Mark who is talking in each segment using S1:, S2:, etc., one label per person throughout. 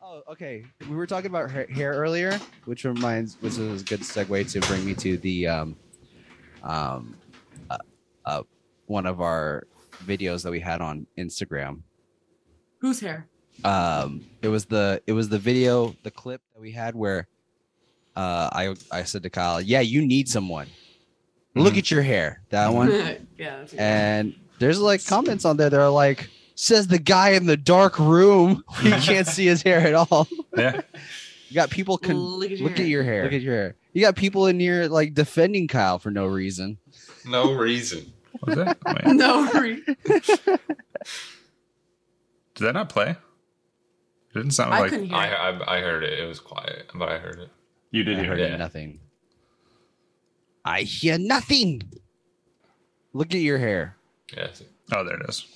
S1: Oh, okay. We were talking about her hair earlier, which reminds, which is a good segue to bring me to the um, um, uh, uh, one of our videos that we had on Instagram.
S2: Whose hair?
S1: Um, it was the it was the video, the clip that we had where uh, I I said to Kyle, "Yeah, you need someone. Look at your hair." That one,
S2: yeah. that's a good one.
S1: and there's like comments on there that are like, "Says the guy in the dark room, you can't see his hair at all."
S3: Yeah.
S1: You got people con-
S2: look at your,
S1: Look at your hair. Look at your hair. You got people in here like defending Kyle for no reason.
S4: No reason.
S3: Was it? Wait,
S2: no re-
S3: did that not play? It didn't sound
S2: I
S3: like
S2: couldn't hear.
S4: I,
S2: it.
S4: I I heard it. It was quiet, but I heard it.
S3: you did
S1: I
S3: hear
S1: heard
S3: it.
S4: Yeah.
S1: nothing. I hear nothing. Look at your hair.
S4: Yes.
S3: Oh, there it is.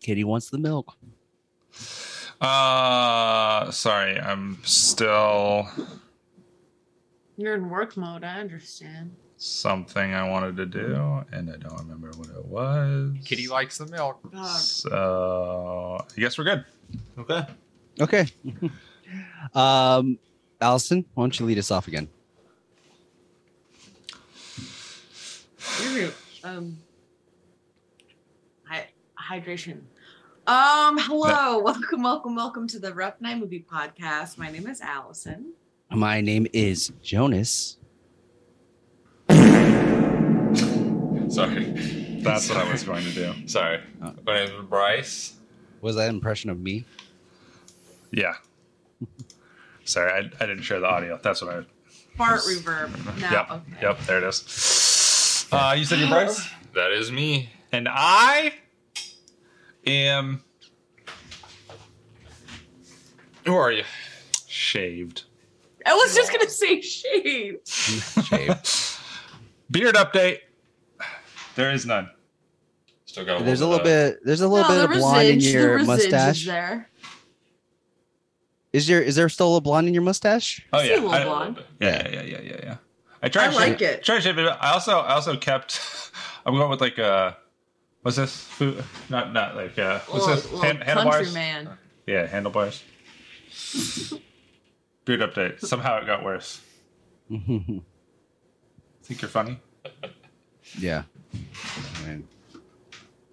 S1: Kitty wants the milk.
S3: Uh, sorry, I'm still
S2: You're in work mode. I understand.
S3: something I wanted to do, and I don't remember what it was.
S4: Kitty likes the milk.
S2: God.
S3: So I guess we're good.
S4: Okay.
S1: Okay. um, Allison, why don't you lead us off again?
S2: You're um hi- hydration. Um, hello, welcome, welcome, welcome to the Rough Night Movie Podcast. My name is Allison.
S1: My name is Jonas.
S4: Sorry.
S3: That's what I was going to do.
S4: Sorry.
S1: Uh.
S4: My name is Bryce.
S1: Was that an impression of me?
S3: Yeah. Sorry, I, I didn't share the audio. That's what I.
S2: Fart reverb. Now,
S3: yep.
S2: okay.
S3: Yep. There it is. Uh, you said you're Bryce,
S4: That is me.
S3: and I am
S4: Who are you?
S3: shaved.
S2: I was just gonna say shave.
S1: Shaved.
S3: Beard update. There is none.
S4: Still got.
S1: there's a little bit. There's a little
S2: No,
S1: bit
S2: the
S1: of blonde in
S2: residge- the
S1: your
S2: residge is
S1: mustache.
S2: there.
S1: Is there is there still a blonde in your mustache?
S3: Oh
S2: See a
S3: yeah.
S2: little
S3: I-
S4: A little
S2: blonde.
S4: bit.
S3: yeah, yeah, yeah, yeah, yeah. I tried.
S2: I
S3: to
S2: like
S3: shave-
S2: it.
S3: Tried to shave it. I also, I also kept. I'm going with like uh what's this? Food? Not, not like uh, what's
S2: Little-
S3: this?
S2: little
S3: Hand, handlebars.
S2: countryman.
S3: Yeah, handlebars. Beard update. Somehow it got worse. Think you're funny?
S1: Yeah. I mean,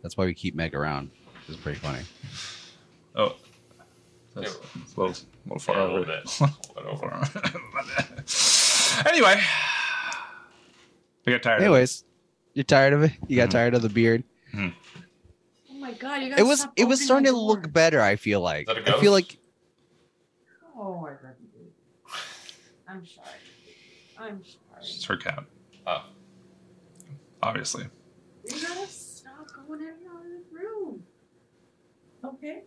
S1: that's why we keep Meg around. It's pretty funny.
S3: Oh, that's it's a little, little far
S4: Yeah, a
S3: over.
S4: little bit. A little over.
S3: Far over. anyway, I got tired. Anyway,
S1: Anyways, you're tired of it. You
S4: Mm-hmm.
S1: got tired of the beard.
S2: Oh my god, you guys.
S1: It was it was starting to look better. I feel like.
S4: Is that a
S1: I feel
S4: ghost?
S1: like
S2: Oh my god. I'm sorry. I'm sorry.
S3: it's her cat. Ah.
S4: Oh.
S3: Obviously.
S2: You gotta stop going in and out of the room. Okay.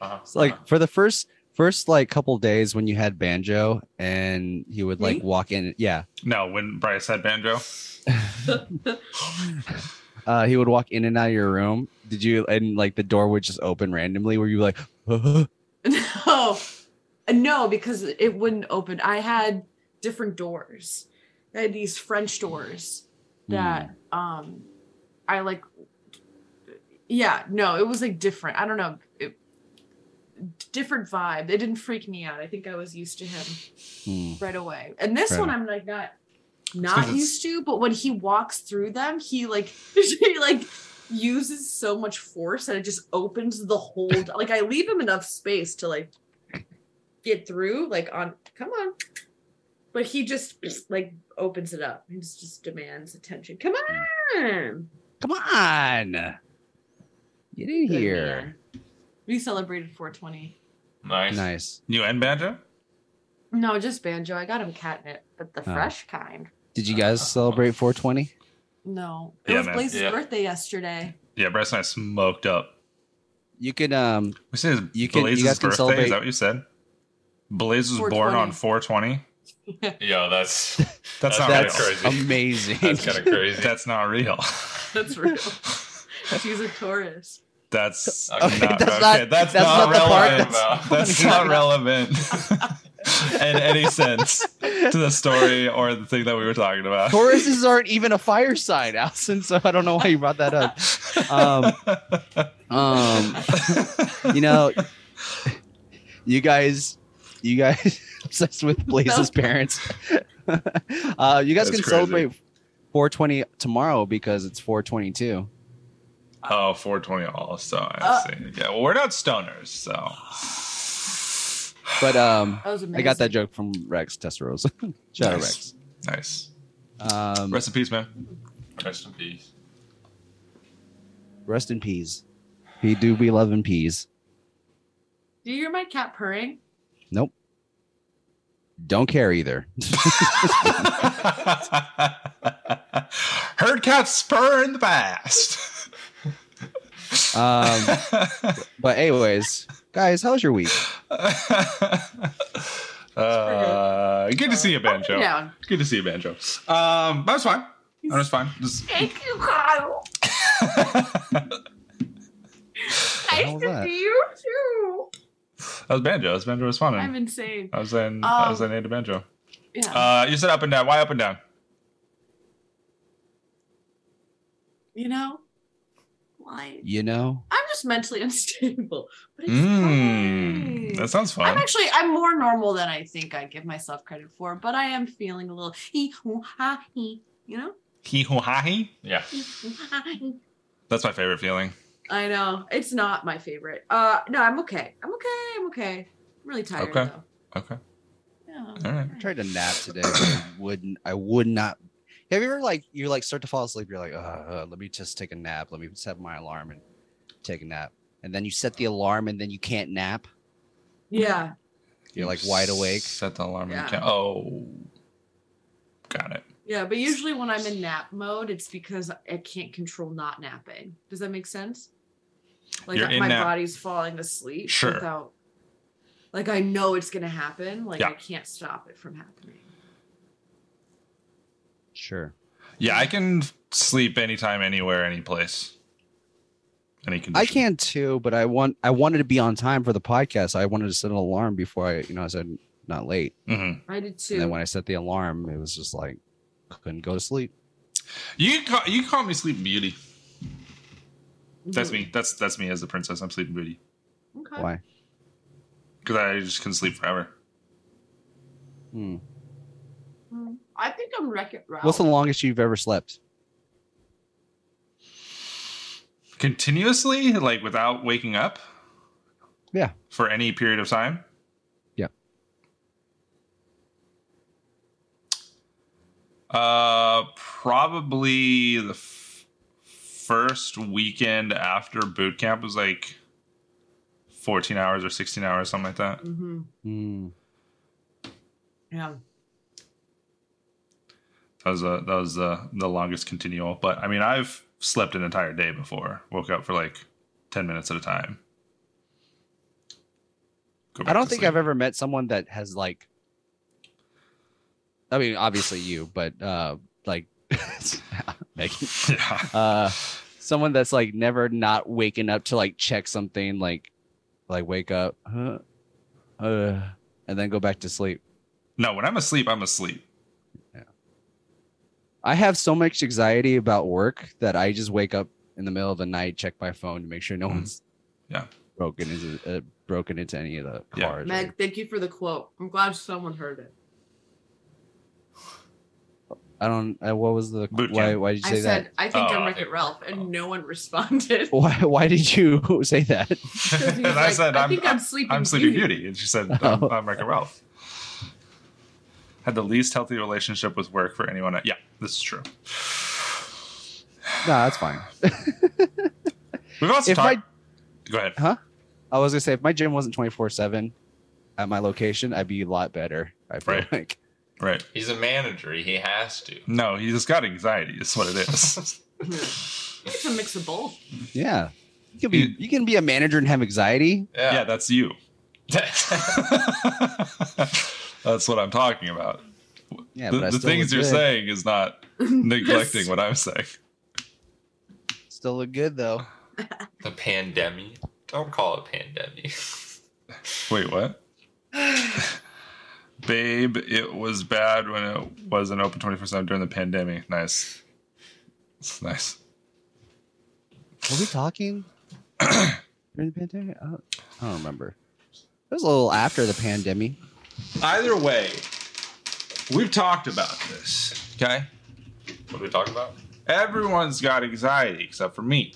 S4: Uh-huh.
S1: it's like for the first first like couple days when you had banjo and he would like
S2: Me?
S1: walk in. Yeah,
S3: No, when Bryce had banjo,
S1: uh, he would walk in and out of your room. Did you and like the door would just open randomly? Were you like, Hmm,
S2: No, no, because it wouldn't open. I had different doors. I had these French doors that um I like. Yeah, no, it was like different. I don't know, it, different vibe. It didn't freak me out. I think I was used to him
S1: Hmm.
S2: right away. And this
S1: Right.
S2: one, I'm like not
S3: 'cause
S2: not
S3: it's-
S2: used to. But when he walks through them, he like he like uses so much force that it just opens the whole. like I leave him enough space to like get through. Like on, come on. But he just like opens it up. He just, just demands attention. Come on,
S1: come on, get in
S2: Good
S1: here.
S2: man. We celebrated 420.
S4: Nice.
S1: Nice.
S3: you and banjo.
S2: No, just banjo. I got him catnip, but the
S1: Oh.
S2: fresh kind.
S1: Did you guys celebrate 420?
S2: No, it
S3: Yeah,
S2: was
S3: man.
S2: Blaze's
S4: Yeah.
S2: birthday yesterday.
S3: Yeah, Bryce and I smoked up.
S1: You could um
S3: We said it's
S1: You can- you
S3: Blaze's
S1: guys can
S3: birthday.
S1: celebrate-
S3: Is that what you said? Blaze was born on 420.
S4: Yo, that's
S3: That's, not
S4: That's
S3: real.
S4: Oh, crazy.
S1: amazing.
S4: that's kind of crazy.
S3: That's not real.
S2: That's real. She's a Taurus.
S3: That's
S4: Okay,
S3: not,
S1: that's
S3: okay,
S1: not-
S3: that's
S1: that's
S3: not
S1: not the part
S3: relevant.
S4: that's-
S3: That's not relevant. in any sense to the story or the thing that we were talking about.
S1: Choruses aren't even a fire sign, Allison. So I don't know why you brought that up. Um, um, you know, you guys, you guys obsessed with Blaze's parents. uh, you guys
S4: That's
S1: can
S4: crazy.
S1: celebrate 420 tomorrow because it's 422.
S3: oh, 420 also. I
S2: Uh.
S3: see. Yeah, well, we're not stoners, so.
S1: But um,
S2: That was amazing.
S1: I got that joke from Rex Testarossa. Shout out Rex.
S3: Nice. Nice.
S1: Um,
S3: Rest in peace, man.
S4: Rest in peace.
S1: rest in peace. He do be loving peas.
S2: Do you hear my cat purring?
S1: Nope. Don't care either.
S3: Herd cats spur in the past.
S1: Um, but anyways, guys, how's your week?
S3: uh, good to see you,
S2: Put it
S3: Banjo.
S2: down.
S3: Good to see you, Banjo. Um, that was fine. That was fine. Just-
S2: Thank you, Kyle.
S3: that
S1: hell
S2: Nice
S1: was
S2: to
S1: that?
S2: see you too.
S3: was Banjo. That was Banjo responding.
S2: I'm insane.
S3: I was in. I was in
S2: Um,
S3: A to Banjo.
S2: Yeah.
S3: Uh, you said up and down. Why up and down?
S2: you know? Why?
S1: You know,
S2: I'm just mentally unstable. But it's
S3: Mm,
S2: fine.
S3: that sounds
S2: I'm
S3: fun.
S2: actually I'm more normal than I think I give myself credit for, but I am feeling a little hee hoo ha hee, you know?
S3: Hee hoo ha hee.
S4: Yeah.
S2: Hee, hoo, ha, hee.
S3: That's my favorite feeling.
S2: I know. It's not my favorite. Uh no, I'm okay. I'm okay. I'm okay. I'm really tired
S3: Okay.
S2: though.
S3: Okay.
S2: Yeah.
S3: All right.
S1: I tried to nap today. But I wouldn't. I would not. Have you ever like you like start to fall asleep? You're like, uh, uh, let me just take a nap. Let me set my alarm and take a nap. And then you set the alarm and then you can't nap.
S2: Yeah.
S1: You're like wide awake.
S3: Set the alarm.
S2: Yeah.
S3: Yeah. Can- oh, got it.
S2: Yeah, but usually when I'm in nap mode, it's because I can't control not napping. Does that make sense? Like
S3: You're in
S2: my
S3: nap-
S2: body's falling asleep
S3: Sure.
S2: without like I know it's gonna happen. Like
S3: Yeah.
S2: I can't stop it from happening.
S1: Sure.
S3: Yeah, I can sleep anytime, anywhere, any place. Any condition.
S1: I can too, but I want I wanted to be on time for the podcast. I wanted to set an alarm before I, you know, I said not late.
S3: hmm
S2: I did too.
S1: And then when I set the alarm, it was just like couldn't go to sleep.
S3: You can call, you can call me Sleeping Beauty. That's
S2: Mhm.
S3: me. That's that's me as the princess. I'm Sleeping Beauty
S2: Okay.
S1: Why?
S3: because I just can sleep forever.
S1: Hmm.
S2: Mm. I think I'm Wreck It Ralph.
S1: What's the longest you've ever slept?
S3: Continuously, like without waking up.
S1: Yeah.
S3: For any period of time.
S1: Yeah.
S3: Uh, probably the f- first weekend after boot camp was like fourteen hours or sixteen hours, something like that.
S2: hmm
S1: Hmm.
S2: Yeah.
S3: That was uh that was uh, the longest continual. But I mean, I've slept an entire day before. Woke up for like ten minutes at a time. Go
S1: I
S3: back
S1: don't
S3: to
S1: think
S3: sleep.
S1: I've ever met someone that has like. I mean, obviously you, but uh, like, Megan,
S3: Yeah.
S1: uh, someone that's like never not waking up to like check something, like, like wake up, huh, uh, and then go back to sleep.
S3: No, when I'm asleep, I'm asleep.
S1: I have so much anxiety about work that I just wake up in the middle of the night, check my phone to make sure no
S3: Mhm.
S1: one's,
S3: Yeah.
S1: broken into uh, broken into any of the
S3: Yeah.
S1: cars. or-
S2: Meg, thank you for the quote. I'm glad someone heard it.
S1: I don't. I, what was the?
S3: Boot
S1: Why?
S3: camp.
S1: Why did you
S2: I
S1: say
S2: said,
S1: that?
S2: I think
S4: Oh,
S2: I'm
S4: I
S2: Wreck It
S4: think-
S2: Ralph, and no one responded.
S1: Why? Why did you say that?
S2: 'Cause he was
S3: and I
S2: like,
S3: said,
S2: I
S3: I'm,
S2: think I'm sleeping.
S3: I'm Sleeping Beauty. And she said, I'm,
S1: Oh.
S3: I'm Wreck-It Ralph. Had the least healthy relationship with work for anyone. Yeah, this is true.
S1: No, that's fine.
S3: We've also
S1: If
S3: talked. Go ahead.
S1: I was gonna say if my gym wasn't twenty four seven at my location, I'd be a lot better. I feel
S3: Right.
S1: like
S3: Right.
S4: He's a manager. He has to.
S3: No, he just got anxiety. Is what it is.
S2: It's a mix of both.
S1: yeah, you can be you can be a manager and have anxiety.
S3: yeah,
S4: Yeah.
S3: that's you. That's what I'm talking about.
S1: Yeah,
S3: the
S1: but I
S3: the
S1: still
S3: things
S1: look
S3: you're
S1: good.
S3: saying is not neglecting what I'm saying.
S1: still look good though.
S4: the pandemic. Don't call it pandemic.
S3: Wait, what? Babe, it was bad when it wasn't open 24 7 during the pandemic. Nice. It's nice.
S1: Were we talking during the pandemic? I don't, I don't remember. It was a little after the pandemic.
S5: Either way, we've talked about this. Okay,
S4: What are we talking about?
S3: Everyone's got anxiety except for me.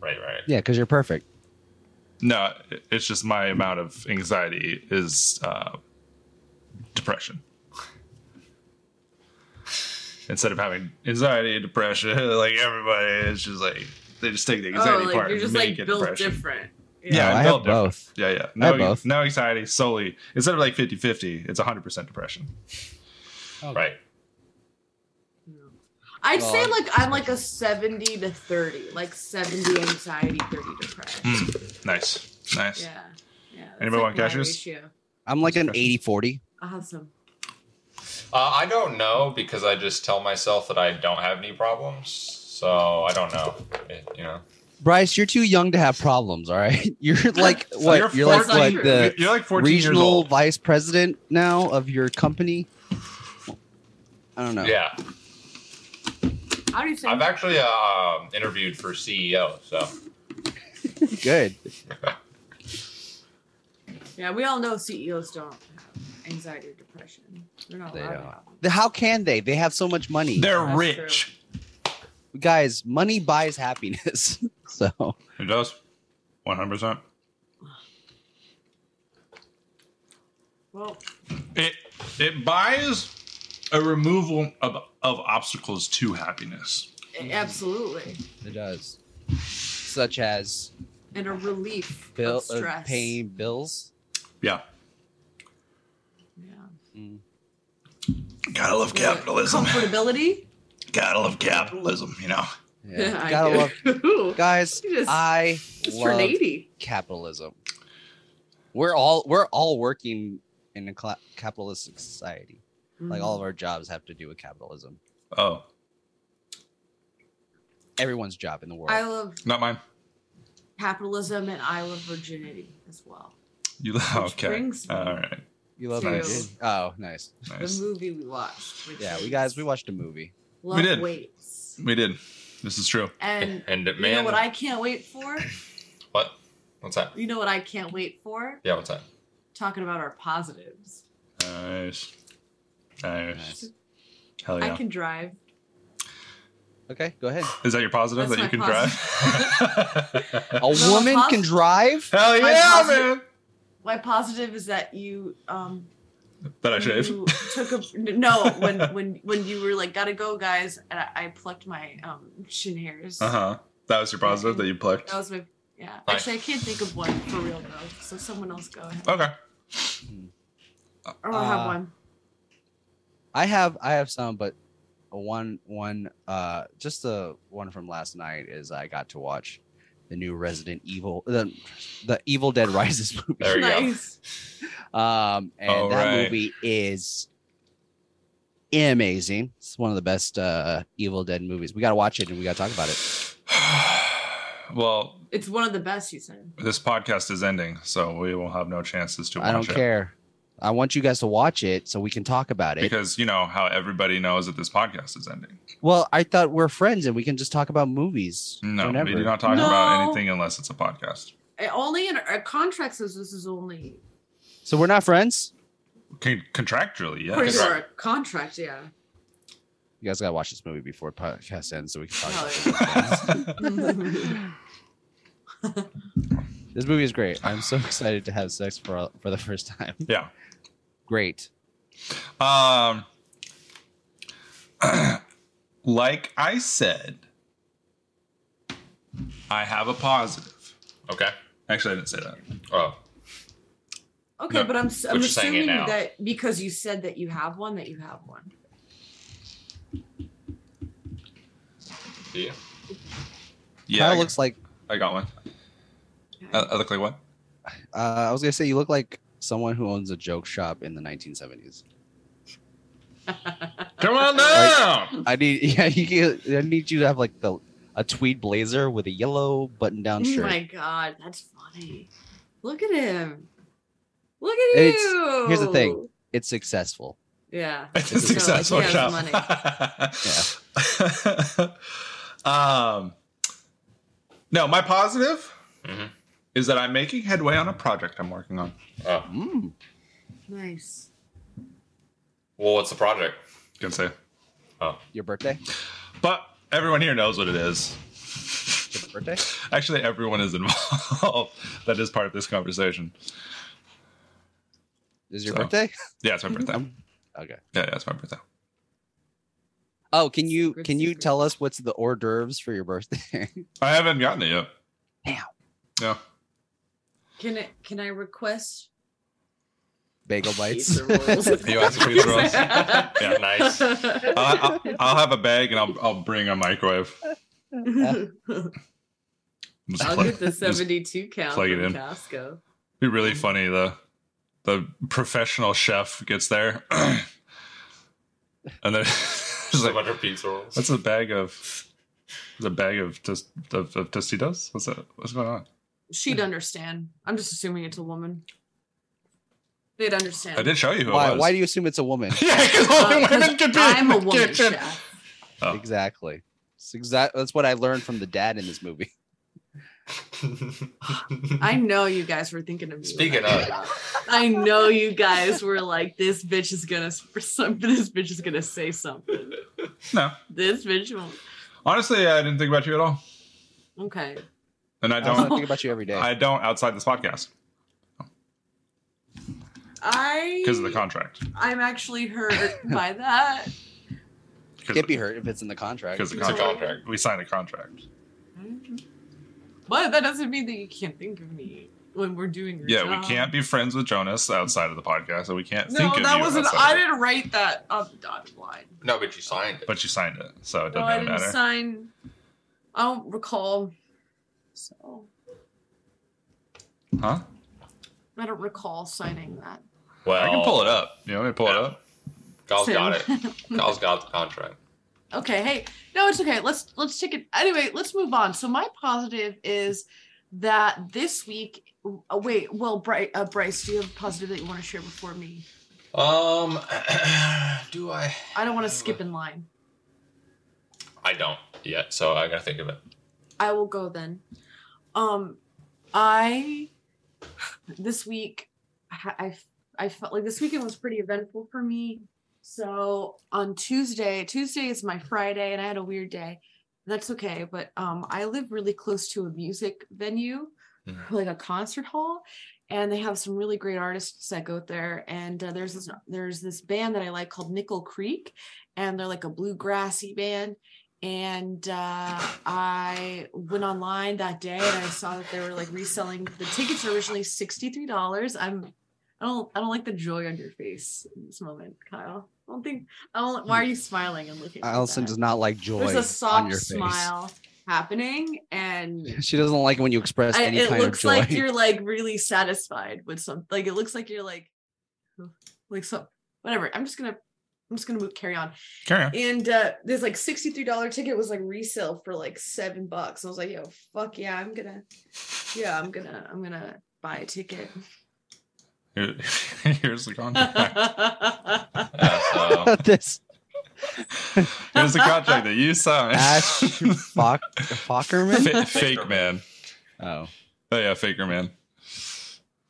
S4: Right, right.
S1: Yeah, because you're perfect.
S3: No, it- it's just my amount of anxiety is uh, depression. Instead of having anxiety, depression, like everybody, it's just like they just take the anxiety
S2: oh, like
S3: part
S2: you're
S3: and
S2: just
S3: make
S2: like
S3: it
S2: built
S3: depression.
S2: different.
S3: Yeah,
S1: No, I
S3: built
S1: have
S3: different.
S1: both.
S3: Yeah, yeah. No,
S1: both.
S3: no anxiety solely. Instead of like 50 50, it's 100% depression.
S4: Right.
S2: I'd
S1: Well,
S2: say
S1: I'm-
S2: like I'm like a 70 to 30, like 70 anxiety, 30 depression.
S3: Nice. Nice.
S2: Yeah. Yeah. that's,
S3: Hmm. Anybody
S2: like,
S3: want
S2: my
S3: cashews?
S2: ratio.
S1: I'm like an 80 40.
S2: I'll have some.
S4: Uh, I don't know because I just tell myself that I don't have any problems, so I don't know. It- you know,
S1: Bryce, you're too young to have problems, all right? You're like what? You're,
S3: You're
S1: like,
S2: 14
S1: like
S3: You're-
S1: the
S3: You're like 14 years
S1: regional
S3: old.
S1: vice president now of your company. I don't know.
S4: yeah.
S2: How do you say?
S4: I've actually uh, um, interviewed for CEO, so
S1: Good.
S2: yeah, we all know CEOs don't have anxiety or depression. They're not
S1: They
S2: allowed to
S1: don't.
S2: have them.
S1: The- How can they? They have so much money.
S3: They're
S2: That's
S3: rich.
S1: Guys, money buys happiness. so
S3: It does. 100%.
S2: Well,
S3: It it buys a removal of, of obstacles to happiness.
S2: a- absolutely.
S1: it does. Such as
S2: And a relief
S1: bill, uh,
S2: of stress.
S1: paying bills.
S3: Yeah.
S2: Yeah.
S3: Gotta love
S2: Yeah.
S3: capitalism.
S2: Comfortability.
S3: Gotta love capitalism, you know.
S1: Yeah.
S2: I
S1: Gotta
S2: do.
S1: love
S2: Ooh,
S1: guys.
S2: You just-
S1: I
S2: It's for
S1: love
S2: Nady.
S1: capitalism. We're all we're all working in a cla capitalistic society. Like all of our jobs have to do with capitalism.
S3: Oh,
S1: Everyone's job in the world.
S2: I love
S3: not mine.
S2: capitalism and I love virginity as well.
S3: You okay?
S2: brings me-
S3: All right,
S1: you love
S2: Too.
S1: it. Oh, nice.
S3: nice.
S2: The movie we watched. which
S1: Yeah, we
S2: is
S1: guys we watched a movie.
S2: Love
S3: We did.
S2: Waits.
S3: We did. This is true.
S2: And
S4: and man,
S2: you know what I can't wait for?
S4: what? What's that?
S2: You know what I can't wait for?
S4: Yeah, what's that?
S2: Talking about our positives.
S3: Nice, nice.
S1: Nice.
S3: Hell Oh, yeah!
S2: I can drive.
S1: Okay, go ahead.
S3: is that your positive
S2: That's
S3: that you can
S2: my
S1: A
S3: drive?
S2: No,
S1: woman
S2: pos-
S1: can drive?
S3: Hell
S2: My
S3: yeah,
S2: positive-
S3: man!
S2: My positive is that you um
S3: That I shave.
S2: you took a no when when when you were like gotta go guys and I, I plucked my um shin hairs.
S3: Uh huh. That was your positive that you plucked.
S2: That was my yeah.
S4: Nice.
S2: Actually, I can't think of one for real though. So someone else go ahead.
S3: Okay.
S2: Or I'll have
S1: Uh,
S2: one.
S1: I have I have some, but a one one uh just the one from last night is I got to watch the new Resident Evil the the Evil Dead Rises movie.
S4: There you go.
S2: Nice.
S1: Um, and
S3: All
S1: that
S3: right.
S1: movie is amazing. It's one of the best uh, Evil Dead movies. We got to watch it and we got to talk about it.
S3: well,
S2: It's one of the best. You said.
S3: this podcast is ending, so we will have no chances to. Watch
S1: I don't
S3: it.
S1: care. I want you guys to watch it so we can talk about it.
S3: because you know how everybody knows that this podcast is ending.
S1: well, I thought we're friends and we can just talk about movies.
S3: No,
S1: whenever.
S3: we do not talk
S2: No.
S3: about anything unless it's a podcast.
S2: It only in our contract says this is only
S1: So we're not friends.
S3: Con- contractually, yes.
S2: according to
S4: Contract.
S2: our contract. Yeah.
S1: You guys got to watch this movie before the podcast ends so we can talk about it.
S2: Hell yeah.
S1: This movie is great. I'm so excited to have sex for for the first time.
S3: Yeah.
S1: Great.
S3: Um, like I said, I have a positive.
S4: Okay.
S3: Actually, I didn't say that.
S4: Oh,
S2: okay,
S3: No,
S2: but I'm s-
S4: we're
S2: I'm
S4: just saying it
S2: assuming
S4: now.
S2: that because you said that you have one, that you have one.
S4: do you?
S1: Yeah,
S3: Yeah,
S1: Kyle
S3: I,
S1: looks like
S3: I got one. I, I look like what?
S1: Uh, I was gonna say you look like someone who owns a joke shop in the 1970s.
S4: Come on
S1: down! I need, yeah, you, get- I need you to have like the a tweed blazer with a yellow button-down
S2: oh
S1: shirt.
S2: my god, that's funny. Look at him. Look at
S1: It's-
S2: you.
S1: here's the thing. it's successful.
S2: Yeah.
S3: It's
S2: So,
S3: a
S2: like,
S3: successful
S2: yeah, it's
S3: shop.
S2: money.
S3: um, no, my positive
S4: Mhm.
S3: is that I'm making headway on a project I'm working on.
S4: Oh.
S1: Mm.
S2: Nice.
S4: Well, what's the project?
S3: Can say,
S4: Oh.
S1: Your birthday?
S3: but everyone here knows what it is.
S1: Your birthday?
S3: Actually, everyone is involved. that is part of this conversation.
S1: Is your
S3: So.
S1: birthday?
S3: Yeah, it's my
S2: Mm-hmm.
S3: birthday.
S1: Um, Okay.
S3: Yeah, yeah, it's my birthday.
S1: Oh, can you
S2: Secret,
S1: can you
S2: secret.
S1: tell us what's the hors d'oeuvres for your birthday?
S3: I haven't gotten it yet.
S1: Damn.
S3: Yeah.
S2: Can it? Can I request
S1: Bagel bites.
S2: pizza rolls?
S3: You want some pizza rolls?
S4: Yeah, nice.
S3: I, I, I'll have a bag and I'll, I'll bring a microwave. Just
S2: I'll
S3: plug-
S2: get the
S3: just-
S2: 72 count
S3: plug it
S2: from
S3: in.
S2: Costco.
S3: be really funny. The the professional chef gets there, and then she's
S4: Just a
S3: like,
S4: bunch of pizza rolls.
S3: "What's a bag of the bag of tos- of, of tostitos? What's that? What's going on?"
S2: She'd understand. I'm just assuming it's a woman. They'd understand.
S3: I did show you who it
S1: Why
S3: was.
S1: why do you assume it's a woman?
S3: yeah, because
S2: Uh,
S3: only
S2: 'cause
S3: women could be
S2: I'm a
S3: in the
S2: woman
S3: kitchen.
S2: chef.
S3: Oh.
S1: Exactly. It's exact that's what I learned from the dad in this movie.
S2: I know you guys were thinking of me.
S4: Speaking
S2: when I-
S4: of,
S2: I know you guys were like, this bitch is gonna for some. This bitch is gonna say something.
S3: No,
S2: This bitch won't.
S3: honestly, I didn't think about you at all,
S2: Okay.
S3: and I
S1: I, also
S3: don't.
S1: think about you every day.
S3: I don't outside this podcast
S2: I
S3: because of the contract.
S2: I'm actually hurt by that.
S3: 'Cause
S1: Can't be
S3: of-
S1: hurt if it's in the contract.
S3: 'cause of the
S4: it's a
S3: contract.
S4: contract.
S3: We signed a contract.
S2: Mm-hmm. But that doesn't mean that you can't think of me when we're doing. Your
S3: Yeah,
S2: job.
S3: we can't be friends with Jonas outside of the podcast, so we can't
S2: No,
S3: think of
S2: that
S3: you
S2: wasn't.
S3: outside
S2: I
S3: of it.
S2: didn't write that on the dotted line.
S4: no, but you signed it.
S3: But you signed it, so it
S2: No,
S3: doesn't
S2: I
S3: really
S2: didn't
S3: matter.
S2: sign. I don't recall. So
S3: huh?
S2: I don't recall signing that.
S4: well,
S3: I can pull it up. You want me to pull it up?
S4: Gal's got it.
S2: Same.
S4: Gal's got the contract.
S2: Okay, hey, no, it's okay. Let's let's take it anyway. Let's move on. So my positive is that this week. Oh, wait, well, Bryce, uh, Bryce, do you have a positive that you want to share before me?
S4: Um, do I?
S2: I don't want to skip in line.
S4: I don't yet, so I gotta think of it.
S2: I will go then. Um, I this week I I, I felt like this weekend was pretty eventful for me. So on Tuesday, Tuesday is my Friday, and I had a weird day. That's okay, but um, I live really close to a music venue,
S4: Mhm.
S2: like a concert hall, and they have some really great artists that go there. And uh, there's this, there's this band that I like called Nickel Creek, and they're like a bluegrassy band and uh, I went online that day and I saw that they were like reselling the tickets are originally sixty three dollars. I'm I don't I don't like the joy on your face in this moment, Kyle. I don't think I don't. Why are you smiling and looking? like
S1: Allison
S2: that?
S1: does not like joy.
S2: There's a
S1: on
S2: soft
S1: your
S2: smile happening, and
S1: Face. She doesn't like it when you express
S2: I,
S1: any
S2: it
S1: kind
S2: looks
S1: of joy.
S2: like you're like really satisfied with something. Like it looks like you're like like so whatever. I'm just gonna I'm just gonna move, carry on.
S3: Carry on.
S2: And uh this like $63 ticket was like resale for like seven bucks. I was like, yo, fuck yeah, I'm gonna yeah, I'm gonna I'm gonna buy a ticket.
S3: Here- Here's the contract.
S4: Uh, so,
S1: this
S3: Here's the contract that you signed.
S1: Ash Fock Fockerman.
S3: Fa- fake man.
S1: Oh,
S3: Oh yeah, faker man.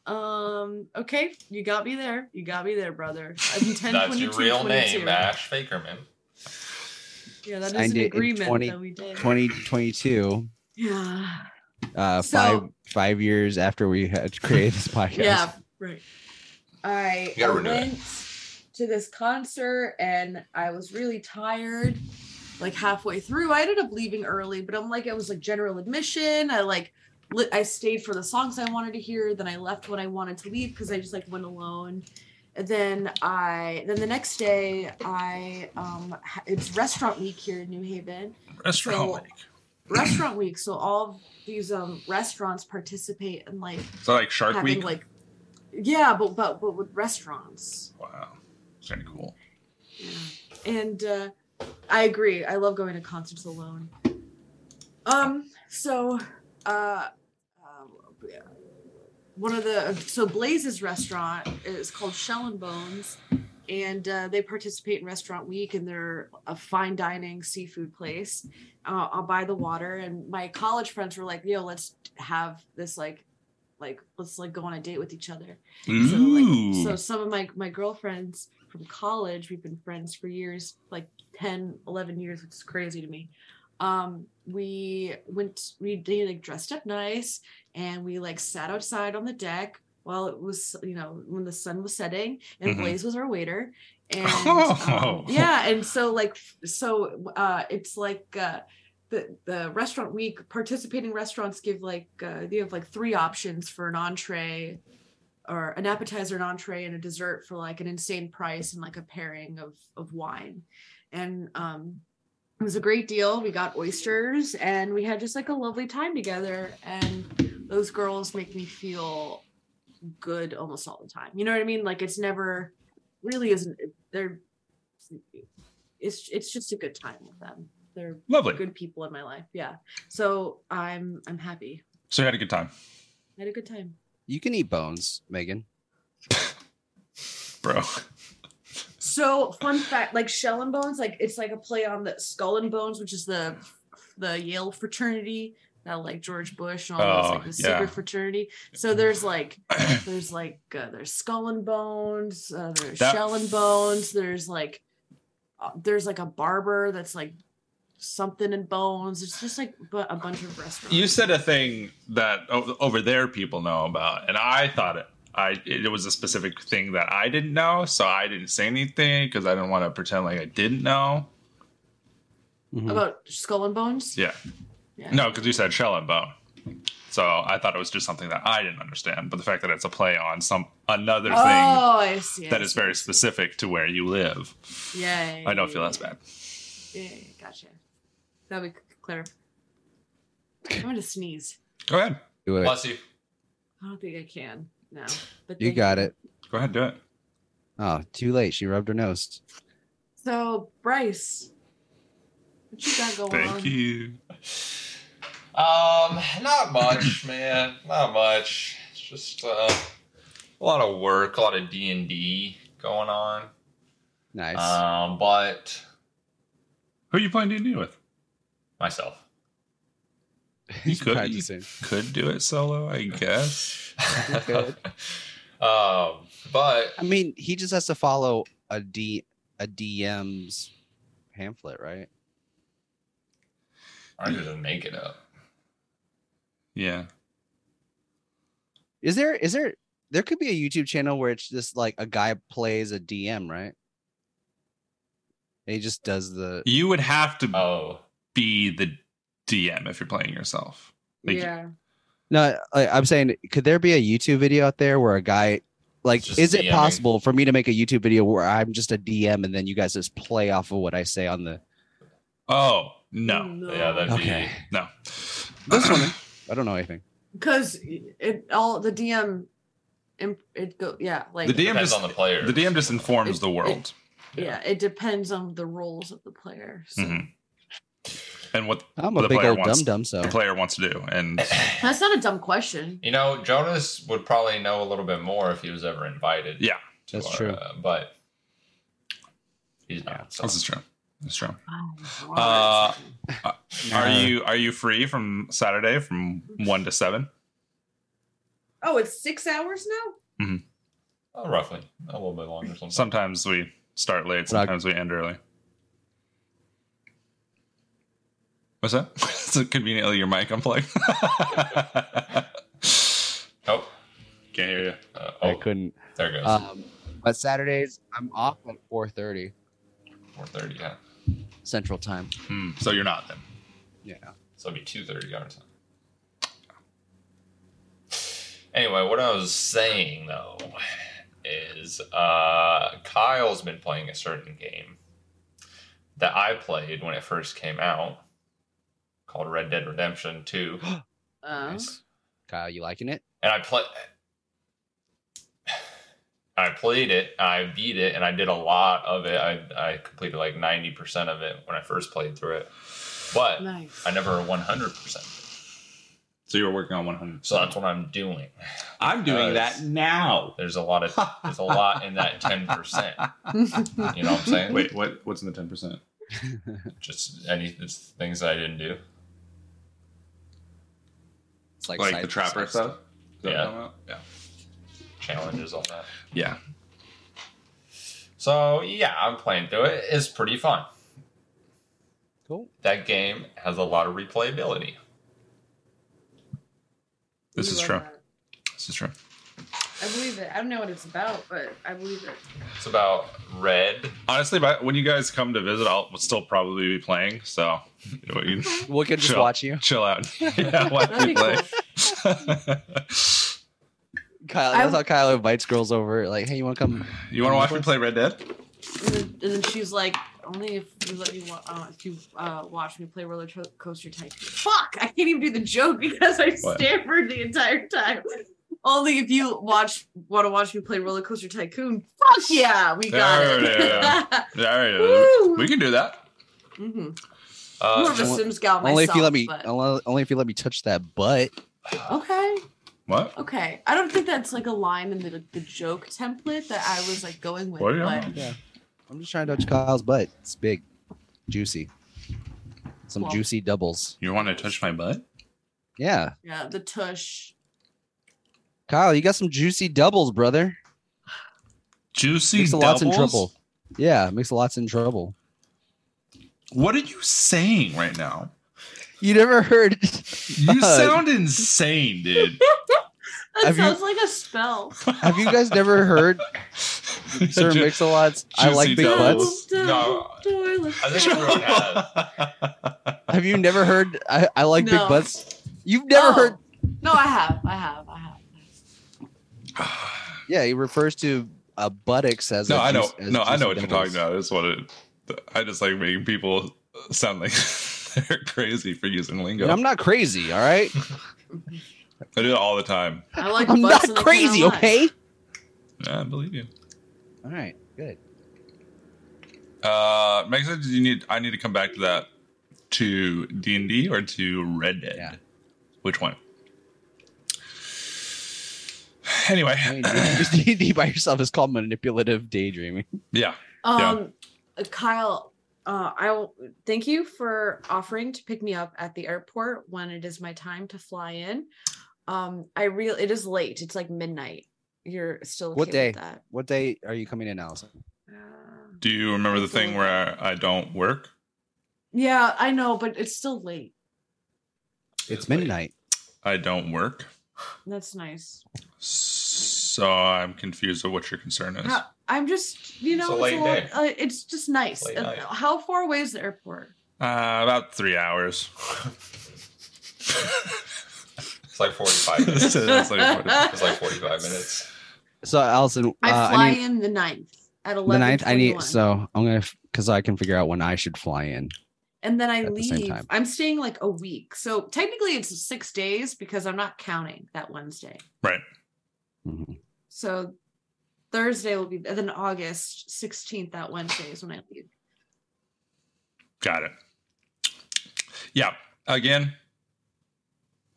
S2: um okay, you got me there. You got me there, brother. I'm 10,
S4: that's your
S2: 22,
S4: real
S2: 22.
S4: name, Ash Fakerman.
S2: Yeah, that is
S1: Signed
S2: an
S1: it in
S2: agreement
S1: 20
S2: that we did.
S1: 2022.
S2: yeah.
S1: Uh,
S2: So-
S1: five five years after we had created this podcast.
S2: Yeah, right. I,
S4: You gotta
S2: I
S4: renew it.
S2: went to this concert and I was really tired. Like halfway through, I ended up leaving early, but I'm like, it was like general admission. I like, li- I stayed for the songs I wanted to hear. Then I left when I wanted to leave because I just like went alone. And then I, then the next day, I, um, ha- it's restaurant week here in New Haven,
S3: Restaurant.
S2: So-
S3: week.
S2: restaurant week. So all of these um restaurants participate in like
S3: Is that like Shark
S2: having
S3: Week?
S2: like yeah but but but with restaurants
S3: wow, it's kind of cool.
S2: and uh i agree i love going to concerts alone um so uh, uh one of the so Blaze's restaurant is called Shell and Bones, and uh, they participate in Restaurant Week, and they're a fine dining seafood place uh, uh, by the water. And my college friends were like, "Yo, let's have this like, like let's like go on a date with each other." So,
S3: Ooh.
S2: like, so some of my my girlfriends from college, we've been friends for years, like 10, 11 years, which is crazy to me. Um, we went, we they like dressed up nice, and we like sat outside on the deck while it was, you know, when the sun was setting, and
S3: Mhm.
S2: Blaze was our waiter. And
S3: Oh.
S2: um, yeah, and so like, so uh, it's like. Uh, the, the restaurant week participating restaurants give like uh, you have like three options for an entree or an appetizer, an entree, and a dessert for like an insane price and like a pairing of of wine. And um it was a great deal. We got oysters and we had just like a lovely time together. And those girls make me feel good almost all the time. You know what I mean? Like it's never really isn't they're it's it's just a good time with them. They're
S3: Lovely.
S2: good people in my life. Yeah. So I'm I'm happy.
S3: So you had a good time,
S2: I had a good time.
S1: You can eat bones, Megan.
S3: bro.
S2: So fun fact, like Shell and Bones, like it's like a play on the Skull and Bones, which is the the Yale fraternity that like George Bush and all those
S3: Oh,
S2: like the
S3: yeah.
S2: secret fraternity. So there's like there's like uh, there's Skull and Bones, uh, there's
S3: That-
S2: Shell and Bones, there's like uh, there's like a barber that's like something in bones. It's just like bu- a bunch of restaurants.
S3: You said a thing that o- over there people know about, and I thought it. I it was a specific thing that I didn't know, so I didn't say anything because I didn't want to pretend like I didn't know.
S1: Mm-hmm.
S2: about Skull and Bones?
S3: Yeah,
S2: Yeah.
S3: no, because you said shell and bone, so I thought it was just something that I didn't understand. But the fact that it's a play on some another
S2: Oh,
S3: thing
S2: I see. I
S3: that is
S2: see.
S3: very specific to where you live,
S2: Yeah. yeah,
S3: I don't
S2: yeah,
S3: feel
S2: yeah.
S3: that's bad.
S2: Yeah, gotcha. That would clear. I'm gonna sneeze.
S3: Go ahead,
S1: Do it.
S4: Bless you.
S2: I don't think I can. No, but
S1: You
S2: thank
S1: got it.
S3: go ahead, do it.
S1: Oh, too late. She rubbed her nose.
S2: So Bryce, what you got going on?
S3: Thank you.
S4: Um, not much, man. Not much. It's just uh, a lot of work, a lot of D and D going on.
S1: Nice.
S4: Um, but
S3: Who are you playing D&D with?
S4: myself.
S1: She's
S3: could-
S1: practicing.
S3: Could do it solo, I guess.
S1: Okay.
S4: um, but
S1: I mean, he just has to follow a D a DM's pamphlet, right?
S4: I just make it up.
S3: Yeah.
S1: Is there is there there could be a YouTube channel where it's just like a guy plays a DM, right? And he just does the
S3: You would have to
S4: Oh,
S3: be the DM if you're playing yourself. Like,
S2: yeah,
S1: no. I, I'm saying, could there be a YouTube video out there where a guy like
S4: It's just
S1: is it
S4: DMing.
S1: possible for me to make a YouTube video where I'm just a DM and then you guys just play off of what I say on the
S3: Oh,
S2: Hmm.
S3: no.
S4: yeah, that'd
S1: Okay.
S4: be.
S3: No.
S1: this one? I don't know anything.
S2: because it all the DM, imp- it go yeah like
S3: The DM
S4: Depends
S3: just-
S4: on the player.
S3: The DM just informs the world
S2: yeah it depends on the roles of the player. So.
S3: Mhm. and what
S1: I'm a
S3: The
S1: big
S3: player
S1: old
S3: wants
S1: dum dum. So
S3: the player wants to do. And
S2: That's not a dumb question.
S4: you know, Jonas would probably know a little bit more if he was ever invited.
S3: Yeah,
S4: to
S1: that's
S4: our,
S1: true.
S4: uh, but he's not. so-
S3: this is true. That's true.
S2: Oh, wow.
S3: Uh, Are
S1: Nah.
S3: you are you free from Saturday from one to seven?
S2: oh, it's six hours now.
S4: oh, roughly a little bit longer. Sometimes.
S3: Sometimes we start late,
S1: But I-
S3: sometimes we end early. What's that? so conveniently your mic unplugged.
S4: oh,
S3: Can't hear you.
S4: uh,
S1: I
S4: oh
S1: couldn't.
S4: there it goes.
S1: Um, but Saturdays I'm off at 4:30
S4: Four thirty. Yeah,
S1: Central Time.
S3: Hmm, so you're not then.
S1: Yeah.
S4: so it'd be two thirty our time. Anyway, what I was saying though is uh, Kyle's been playing a certain game that I played when it first came out called Red Dead Redemption Two.
S2: Uh,
S1: Nice. Kyle, you liking it?
S4: and I play. I played it, I beat it, and I did a lot of it. I, I completed like 90% of it when I first played through it. But
S2: Nice.
S4: I never 100%.
S3: So you were working on 100.
S4: So that's what I'm doing.
S3: I'm doing that
S4: Because-
S3: now.
S4: There's a lot of there's a lot in that ten percent. You know what I'm saying?
S3: Wait, what? What's in the 10%?
S4: Just any it's things that I didn't do.
S1: It's
S3: Like
S1: side-
S3: the trapper
S1: side
S3: stuff? Is that
S4: Yeah.
S3: what I'm about? Yeah.
S4: Challenges, all that.
S3: Yeah.
S4: So yeah, I'm playing through it. It's pretty fun.
S1: Cool.
S4: That game has a lot of replayability.
S3: This
S2: You
S3: is
S2: love
S3: true.
S2: that.
S3: This is true.
S2: I believe it. I don't know what it's about, but I believe it.
S4: It's about red.
S3: Honestly, but when you guys come to visit, I'll still probably be playing. So you know, you can
S1: We can just
S3: Chill.
S1: watch you.
S3: chill out. yeah, watch
S2: That'd be
S3: me play.
S2: cool.
S1: Kyle,
S2: I
S1: that's
S2: w-
S1: how Kyle invites girls over. Like, hey, you want to come?
S3: You want to watch me play Red Dead?
S2: And then, and then she's like, "Only if you let me, wa- uh, if you uh, watch me play roller co- coaster tycoon." Fuck! I can't even do the joke because I
S3: What?
S2: stammered the entire time. Only if you watch want to watch me play roller coaster tycoon. Fuck yeah, we got
S3: There it
S2: it.
S3: There it is.
S2: Woo!
S3: We can do that.
S2: hmm More
S4: Uh,
S2: of a
S1: Only-
S2: Sims gal myself.
S1: only if you let me.
S2: but-
S1: Only, only if you let me touch that butt.
S2: Okay,
S3: What?
S2: okay. I don't think that's like a line in the, the joke template that I was like going with.
S3: What?
S2: but
S3: Yeah.
S1: I'm just trying to touch Kyle's butt. It's big, juicy. Some
S2: Well-
S1: juicy doubles.
S3: You want to touch my butt?
S1: Yeah,
S2: yeah, the tush.
S1: Kyle, you got some juicy doubles, brother.
S3: Juicy
S1: Makes a lot's in
S3: doubles?
S1: trouble. Yeah, makes a lot's in trouble.
S3: What are you saying right now?
S1: You never heard?
S3: You
S1: Uh,
S3: sound insane, dude.
S2: That
S1: Have you-
S2: sounds like a spell.
S1: Have you guys never heard Sir
S3: Ju-
S1: Mix-a-Lots? I like
S3: Juicy
S1: big
S3: doubles.
S1: butts.
S4: No. I think everyone has.
S1: Have you never heard? I, I like big
S2: No.
S1: butts. You've never
S2: Oh.
S1: heard?
S2: No, I have. I have. I have.
S1: Yeah, he refers to uh, buttocks as.
S3: no,
S1: a
S3: I know.
S1: juice- as
S3: No, I
S1: juicy
S3: know what you're
S1: doubles.
S3: talking about. That's what it. I just like making people sound like they're crazy for using lingo.
S1: And I'm not crazy, all right?
S3: I do it all the time.
S2: I like
S1: I'm not
S2: butts and I
S1: crazy,
S2: cannot lie.
S1: okay?
S3: Yeah, I believe you.
S1: All right, good.
S3: Uh, Meg said, "Did you need? I need to come back to that to D and D or to Red Dead?
S1: Yeah.
S3: Which one?" Anyway,
S1: I mean, just D&D by yourself is called manipulative daydreaming.
S3: yeah,
S2: Um, Kyle, uh, I will thank you for offering to pick me up at the airport when it is my time to fly in. Um, I real it is late. It's like midnight. You're still okay
S1: What day?
S2: With that.
S1: What day are you coming in, Allison?
S2: Uh,
S3: do you remember the thing where I, I don't work?
S2: yeah, I know, but it's still late.
S1: It's midnight.
S3: I don't work,
S2: That's nice.
S3: so I'm confused of what your concern
S1: Ah,
S3: is.
S2: How- I'm just, you
S4: It's
S2: know,
S4: a
S2: it's,
S4: late
S2: a lot,
S4: day.
S2: uh, it's just nice.
S4: Late
S2: Uh,
S4: night.
S2: how far away is the airport?
S3: Uh, about three hours.
S4: It's like 45 minutes.
S3: So that's like what-
S4: It's like 45 minutes.
S1: So, Allison, uh,
S2: I
S1: I,
S2: fly
S1: need
S2: in the 9th at 11.
S1: the ninth. I need so I'm gonna because I can figure out when I should fly in.
S2: and then I
S1: at the same
S2: leave.
S1: time.
S2: I'm staying like a week. So technically it's six days because I'm not counting that Wednesday.
S3: right.
S1: Mhm.
S2: So Thursday will be and then August 16th that Wednesday is when I leave.
S3: Got it. Yeah. Again,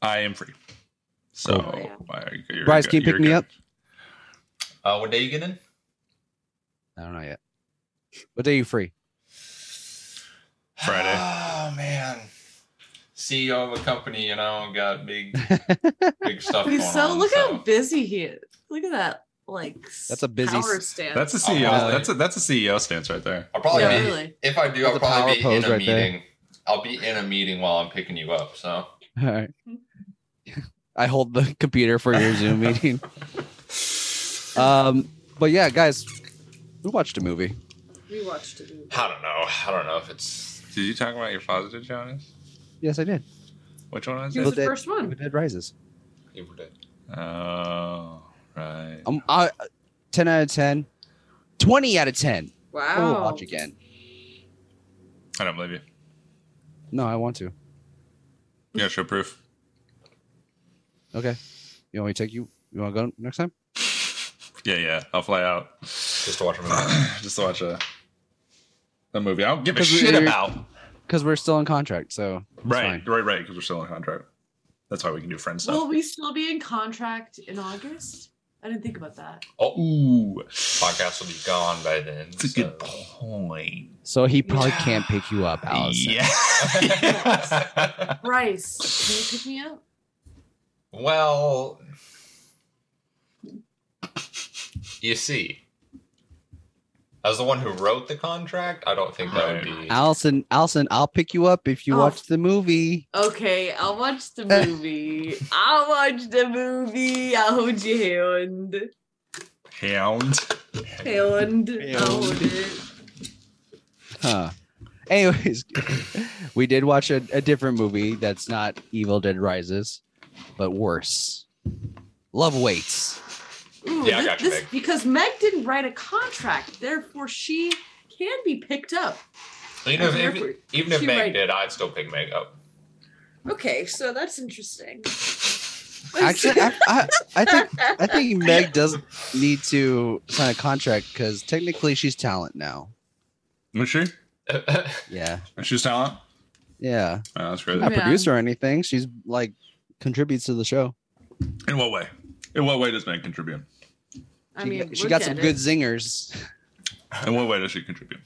S3: I am free. So,
S2: Cool. Oh,
S3: I- you're
S1: Bryce,
S3: good-
S1: can you pick
S3: you're
S1: me
S3: good.
S1: up?
S4: Uh, what day you get in?
S1: I don't know yet. What day are you free?
S3: Friday.
S4: Oh man. CEO of a company, you know, got big big
S2: But
S4: stuff. going
S2: he's so
S4: on,
S2: look
S4: so.
S2: how busy he is. Look at that like
S1: That's a busy
S2: power
S1: s-
S2: stance.
S3: That's a
S4: I'll
S3: CEO.
S4: probably-
S3: that's a that's a CEO stance right there.
S4: I'll probably
S2: yeah,
S4: be,
S2: really.
S4: if I do,
S1: That's
S4: I'll
S1: a power
S4: probably be in
S1: pose
S4: a
S1: right there.
S4: meeting. I'll be in a meeting while I'm picking you up. So
S1: All right. I hold the computer for your Zoom meeting. Um, but yeah, guys, we watched a movie.
S2: We watched it.
S4: I don't know. I don't know if it's
S3: Did you talk about your positive Jonas?
S1: Yes, I did.
S3: Which one is
S2: He
S3: it?
S1: Well,
S2: was the
S1: that-
S2: first one.
S1: Dead Rises.
S4: Evil Dead.
S3: Oh, right.
S1: Um, I, ten out of ten. Twenty out of ten. I will
S2: Wow.
S1: watch again.
S3: I don't believe you.
S1: No, I want to.
S3: You got show proof.
S1: Okay. You want me to take you? You want to go next time?
S3: Yeah, yeah. I'll fly out
S4: Just to watch a movie.
S3: just to watch a a movie. I don't give a
S1: Because
S3: shit
S1: we're-
S3: about.
S1: Because we're still in contract, so it's
S3: Right,
S1: fine.
S3: right, right. Because we're still in contract. That's why we can do friend stuff.
S2: Will we still be in contract in August? I didn't think about that.
S4: Oh,
S3: Ooh,
S4: podcast will be gone by then.
S3: that's a
S4: so-
S3: good point.
S1: So he probably can't pick you up, Allison.
S3: Yeah.
S2: Bryce, can you pick me up?
S4: well, you see, as the one who wrote the contract, I don't think that would be.
S1: Allison, Allison, I'll pick you up if you
S2: Oh.
S1: watch the movie.
S2: Okay, I'll watch the movie. I'll watch the movie. I'll hold your hand.
S3: Hound.
S2: Hand. I'll hold it.
S1: Huh. Anyways, we did watch a, a different movie that's not Evil Dead Rises, but worse. Love waits.
S2: Ooh,
S4: Yeah, I
S2: thi-
S4: got you,
S2: this-
S4: Meg.
S2: Because Meg didn't write a contract, therefore she can be picked up.
S4: Even if,
S2: She
S4: even,
S2: wrote-
S4: even if
S2: she
S4: Meg
S2: wrote-
S4: did, I'd still pick Meg up.
S2: Okay, so that's interesting.
S1: Actually, I, I, I think I think Meg does need to sign a contract because technically she's talent now.
S3: Was she?
S1: Yeah,
S3: She's talent.
S1: yeah.
S3: Oh, that's crazy.
S1: Not
S2: Yeah.
S1: producer or anything. She's like contributes to the show.
S3: In what way? In what way does Meg contribute?
S2: I
S1: She,
S2: mean,
S1: she
S2: look
S1: got
S2: at
S1: some
S2: it.
S1: good zingers.
S3: In what way does she contribute?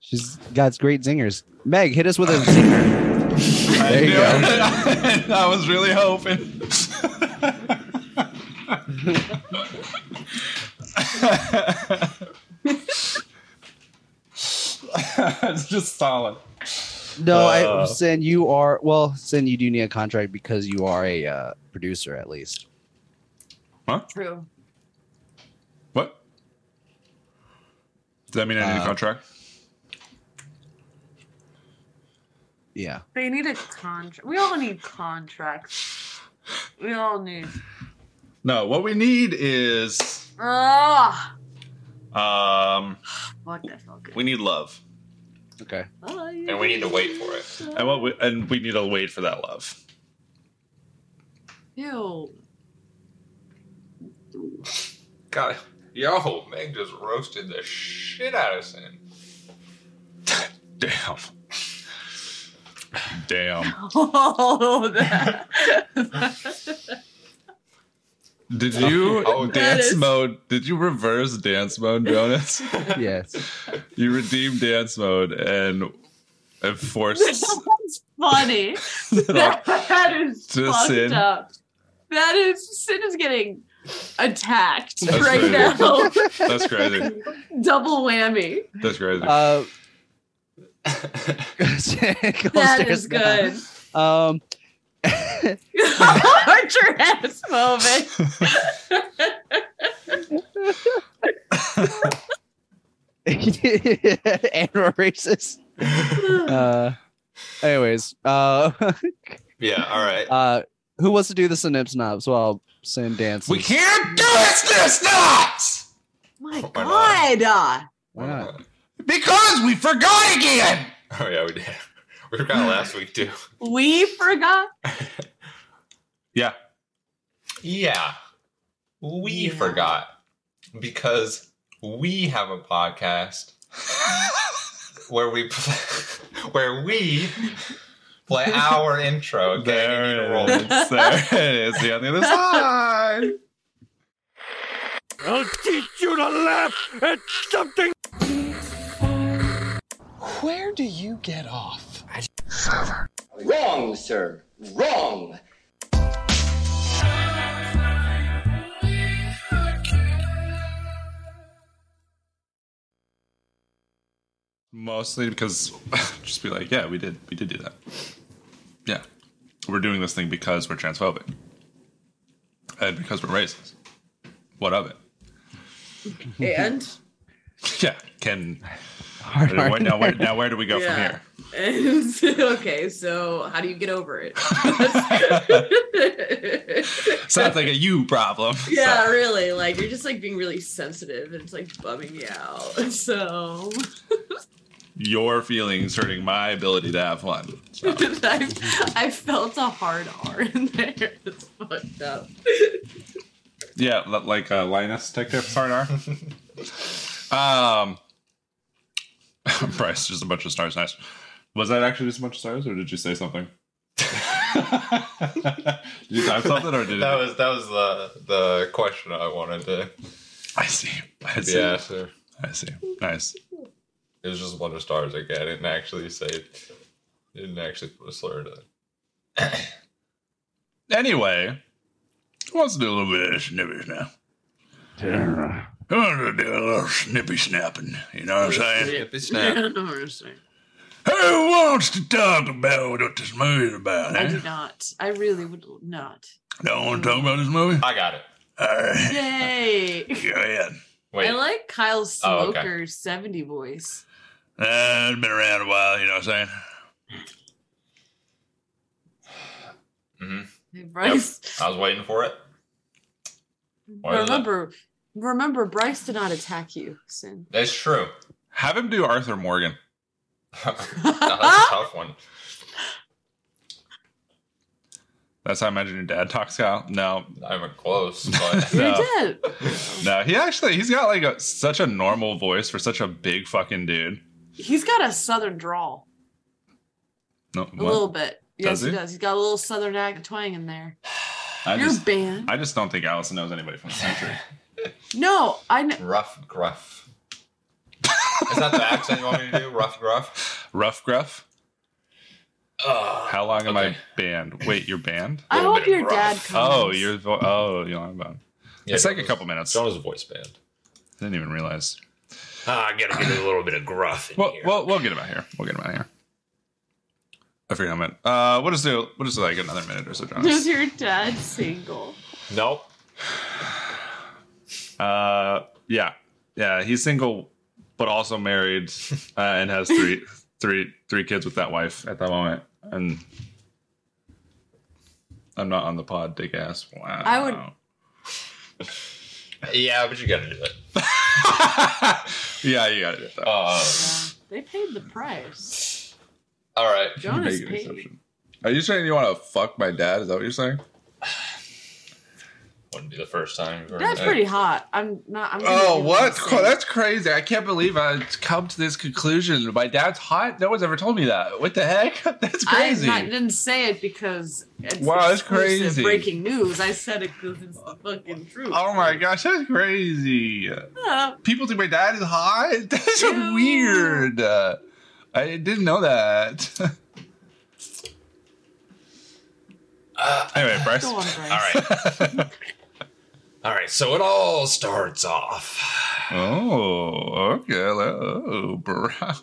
S1: She's got great zingers. Meg, hit us with a zinger. There you
S3: I, knew it. I was really hoping. it's just solid.
S1: No, I
S3: Uh.
S1: Sin, you are well, Sin, you do need a contract because you are a uh, producer at least.
S2: True.
S3: What? Does that mean I need
S1: Uh,
S3: a contract?
S1: Yeah.
S2: They need a contract. We all need contracts. We all need.
S3: No. What we need is
S2: Ah,
S3: um,
S2: fuck that felt good.
S3: we need love,
S1: Okay.
S4: And we need to wait for it.
S3: and what we, and we need to wait for that love.
S2: Ew.
S4: God, yo, Meg just roasted the shit out of Sin.
S3: Damn. Damn.
S2: Oh, that.
S3: Did you
S4: Oh, that
S3: dance
S2: is-
S3: mode? Did you reverse dance mode, Jonas?
S1: Yes.
S3: you redeemed dance mode and and forced
S2: That's funny. That is
S3: Just
S2: fucked
S3: Sin.
S2: up. That is Sin is getting attacked
S3: That's
S2: right
S3: crazy.
S2: now.
S3: That's crazy.
S2: Double whammy.
S3: That's crazy.
S1: Uh Sin, go
S2: That
S1: upstairs
S2: is
S1: now.
S2: good.
S1: Um
S2: Archer ass moment.
S1: and we're racist. Uh anyways, uh
S4: yeah, all right.
S1: uh who wants to do the synopsis knobs while Sin dances?
S3: we can't do this this not
S2: My
S4: Oh my
S2: God. uh,
S1: Why not?
S3: because we forgot again.
S4: Oh yeah, we did. We forgot last week too.
S2: We forgot.
S3: Yeah.
S4: Yeah, we
S2: Yeah.
S4: forgot because we have a podcast where we play, where we play our intro. Okay, You need to
S3: There
S4: roll
S3: it
S4: it.
S3: is. There it is. See you on the other side.
S6: I'll teach you to laugh at something.
S7: Where do you get off? Server. Wrong, sir. Wrong.
S3: Mostly because just be like, yeah, we did, we did do that. Yeah, we're doing this thing because we're transphobic and because we're racist. What of it?
S2: And
S3: Yeah, can
S1: Hard, hard.
S3: wait, now, where, now where do we go
S2: Yeah.
S3: from
S2: And okay, so how do you get over it?
S3: here? Sounds like a you problem.
S2: yeah, really. Like you're just like being really sensitive and it's like bumming you out. So
S3: Your feelings hurting my ability to have fun. So,
S2: I, I felt a hard R in there. It's fucked up.
S3: yeah, li- like uh, Linus take their part are. um, Bryce, just a bunch of stars. Nice. Was that actually just a bunch of stars, or did you say something? Did you type something or did
S4: That
S3: it?
S4: was that was the the question I wanted to
S3: I see. I
S4: be
S3: see.
S4: asked. It
S3: I see. Nice.
S4: was just one of stars again. I didn't actually say. Didn't actually put a slur to it.
S3: Anyway, who wants to do a little bit of snippy snap? Who wants to do a little snippy snapping? You know what I'm saying?
S2: I don't know what I'm saying.
S3: Who wants to talk about what this movie's about?
S2: I
S3: Eh?
S2: do not. I really would not.
S3: Don't want to talk about this movie?
S4: I got it.
S3: All right,
S2: Yay!
S3: go ahead.
S4: Wait.
S2: I like Kyle's
S4: Oh, okay.
S2: smoker 70 voice.
S3: Uh, it's been around a while, you know what I'm saying?
S4: hmm
S2: Hey, Bryce,
S4: I was waiting for it. Why is that?
S2: remember, remember, Bryce did not attack you, Sin.
S4: That's true.
S3: Have him do Arthur Morgan.
S4: No, that's a tough one.
S3: That's how I imagine your dad talks, Kyle. No,
S4: Not even close. But
S2: you
S3: No.
S2: did.
S3: no, he actually he's got like a, such a normal voice for such a big fucking dude.
S2: He's got a southern drawl,
S3: No,
S2: a
S3: what?
S2: little bit. Yes,
S3: Does
S2: he
S3: he?
S2: does. He's got a little southern ag- twang in there.
S3: I
S2: You're
S3: just,
S2: banned.
S3: I just don't think Allison knows anybody from the country.
S2: no, I know.
S4: rough gruff. Is that the accent you want me to do? Rough gruff.
S3: Rough Gruff.
S4: Ugh.
S3: How long am I
S4: Okay.
S3: banned? Wait, you're banned?
S2: I
S4: little
S2: hope
S4: bit of
S2: your
S4: rough.
S2: dad comes.
S3: Oh, you're vo- oh, you're on about.
S4: Yeah,
S3: it's like a
S4: Jonah's-
S3: couple minutes.
S4: Jonah's a voice band.
S3: Didn't even realize.
S4: Ah, I gotta give it a little bit of gruff in
S3: Well,
S4: here.
S3: well, we'll get him out here. We'll get him out here. I forget how much. Uh, we'll just do. We'll just do like another minute or so,
S2: Is
S3: Jonas.
S2: your dad single?
S4: nope.
S3: Uh, yeah, yeah. He's single, but also married, uh, and has three, three, three kids with that wife at that moment. And I'm not on the pod, dick ass. Wow.
S2: I would-
S4: Yeah, but you gotta do it.
S3: yeah, you got it.
S4: Uh,
S2: Yeah, they paid the price.
S4: all right.
S2: Jonas paid.
S3: Are you saying you want to fuck my dad? Is that what you're saying?
S4: Wouldn't be the first time. you've heard
S2: That's
S4: that.
S2: pretty hot. I'm not. I'm gonna
S3: Oh,
S2: give
S3: what?
S2: him a
S3: Co-
S2: sin.
S3: That's crazy. I can't believe I come to this conclusion. My dad's hot? No one's ever told me that. What the heck? That's crazy.
S2: I not- didn't say it because it's
S3: Wow, that's
S2: exclusive
S3: crazy.
S2: Breaking news. I said it because it's the fucking truth.
S3: Oh my gosh, that's crazy.
S2: Uh,
S3: People think my dad is hot? That's so
S2: Ew.
S3: weird. Uh, I didn't know that. anyway, Bryce.
S2: go on, Bryce.
S4: All right. all right. So it all starts off.
S3: Oh, okay. Hello, Bryce.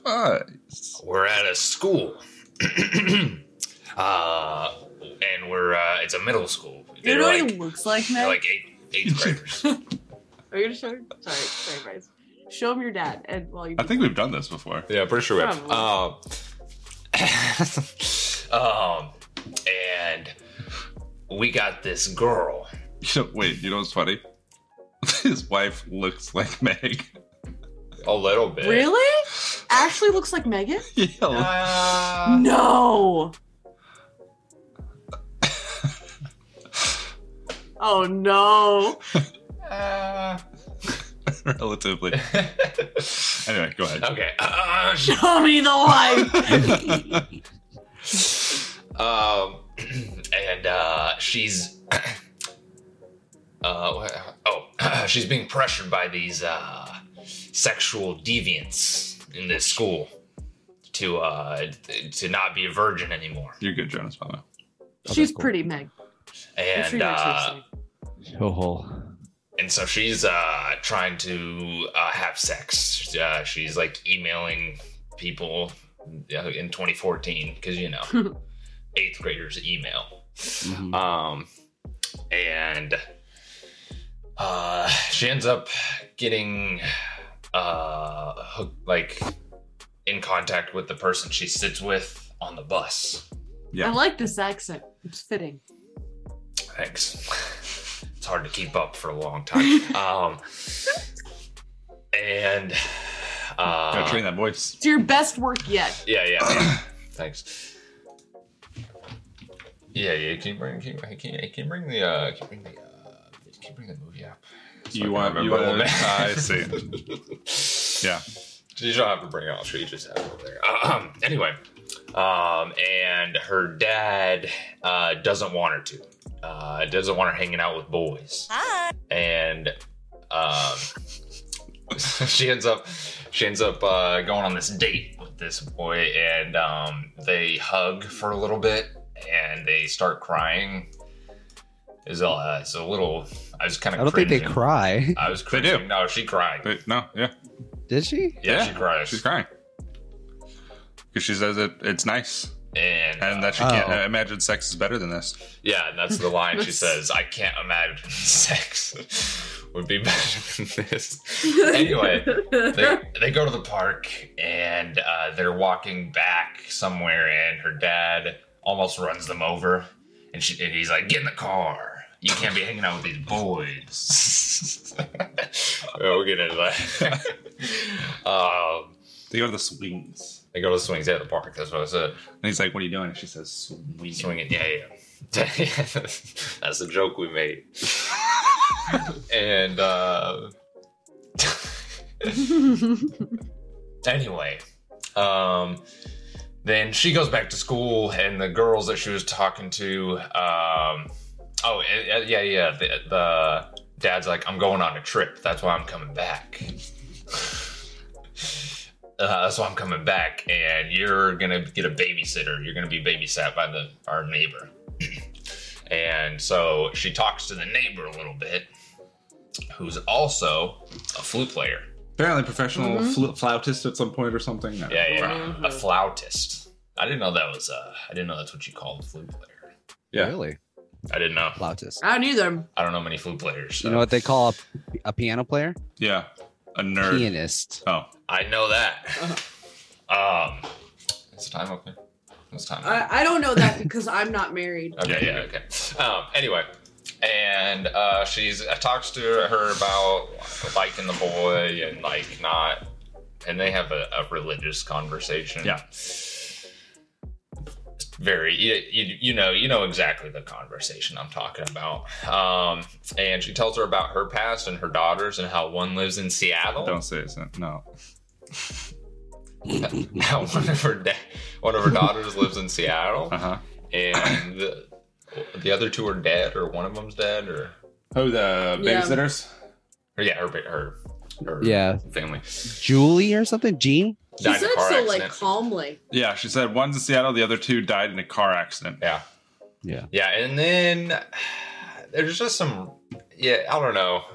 S4: We're at a school. uh, and we're uh, it's a middle school.
S2: You
S4: They're
S2: know what
S4: like,
S2: he looks like,
S4: they're
S2: man?
S4: like eight eighth graders.
S2: Are you gonna show? Sorry, sorry, Bryce. Show him your dad, and while you.
S3: I think we've done this before.
S4: yeah, pretty sure we
S2: have.
S4: um, and we got this girl.
S3: You know, wait, you know what's funny? His wife looks like Meg.
S4: A little bit.
S2: Really? Ashley looks like Megan?
S3: yeah,
S4: Uh,
S2: no. oh no.
S4: uh,
S3: relatively. Anyway, go ahead.
S4: okay. Uh,
S2: Show me the wife.
S4: Um, and uh, she's uh, what- oh, she's being pressured by these uh, sexual deviants in this school to uh, to not be a virgin anymore.
S3: You're good, Jonas Mama.
S2: She's pretty, Meg. I'm sure
S4: And
S2: you're
S4: uh,
S2: seriously.
S1: Ho ho.
S4: and so she's uh, trying to uh, have sex. Uh, she's like emailing people uh, in 2014 because you know eighth graders email.
S1: Mm-hmm.
S4: Um, and uh, she ends up getting uh, hook, like in contact with the person she sits with on the bus.
S3: Yeah.
S2: I like this accent. It's fitting.
S4: Thanks. It's hard to keep up for a long time. um, and
S3: Gotta
S4: uh,
S3: train that voice.
S2: It's your best work yet.
S4: yeah, yeah, yeah. Thanks. Yeah, yeah. Can you bring? Can you, can you, can you bring the? Uh, can you bring the? Uh, can you bring the movie up?
S3: you want? You
S4: remember all
S3: want?
S4: that.
S3: I see. Yeah.
S4: You don't have to bring it. I'll show you just have it over there. Um, anyway, um, and her dad uh, doesn't want her to. Uh, doesn't want her hanging out with boys,
S8: Hi.
S4: and um, she ends up she ends up uh, going on this date with this boy, and um, they hug for a little bit, and they start crying. Is uh, it's a little. I was kind
S1: I
S4: of.
S1: don't think they cry.
S4: I was
S3: do.
S4: cringing. No, she cried. Yeah,
S3: But no, yeah,
S1: Did she?
S4: she cries.
S3: She's crying because she says it. It's nice,
S4: And,
S3: and that she
S1: Oh.
S3: can't uh, imagine sex is better than this.
S4: Yeah, and that's the line she
S2: That's-
S4: says. I can't imagine sex would be better than this. Anyway, they, they go to the park and uh, they're walking back somewhere, and her dad almost runs them over, and she and he's like, "Get in the car. You can't be hanging out with these boys." we'll get into that. um,
S3: They go to the swings,
S4: they go to the swings at the park. That's what I said.
S3: and he's like, "What are you doing?" And she says, "Swing."
S4: Swing it, yeah, yeah. That's the joke we made. and uh, anyway, um, then she goes back to school, and the girls that she was talking to, um, oh eh, eh, yeah, yeah, the, the dad's like, I'm going on a trip. That's why I'm coming back. uh, that's why I'm coming back, and you're gonna get a babysitter. You're gonna be babysat by the our neighbor. and so she talks to the neighbor a little bit, who's also a flute player.
S3: Apparently, professional flu- flautist at some point or something. No.
S4: Mm-hmm. Yeah, yeah, a flautist. I didn't know that was. Uh, I didn't know that's what you called a flute player.
S3: Yeah.
S1: Really?
S4: I didn't know.
S1: Flautist.
S2: I don't either.
S4: I don't know many flute players.
S1: You
S4: so-
S1: know what they call a, a piano player?
S3: yeah. A nerd.
S1: Pianist.
S3: Oh,
S4: I know that. um, it's time okay. It's time.
S2: I, I don't know that because I'm not married.
S4: Okay, yeah, okay. Um, anyway, and uh, she's I talks to her about liking the boy and like not, and they have a, a religious conversation.
S3: Yeah.
S4: Very, you, you, you know, you know exactly the conversation I'm talking about. Um, and she tells her about her past and her daughters and how one lives in Seattle.
S3: don't say it's no.
S4: How one of her da- one of her daughters lives in Seattle,
S3: Uh huh.
S4: and the, the other two are dead, or one of them's dead, or
S3: Oh, the
S2: Yeah.
S3: babysitters.
S4: Or yeah, her her, her
S1: Yeah.
S4: family
S1: Julie or something? Jean?
S2: She
S4: died in
S2: said
S4: a car
S2: so like
S4: accident.
S2: calmly.
S3: Yeah, she said one's in Seattle, the other two died in a car accident.
S4: yeah,
S1: Yeah.
S4: yeah, and then there's just some yeah, I don't know.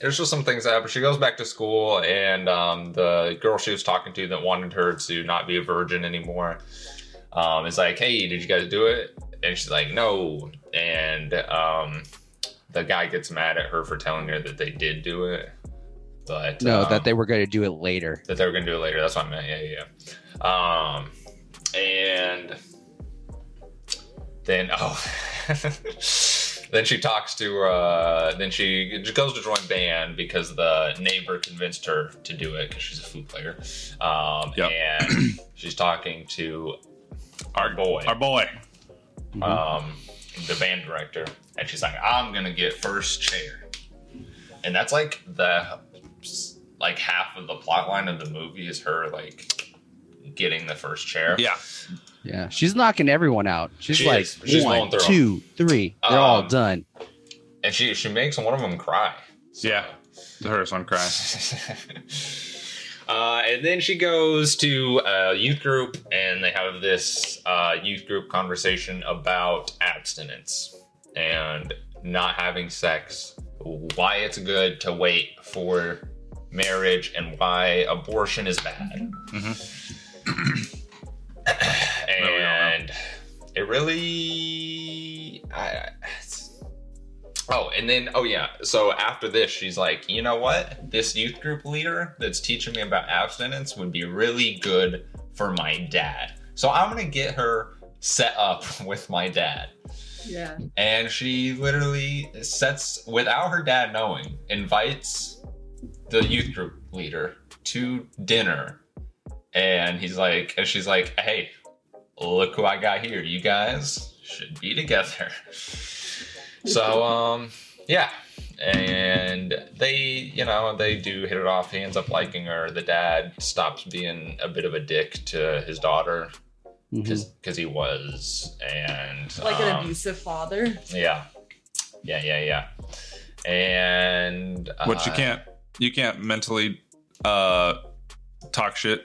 S4: There's just some things that happen. She goes back to school, and um, the girl she was talking to that wanted her to not be a virgin anymore um, is like, "Hey, did you guys do it?" And she's like, "No," and um, the guy gets mad at her for telling her that they did do it. But
S1: No,
S4: um,
S1: that they were going to do it later.
S4: that they were gonna do it later. That's what I meant. Yeah, yeah. yeah. Um, and then oh, then she talks to uh, then she goes to join band because the neighbor convinced her to do it because she's a flute player. Um,
S3: Yep.
S4: and she's talking to our boy,
S3: Our boy.
S4: um, the band director, and she's like, "I'm gonna get first chair," and that's like the like half of the plot line of the movie is her like getting the first chair.
S3: Yeah.
S1: Yeah. She's knocking everyone out. She's
S4: She
S1: like,
S4: is. She's
S1: one,
S4: going through 'em.
S1: two, three. They're all
S4: Um,
S1: done.
S4: and she she makes one of them cry.
S3: Yeah. The hers one cry.
S4: Uh, and then she goes to a youth group, and they have this uh, youth group conversation about abstinence and not having sex, why it's good to wait for marriage, and why abortion is bad. and it really. I, I- Oh, and then oh yeah. So after this, she's like, you know what? This youth group leader that's teaching me about abstinence would be really good for my dad. So I'm gonna get her set up with my dad.
S2: Yeah.
S4: And she literally sets without her dad knowing, invites the youth group leader to dinner. And he's like, and she's like, hey, look who I got here. You guys should be together. So um yeah. And they, you know, they do hit it off. He ends up liking her. The dad stops being a bit of a dick to his daughter
S1: Mm-hmm.
S4: because he was, and
S2: Like an
S4: um,
S2: abusive father.
S4: Yeah, yeah, yeah, yeah. And uh,
S3: Which you can't you can't mentally uh talk shit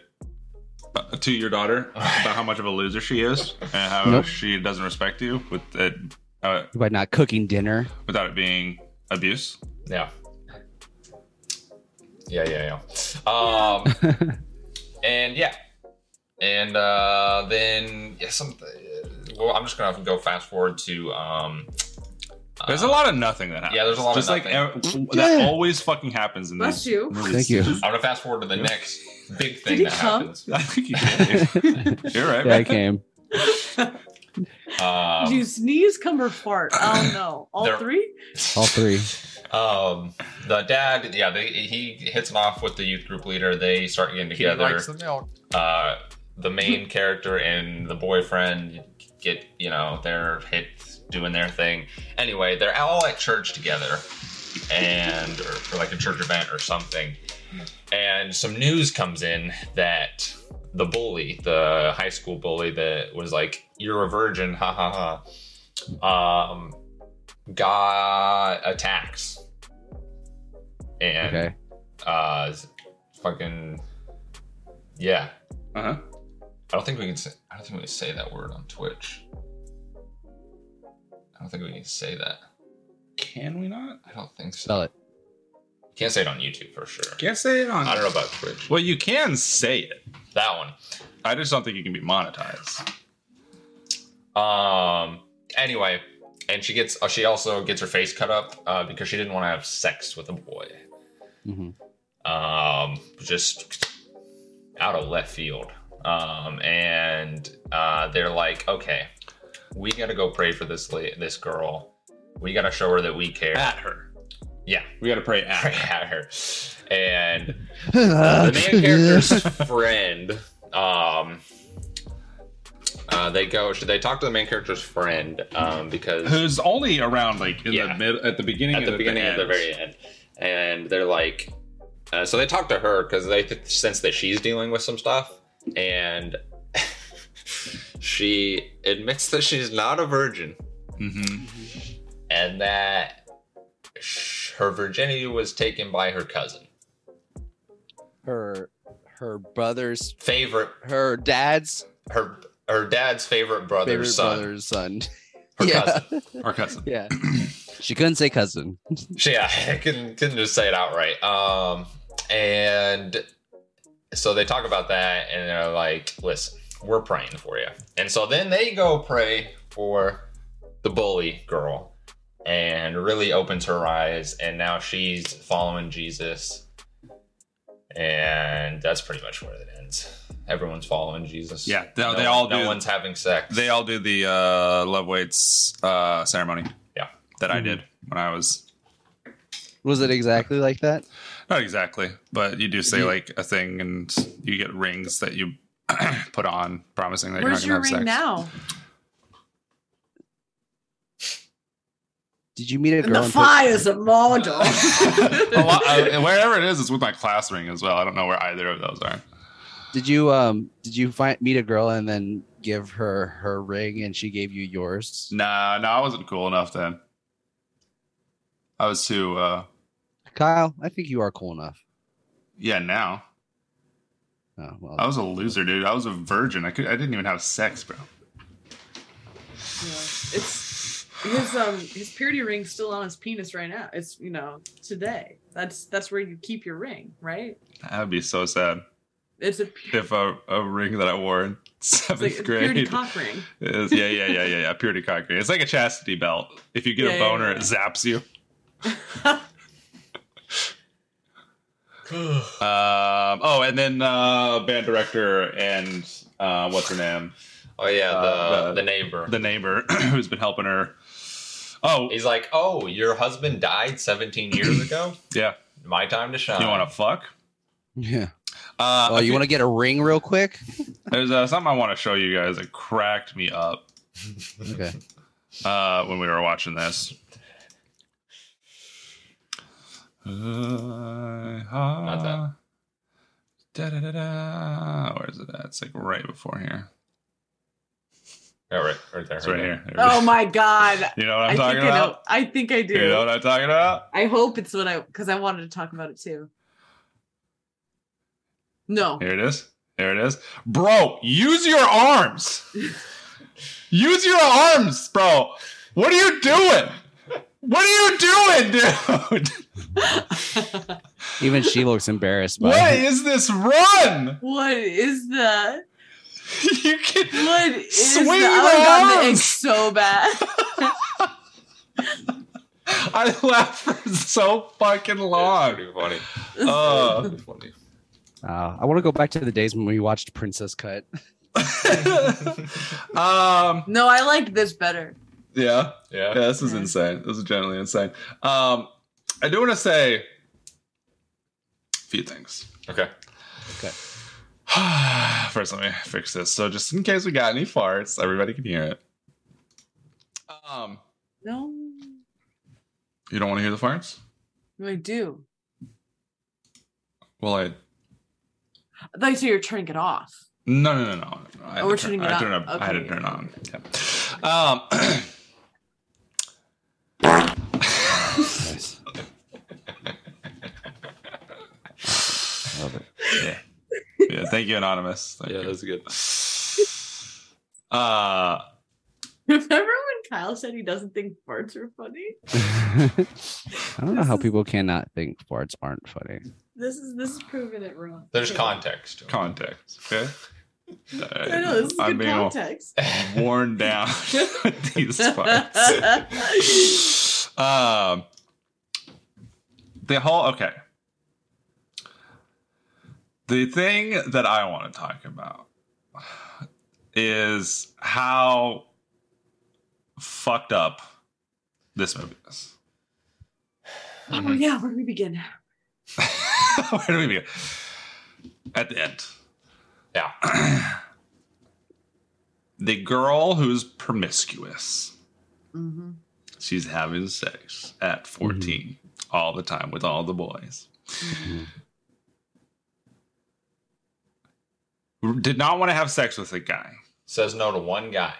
S3: uh, to your daughter about how much of a loser she is and how
S1: Nope.
S3: she doesn't respect you with it uh,
S1: By not cooking dinner.
S3: without it being abuse.
S4: Yeah. Yeah, yeah, yeah. Um, and yeah, and uh, then yeah, some. Well, I'm just gonna have to go fast forward to. Um,
S3: There's a
S4: uh,
S3: lot of nothing that happens.
S4: yeah, there's a lot of
S3: just like
S4: nothing.
S3: ev- that
S1: Yeah.
S3: always fucking happens in
S2: Bless
S3: this.
S2: you.
S1: Thank you.
S4: I'm gonna fast forward to the next big thing
S2: he
S4: that
S2: come?
S4: happens.
S3: I think you did. You're right.
S1: Yeah, I
S3: man.
S1: came.
S2: Do you
S4: Um,
S2: sneeze, come, or fart? I don't know. All
S4: They're-
S2: three?
S1: All three.
S4: um, the dad, yeah, they, he hits it off with the youth group leader. They start getting
S8: He
S4: together.
S8: likes the milk.
S4: uh, the main character and the boyfriend get you know they're hit doing their thing anyway they're all at church together and or, or like a church event or something and some news comes in that the bully the high school bully that was like you're a virgin ha ha ha um got attacks and
S1: Okay.
S4: uh fucking yeah
S3: Uh-huh.
S4: I don't think we can say. I don't think we can say that word on Twitch. I don't think we can say that.
S3: Can we not?
S4: I don't think so.
S1: Spell it.
S4: Can't say it on YouTube for sure.
S3: Can't say it on.
S4: I don't know about Twitch.
S3: Well, you can say it.
S4: That one.
S3: I just don't think you can be monetized.
S4: Um. Anyway, and she gets. Uh, she also gets her face cut up uh, because she didn't want to have sex with a boy.
S1: Mhm.
S4: Um. Just out of left field. Um. And uh, they're like, okay, we gotta go pray for this la- this girl. We gotta show her that we care.
S3: At her.
S4: Yeah.
S3: We got to pray at
S4: at
S3: her.
S4: her. And
S1: Ah,
S4: the main character's friend, um, uh, they go. Should they talk to the main character's friend? Um, because
S3: Who's only around like in
S4: Yeah.
S3: the mid at the beginning
S4: at
S3: and
S4: the beginning of the
S3: end.
S4: very end, and they're like, uh, so they talk to her because they th- sense that she's dealing with some stuff, and she admits that she's not a virgin.
S3: Mhm.
S4: and that sh- her virginity was taken by her cousin,
S1: Her her brother's
S4: favorite
S1: her dad's
S4: her her dad's favorite brother's
S1: favorite
S4: son,
S1: brother's son.
S4: her
S1: yeah.
S4: cousin.
S3: Our cousin.
S1: Yeah. she couldn't say cousin.
S4: She, yeah, I couldn't couldn't just say it outright. Um, and so they talk about that, and they're like, "Listen, we're praying for you." And so then they go pray for the bully girl, and really opens her eyes, and now she's following Jesus. And that's pretty much where it ends. Everyone's following Jesus.
S3: Yeah, they- they all
S4: No
S3: do.
S4: one's having sex.
S3: They all do the uh, love weights uh, ceremony.
S4: Yeah.
S3: That I did when I was
S1: Was it exactly like that?
S3: Not exactly, but you do say like a thing, and you get rings that you put on, promising that
S2: Where's
S3: you're
S2: your
S3: not
S2: ring
S3: going to have sex.
S2: now?
S1: Did you meet a
S2: And
S1: girl
S2: the
S1: and
S2: fire's a model.
S3: A lot- uh, wherever it is, it's with my class ring as well. I don't know where either of those are.
S1: put, did you um did you find meet a girl and then give her her ring and she gave you yours?
S3: Nah, no, I wasn't cool enough then. I was too. uh
S1: Kyle, I think you are cool enough.
S3: Yeah, now
S1: Oh, well,
S3: I was a loser, dude. I was a virgin. I could. I didn't even have sex, bro.
S2: Yeah. It's his um his purity ring's still on his penis right now. It's you know today. That's that's where you keep your ring, right?
S3: That would be so sad
S2: It's a,
S3: if a, a ring that I wore in
S2: it's like
S3: seventh
S2: a purity
S3: grade
S2: cock ring.
S3: is yeah, yeah, yeah, yeah, yeah. Purity cock ring. It's like a chastity belt. If you get
S2: Yeah,
S3: a
S2: yeah,
S3: boner,
S2: yeah.
S3: it zaps you. Um, oh, and then uh, band director and uh, what's her name?
S4: oh yeah, the
S3: Uh, the-
S4: the neighbor.
S3: The neighbor who's been helping her. Oh,
S4: He's like, "Oh, your husband died 17 years ago.
S3: yeah.
S4: My time to shine."
S3: You want to fuck?
S1: yeah.
S3: Uh,
S1: Oh, you want to get a ring real quick?
S3: There's uh, something I want to show you guys that cracked me up
S1: Okay.
S3: uh, when we were watching this. Not
S4: that.
S3: Da, da, da, da. Where is it at? It's like right before here.
S4: Oh, right, right there.
S3: It's right here. There it
S2: Oh
S3: is.
S2: my god.
S3: You know what
S2: I
S3: I'm
S2: think
S3: talking
S2: I know.
S3: about?
S2: I think I
S3: You know
S2: do.
S3: what I'm talking about?
S2: I hope it's what I because I wanted to talk about it too. No.
S3: Here it is. There it is. Bro, use your arms. use your arms, bro. What are you doing? What are you doing, dude?
S1: Even she looks embarrassed by
S3: What
S1: it.
S3: is this run?
S2: What is that?
S3: You can
S2: What is
S3: Swing
S2: that? Oh my god, the
S3: arms.
S2: ick so bad.
S3: I laughed for so fucking
S4: It's
S3: long.
S4: pretty funny.
S3: Uh,
S4: Pretty funny.
S1: Uh, I want to go back to the days when we watched Princess Cut.
S3: um
S2: No, I like this better.
S3: yeah.
S4: Yeah.
S3: Yeah, this is
S2: Yeah.
S3: insane. This is generally insane. Um I do want to say a few things.
S4: Okay.
S3: First, let me fix this. So, just in case we got any farts, everybody can hear it. Um,
S2: No.
S3: you don't want to hear the farts?
S2: I do.
S3: Well, I
S2: I thought you said you were turning it off.
S3: no no no no. no. I had
S2: Oh, we're
S3: to turn,
S2: turning
S3: I
S2: it
S3: had to
S2: on.
S3: turn up. I had to
S2: Okay.
S3: turn it on. Yeah. Um,
S1: Nice. Love it.
S3: yeah. yeah. Thank you, anonymous. Thank
S4: Yeah,
S3: you.
S4: that's good.
S3: Uh,
S2: Remember when Kyle said he doesn't think farts are funny?
S1: I don't know
S2: This
S1: how
S2: is-
S1: people cannot think farts aren't funny.
S2: This is this is proving it wrong.
S4: There's context.
S3: context. Okay.
S2: I know this is
S3: I'm
S2: good
S3: being
S2: context.
S3: worn down with these farts. um, the whole okay. The thing that I want to talk about is how fucked up this movie is.
S2: oh yeah, where do we begin?
S3: Where do we begin? At the end.
S4: Yeah.
S3: The girl who's promiscuous.
S2: Mm-hmm.
S3: She's having sex at 14 all the time with all the boys.
S1: Mm-hmm.
S3: Did not want to have sex with a guy.
S4: Says no to one guy.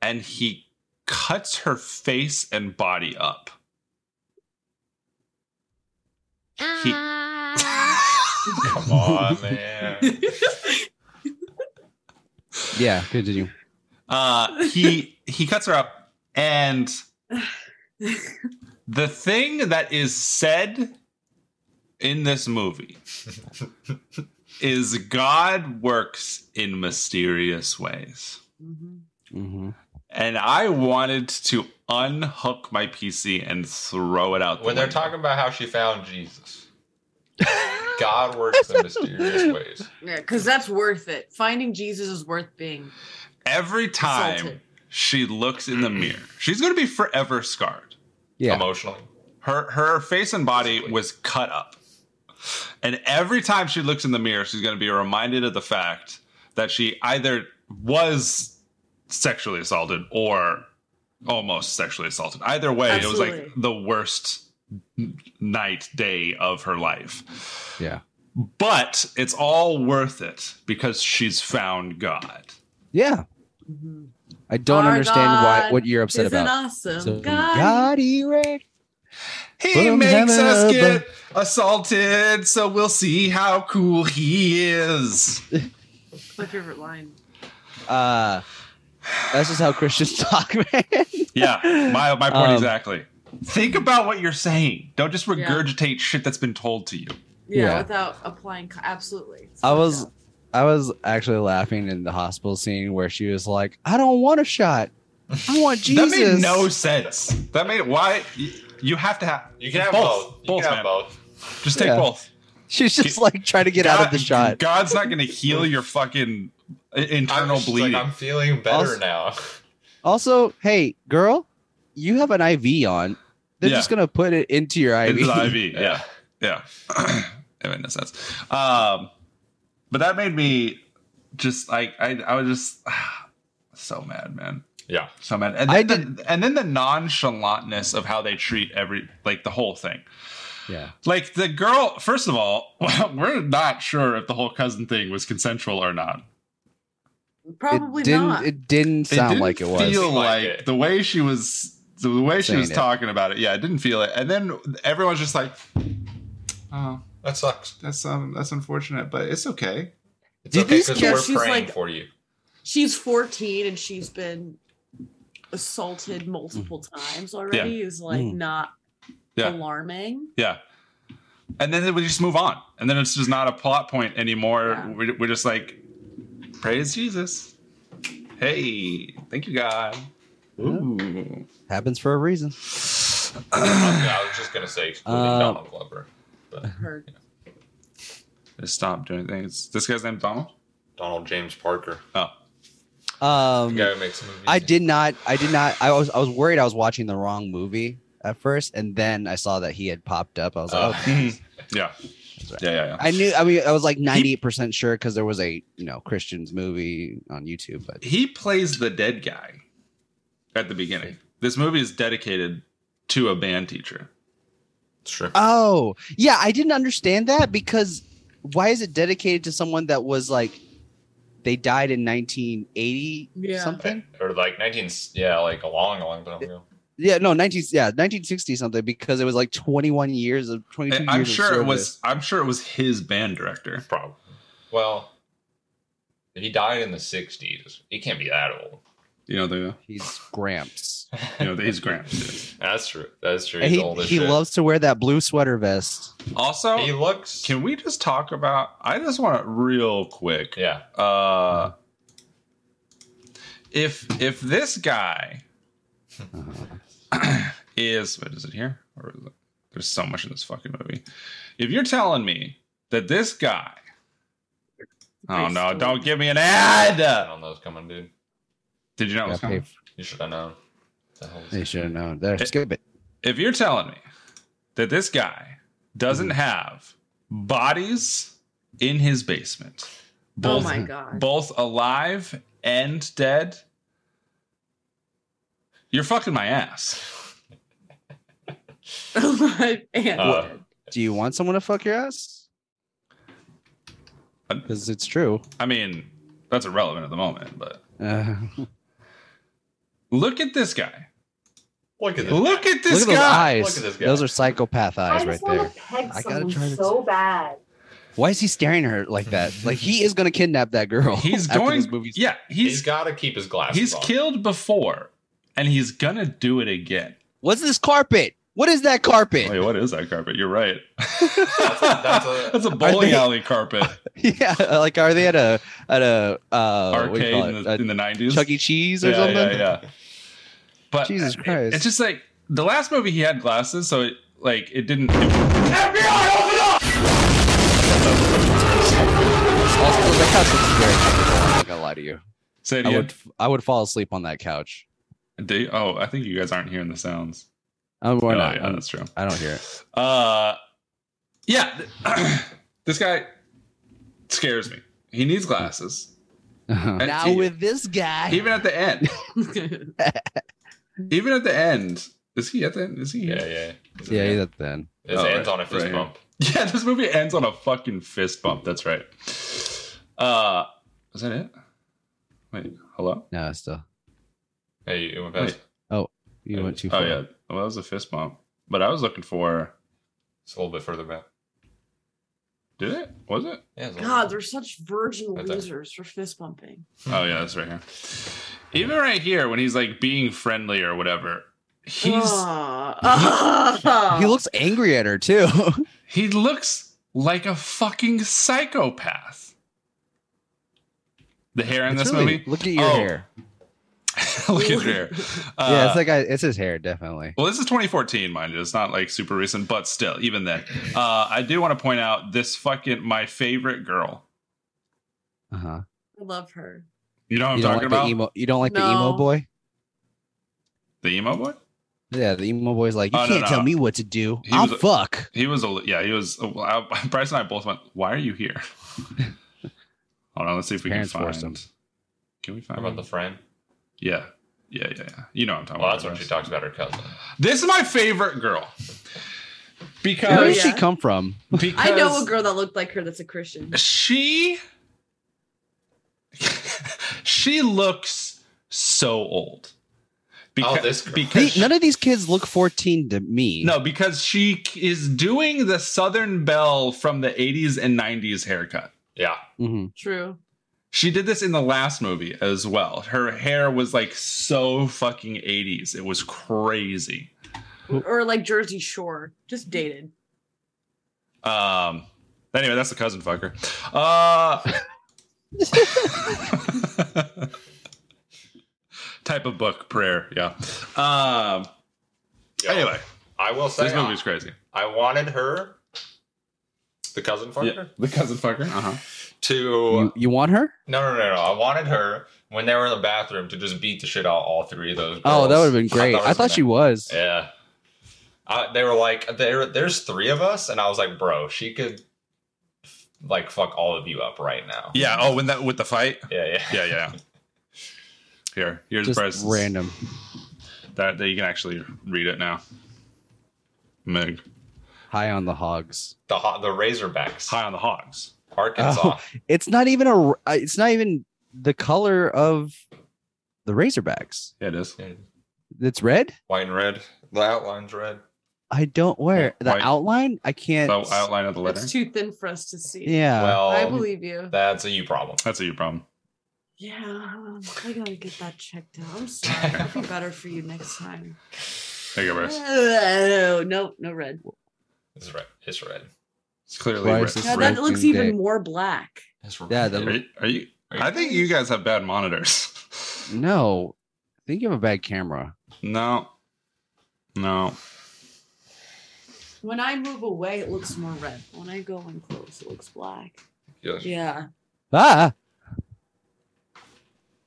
S3: And he cuts her face and body up. He-
S4: Come on, man.
S1: Yeah, continue.
S3: Uh, he he cuts her up, and the thing that is said in this movie is God works in mysterious ways,
S2: mm-hmm.
S1: hmm
S3: and I wanted to unhook my PC and throw it out. the
S4: When they're
S3: window.
S4: talking about how she found Jesus, God works in mysterious ways.
S2: Yeah, because that's worth it. Finding Jesus is worth being.
S3: every time
S2: Assaulted.
S3: she looks in the mirror, she's going to be forever scarred.
S1: Yeah.
S4: Emotionally.
S3: Her her face and body was cut up. And every time she looks in the mirror, she's going to be reminded of the fact that she either was sexually assaulted or almost sexually assaulted. Either way, it was like
S2: Absolutely.
S3: the worst n- night day of her life.
S1: Yeah.
S3: But it's all worth it because she's found God.
S1: Yeah.
S2: Mm-hmm.
S1: I don't
S2: Our
S1: understand why
S2: God
S1: what you're upset
S2: He's an
S1: about.
S2: awesome
S1: So,
S2: guy.
S1: God erect.
S3: He
S1: From
S3: makes
S1: heaven
S3: us
S1: above.
S3: get assaulted, so we'll see how cool he is.
S2: My favorite line.
S1: Uh, that's just how Christians talk, man.
S3: Yeah, my, my point
S1: Um,
S3: exactly. Think about what you're saying. Don't just
S2: Yeah.
S3: regurgitate shit that's been told to you.
S2: Yeah,
S1: Yeah.
S2: without applying. co- Absolutely. It's
S1: I
S2: fucked
S1: was
S2: up.
S1: I was actually laughing in the hospital scene where she was like, I don't want a shot. I want Jesus.
S3: That made no sense. That made why y- you have to have.
S4: You can have both. You can
S3: man.
S4: have both.
S3: Just take
S1: Yeah.
S3: both.
S1: She's just like trying to get out of the
S3: God-
S1: shot.
S3: God's not going to heal your fucking i-
S4: I'm,
S3: internal
S4: just like,
S3: bleeding.
S4: I'm feeling better
S1: Also-
S4: now.
S1: Also, hey, girl, you have an IV on. They're
S3: Yeah.
S1: just gonna put it into your IV.
S3: It's an IV. Yeah. Yeah. it made no sense. Um, but that made me just like I I was just so mad, man.
S4: Yeah.
S3: So mad. And then,
S1: I
S3: the, and then the nonchalantness of how they treat every like the whole thing.
S1: Yeah.
S3: Like the girl, first of all, we're not sure if the whole cousin thing was consensual or not.
S2: Probably
S1: it didn't.
S2: not.
S1: It didn't sound
S3: didn't
S1: like it was.
S3: Feel
S4: Like
S3: like
S4: it.
S3: the way she was, the way she
S1: Saying
S3: was
S1: it.
S3: talking about it. Yeah, I didn't feel it. And then everyone's just like, "Oh,
S4: That sucks.
S3: that's um, that's unfortunate, but it's okay."
S4: It's
S1: Did
S4: okay
S1: these
S4: because
S2: kids-
S4: we're
S2: She's
S4: praying
S2: like-
S4: for you.
S2: she's 14 and she's been assaulted multiple times already is like
S1: Mm.
S2: not
S3: Yeah.
S2: alarming.
S3: Yeah. And then we just move on. And then it's just not a plot point anymore.
S2: Yeah.
S3: We're, we're just like, praise Jesus. Hey, thank you, God. Ooh.
S1: Happens for a reason.
S4: I was just gonna say excluding
S1: Uh,
S4: Donald Glover, but
S2: Her
S3: Just stop doing things. This guy's named Donald?
S4: Donald James Parker,
S3: Oh.
S4: the
S1: Um,
S4: guy who makes movies.
S1: I did not. I did not. I was. I was worried I was watching the wrong movie at first, and then I saw that he had popped up. I was like,
S4: Uh,
S1: oh.
S3: Mm-hmm. Yeah.
S1: right.
S3: Yeah, yeah, yeah.
S1: I knew. I mean, I was like ninety eight percent sure because there was a you know Christian's movie on YouTube, but
S3: He plays the dead guy at the beginning. This movie is dedicated to a band teacher.
S4: Sure.
S1: oh yeah, I didn't understand that because why is it dedicated to someone that was like they died in nineteen eighty
S2: Yeah.
S1: something?
S4: or like 19, yeah, like a long, long time ago.
S1: Yeah, no, nineteen yeah nineteen sixty something because it was like twenty one years of twenty two.
S3: And I'm sure it was I'm sure it was his band director.
S4: Probably. Well, he died in the 60s. He can't be that old.
S3: You know the
S1: He's Gramps.
S3: you know the, his gramps. Dude.
S4: That's true. That's true.
S1: And
S4: He's
S1: he
S4: old as
S1: he
S4: shit.
S1: loves to wear that blue sweater vest.
S3: Also,
S4: He looks.
S3: Can we just talk about? I just want it real quick.
S4: yeah.
S3: Uh, if if this guy is what is it here? Or is it- there's so much in this fucking movie. If you're telling me that this guy, oh no, don't give me an
S4: I
S3: ad.
S4: don't know what's coming, dude.
S3: Did you know? it
S1: Yeah,
S3: was coming?
S1: pay-
S4: You should have known. The hell is-
S1: they should have known. There, skip it.
S3: If you're telling me that this guy doesn't have bodies in his basement,
S2: Oh
S3: both
S2: my god.
S3: both alive and dead, you're fucking my ass.
S2: Oh Alive and
S4: Uh,
S2: dead.
S1: Do you want someone to fuck your ass?
S3: Um,
S1: Because it's true.
S3: I mean, that's irrelevant at the moment, but
S1: Uh,
S3: look at this guy.
S4: Look at this.
S3: Look at
S1: look
S3: this
S1: at those
S3: guy.
S1: eyes.
S4: Look at this guy.
S1: Those are psychopath eyes right there.
S8: peg
S1: I gotta try
S8: someone
S1: to-
S8: so bad.
S1: Why is he staring at her like that? Like he is going to kidnap that girl.
S3: He's
S1: after
S3: going.
S1: this movie's-
S3: Yeah,
S4: he's
S3: he's
S4: got to keep his glasses
S3: he's
S4: on.
S3: killed before, and he's gonna do it again.
S1: What's this carpet? What is that carpet?
S3: Wait, what is that carpet? You're right.
S4: That's a- that's a-
S3: That's a bowling
S1: they-
S3: alley carpet
S1: yeah, like are they at a at a uh, what do you
S3: arcade
S1: call
S3: in
S1: it?
S3: the, in the
S1: a
S3: 90s.
S1: Chuck E. Cheese or
S3: yeah,
S1: something?
S3: Yeah, yeah. But
S1: Jesus
S3: it-
S1: Christ.
S3: it's just like the last movie he had glasses, so it like it didn't.
S1: Also, the couch looks very comfortable. I'm not gonna lie to you.
S3: Say it
S1: I
S3: again.
S1: would I would fall asleep on that couch.
S3: Do you- oh, I think you guys aren't hearing the sounds.
S1: I'm, we're
S3: oh,
S1: not.
S3: yeah,
S1: I'm-
S3: that's true.
S1: I don't hear it.
S3: Uh, yeah, th- this guy scares me. He needs glasses. And
S1: now
S3: he-
S1: with this guy,
S3: even at the end, even at the end, is he at the end? Is he?
S4: Yeah, yeah. His
S1: yeah, he's at the end.
S4: his
S3: Oh,
S4: hands
S3: right,
S4: on a fist
S3: right.
S4: bump.
S3: Yeah, this movie ends on a fucking fist bump. That's right. Uh, is that it? Wait, hello.
S1: No, still.
S4: Hey, you went past.
S3: Wait.
S1: You went too
S3: Oh
S1: far.
S3: yeah, well that was a fist bump. But I was looking for.
S4: It's a little bit further back.
S3: Did it? Was it?
S4: Yeah, it's a little
S2: God,
S4: bit-
S2: they're such virgin
S4: Right there.
S2: losers for fist bumping.
S3: Oh yeah, that's right here. Even right here, when he's like being friendly or whatever, he's
S2: Ah.
S1: He looks angry at her too.
S3: he looks like a fucking psychopath. The hair in
S1: It's
S3: this
S1: really-
S3: movie,
S1: Look at your
S3: Oh.
S1: hair.
S3: look at her. Uh,
S1: yeah, it's like I, it's his hair, definitely.
S3: well, this is 2014, mind you. It's not like super recent, but still, even then, uh, I do want to point out this fucking my favorite girl.
S1: Uh huh.
S2: I love her.
S3: You know what I'm
S1: You don't like
S3: talking about?
S1: the emo. You don't like the emo
S2: No.
S1: boy.
S3: the emo boy.
S1: Yeah, the emo boy's like, you
S3: Oh, no,
S1: can't
S3: no.
S1: tell me what to do.
S3: He
S1: I'll
S3: was a-
S1: fuck.
S3: He was a yeah. He was. well, I, Bryce and I both went. Why are you here? Hold on. Let's see if we
S1: Parents
S3: can
S1: forced
S3: find. Can we
S4: How
S3: find?
S4: about the friend?
S3: yeah. yeah, yeah, yeah. You know what I'm talking
S4: Well,
S3: about.
S4: that's when she
S3: Bryce.
S4: talks about her cousin.
S3: This is my favorite girl
S1: Where
S3: because
S1: did she
S2: yeah.
S1: come from?
S3: because
S2: I know a girl that looked like her that's a Christian.
S3: She. she looks so old. Beca-
S4: Oh, this girl.
S3: because
S1: The- none of these kids look 14 to me.
S3: No, because she k- is doing the Southern Belle from the 80s and 90s haircut.
S4: Yeah.
S1: Mhm.
S2: True.
S3: She did this in the last movie as well. Her hair was like so fucking 80s. It was crazy.
S2: Or like Jersey Shore, just dated.
S3: Um anyway, that's the cousin fucker. Uh type of book prayer, yeah. Um
S4: Yeah.
S3: anyway,
S4: I will say
S3: this
S4: I-
S3: movie's crazy.
S4: I wanted her, the cousin fucker,
S3: Yeah, the cousin fucker. Uh-huh.
S4: to
S1: You, you want her?
S4: no, no, no, no. I wanted her when they were in the bathroom to just beat the shit out of all three of those. Girls.
S1: Oh, that would have been great. I
S4: it
S1: thought,
S4: was
S1: she
S4: gonna-
S1: was.
S4: Yeah. I, they were like, there, there's three of us, and I was like, bro, she could like fuck all of you up right now.
S3: Yeah, oh, when that with the fight?
S4: Yeah, yeah.
S3: Yeah, yeah. Here, here's
S1: Just
S3: Bryce's.
S1: random.
S3: That, that you can actually read it now. Meg.
S1: High on the hogs.
S4: The ho- the Razorbacks,
S3: High on the hogs.
S4: Arkansas.
S1: It's not even a. uh, It's not even the color of the Razorbacks.
S3: Yeah, it is.
S1: It's red.
S4: White and red. The outline's red.
S1: I don't wear
S3: Yeah,
S1: the
S3: white.
S1: outline. I can't.
S3: The outline of the letter.
S2: It's too thin for us to see.
S1: yeah.
S4: well,
S2: I believe you.
S4: that's a you problem.
S3: That's a you problem.
S2: Yeah, um, I gotta get that checked out. I'm sorry. I'll be better for you next time.
S3: There you go, Bryce.
S2: Oh, no, no red.
S4: It's red. It's red.
S3: It's clearly
S1: Bryce
S3: red.
S1: is
S2: Yeah,
S1: red.
S2: that looks
S1: Breaking
S2: even
S1: day.
S2: more black.
S4: It's red.
S1: Yeah, that
S3: Are you, are you?
S4: Are you-
S3: I think you guys have bad monitors.
S1: no, I think you have a bad camera.
S3: no. No.
S2: When I move away, it looks more red. When I go in close, it looks black.
S4: Yeah.
S2: Yeah.
S1: Ah,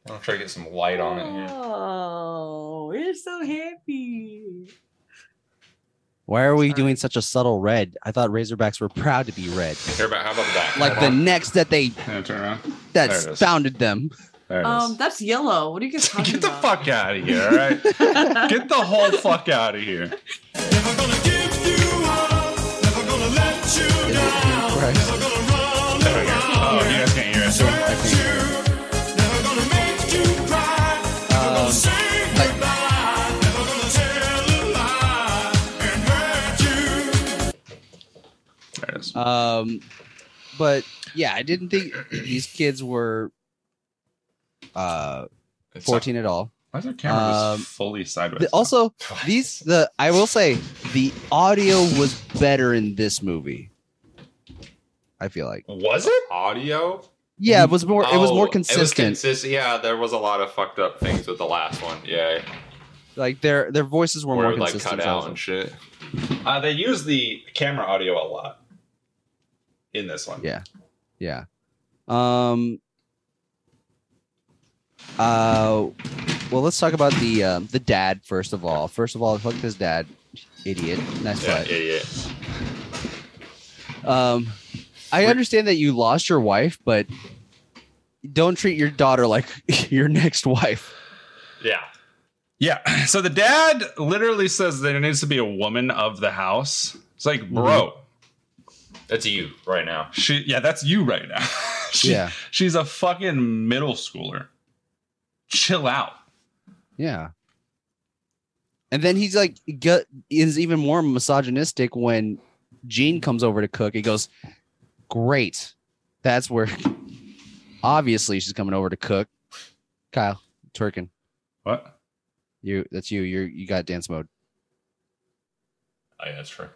S4: I'm trying to get some light on it here.
S2: Oh, we're so happy.
S1: why are we
S2: Sorry.
S1: doing such a subtle red? I thought Razorbacks were proud to be red,
S4: Here, about how about the back?
S1: like the
S4: Hold on.
S1: necks that they
S3: Yeah, turn around.
S1: that
S3: There it is.
S1: founded them.
S3: There it is.
S2: Um, that's yellow. What are you guys talking
S3: Get the
S2: about?
S3: fuck out of here, all right? Get the whole fuck out of here.
S6: Never gonna give you up. Never gonna let you down. Never gonna run
S3: There we go. Oh, you guys can't hear us. I
S6: at
S3: think-
S6: you. Never gonna make you cry. Never gonna say goodbye. Never gonna tell a lie and hurt you.
S3: There it is.
S1: Um, but yeah, I didn't think these kids were uh
S4: It's not-
S1: 14 at all.
S3: Why is our camera just
S1: Um,
S3: fully sideways?
S1: The- also, these the I will say the audio was better in this movie. I feel like
S4: Was it audio?
S1: yeah, it was more it was
S4: Oh,
S1: more consistent.
S4: consist- yeah, there was a lot of fucked up things with the last one. Yeah,
S1: like their their voices were
S4: where
S1: more
S4: it, like
S1: consistent.
S4: cut out
S1: also.
S4: and shit.
S3: Uh, they use the camera audio a lot in this one.
S1: Yeah. Yeah. Um uh well let's talk about the um the dad first of all. First of all, fuck this dad. Idiot. Nice
S4: Yeah,
S1: yeah,
S4: yeah, yeah.
S1: Um I understand that you lost your wife, but don't treat your daughter like your next wife.
S4: Yeah.
S3: Yeah. So the dad literally says there needs to be a woman of the house. It's like, bro,
S1: Mm-hmm.
S4: That's you right now.
S3: she yeah, that's you right now. She-
S1: Yeah.
S3: She's a fucking middle schooler. Chill out.
S1: Yeah. And then he's like get, is even more misogynistic when Gene comes over to cook. He goes, "Great, that's where." Obviously, she's coming over to cook. Kyle twerking.
S3: What?
S1: You, that's you. You you got dance mode.
S4: Oh, yeah, that's true.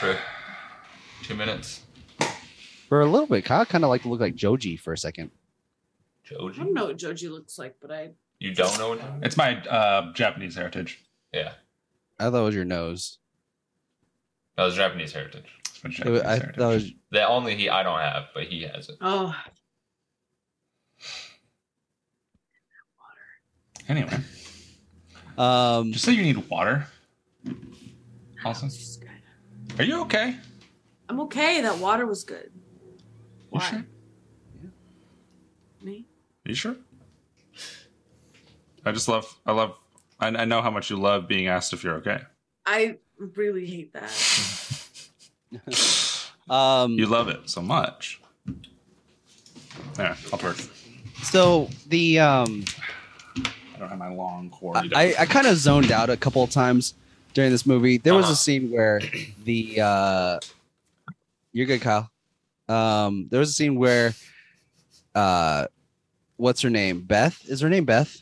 S4: true. Two minutes.
S1: For a little bit, Kyle kind of like looked like Joji for a second.
S2: I
S4: Joji.
S2: don't know what Joji looks like, but I
S4: You don't know what Joji?
S3: It's my uh, Japanese heritage.
S4: Yeah.
S1: I thought it was your nose.
S4: That was Japanese heritage.
S3: It's my
S1: It wa-
S3: Japanese
S1: Oh, I
S3: heritage.
S1: thought it was
S4: That only he I don't have, but he has it.
S2: oh
S3: Anyway,
S1: um.
S3: just say you need water.
S2: that
S3: Awesome.
S2: was just good.
S3: Are you okay?
S2: I'm okay. That water was good.
S3: You
S2: Why?
S3: sure?
S2: Me?
S3: Are you sure? I just love. I love. I, I know how much you love being asked if you're okay.
S2: I really hate that.
S1: Um.
S3: You love it so much. All right, I'll twerk.
S1: So the um,
S3: I don't have my long cord.
S1: I, I kind of zoned out a couple of times during this movie. There was
S4: Uh-huh.
S1: a scene where the uh, you're good, Kyle. Um, there was a scene where uh, what's her name? Beth is her name Beth,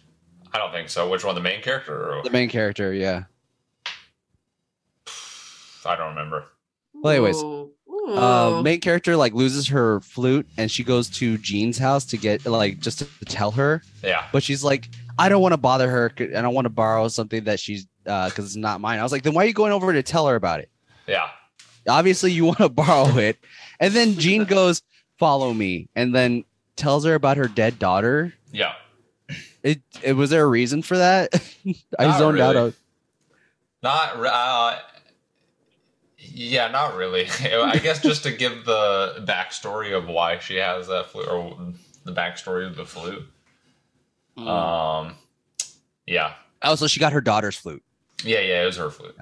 S4: I don't think so. Which one, the main character? Or...
S1: the main character. Yeah.
S4: I don't remember.
S1: Well, anyways,
S2: Ooh. Ooh.
S1: Uh, main character like loses her flute and she goes to Jean's house to get like just to tell her,
S4: Yeah,
S1: but she's like, I don't want to bother her. c- I don't want to borrow something that she's because it's not mine. I was like, then why are you going over to tell her about it?
S4: yeah.
S1: obviously you want to borrow it and then jean goes follow me and then tells her about her dead daughter
S4: Yeah.
S1: it, it was there a reason for that i
S4: Not
S1: zoned out
S4: really.
S1: of
S4: Not. re- Uh, yeah, not really. I guess just to give the backstory of why she has that flute, or the backstory of the flute.
S1: Mm.
S4: Um, yeah,
S1: oh so she got her daughter's flute
S4: yeah, yeah. It was her flute.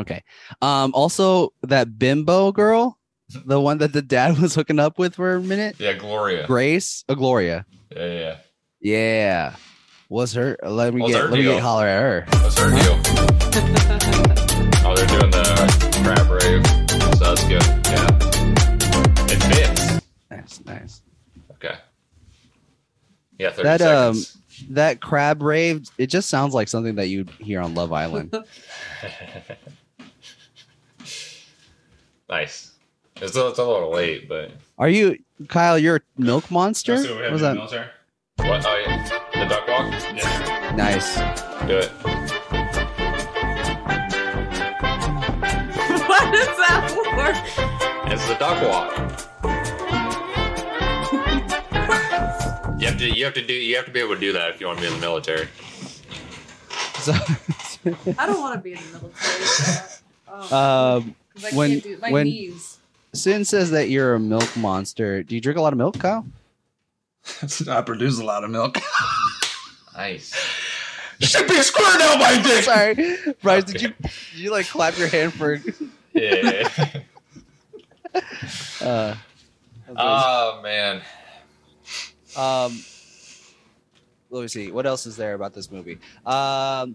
S1: okay um also that bimbo girl the one that the dad was hooking up with for a minute
S4: Yeah, Gloria.
S1: grace oh, gloria
S4: Yeah, yeah.
S1: yeah was her let me
S4: Was her
S1: get let me get
S4: deal.
S1: holler at her
S4: That's her deal. oh, they're doing the crab rave. So that's good. Yeah. It fits.
S1: nice nice
S4: Okay. Yeah, 30
S1: That, um,
S4: seconds.
S1: that crab rave it just sounds like something that you'd hear on love island
S4: nice. It's a, it's a little late, but.
S1: Are you Kyle? You're a milk monster. What was that
S4: What? Oh, yeah. The duck walk? Yeah.
S1: nice?
S4: Do it.
S2: what is that for?
S4: It's the duck walk. You have to, you have to do, you have to be able to do that if you want to be in the military.
S1: So,
S2: I don't want to be in the military. Because
S1: um,
S2: I
S1: when-
S2: can't do my
S1: when-
S2: knees.
S1: Sin says that you're a milk monster. Do you drink a lot of milk, Kyle?
S3: I produce a lot of milk.
S4: Nice.
S3: Should be squirted out my dick.
S1: Sorry, Bryce. Did you did you like clap your hand for?
S4: Yeah.
S1: Uh,
S4: oh, man.
S1: um, let me see. What else is there about this movie? Um,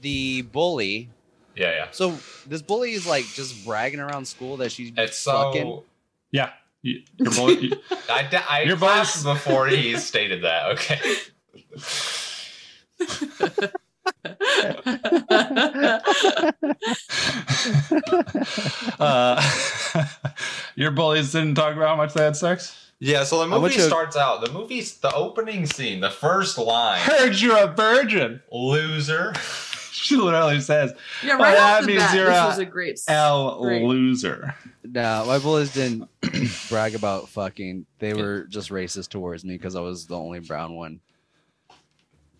S1: the bully.
S4: Yeah, yeah.
S1: So this bully is like just bragging around school that she's
S4: It's so.
S1: Fucking-
S3: Yeah. You- You're both, you-
S4: I, d- I
S3: Your
S4: clapped before he stated that. Okay.
S3: uh, your bullies didn't talk about how much they had sex.
S4: Yeah. So the
S1: I went
S4: movie
S1: to-
S4: starts out. The movie's the opening scene. The first line.
S3: Heard you're a virgin.
S4: Loser.
S3: She literally says,
S2: Yeah,
S3: Well,
S2: right
S3: that
S2: off the
S3: means
S2: bat,
S3: you're
S2: this
S3: a
S2: was a great. s-
S3: "L
S2: Great.
S3: loser."
S1: No, my bullies didn't brag about fucking. They were just racist towards me because I was the only brown one.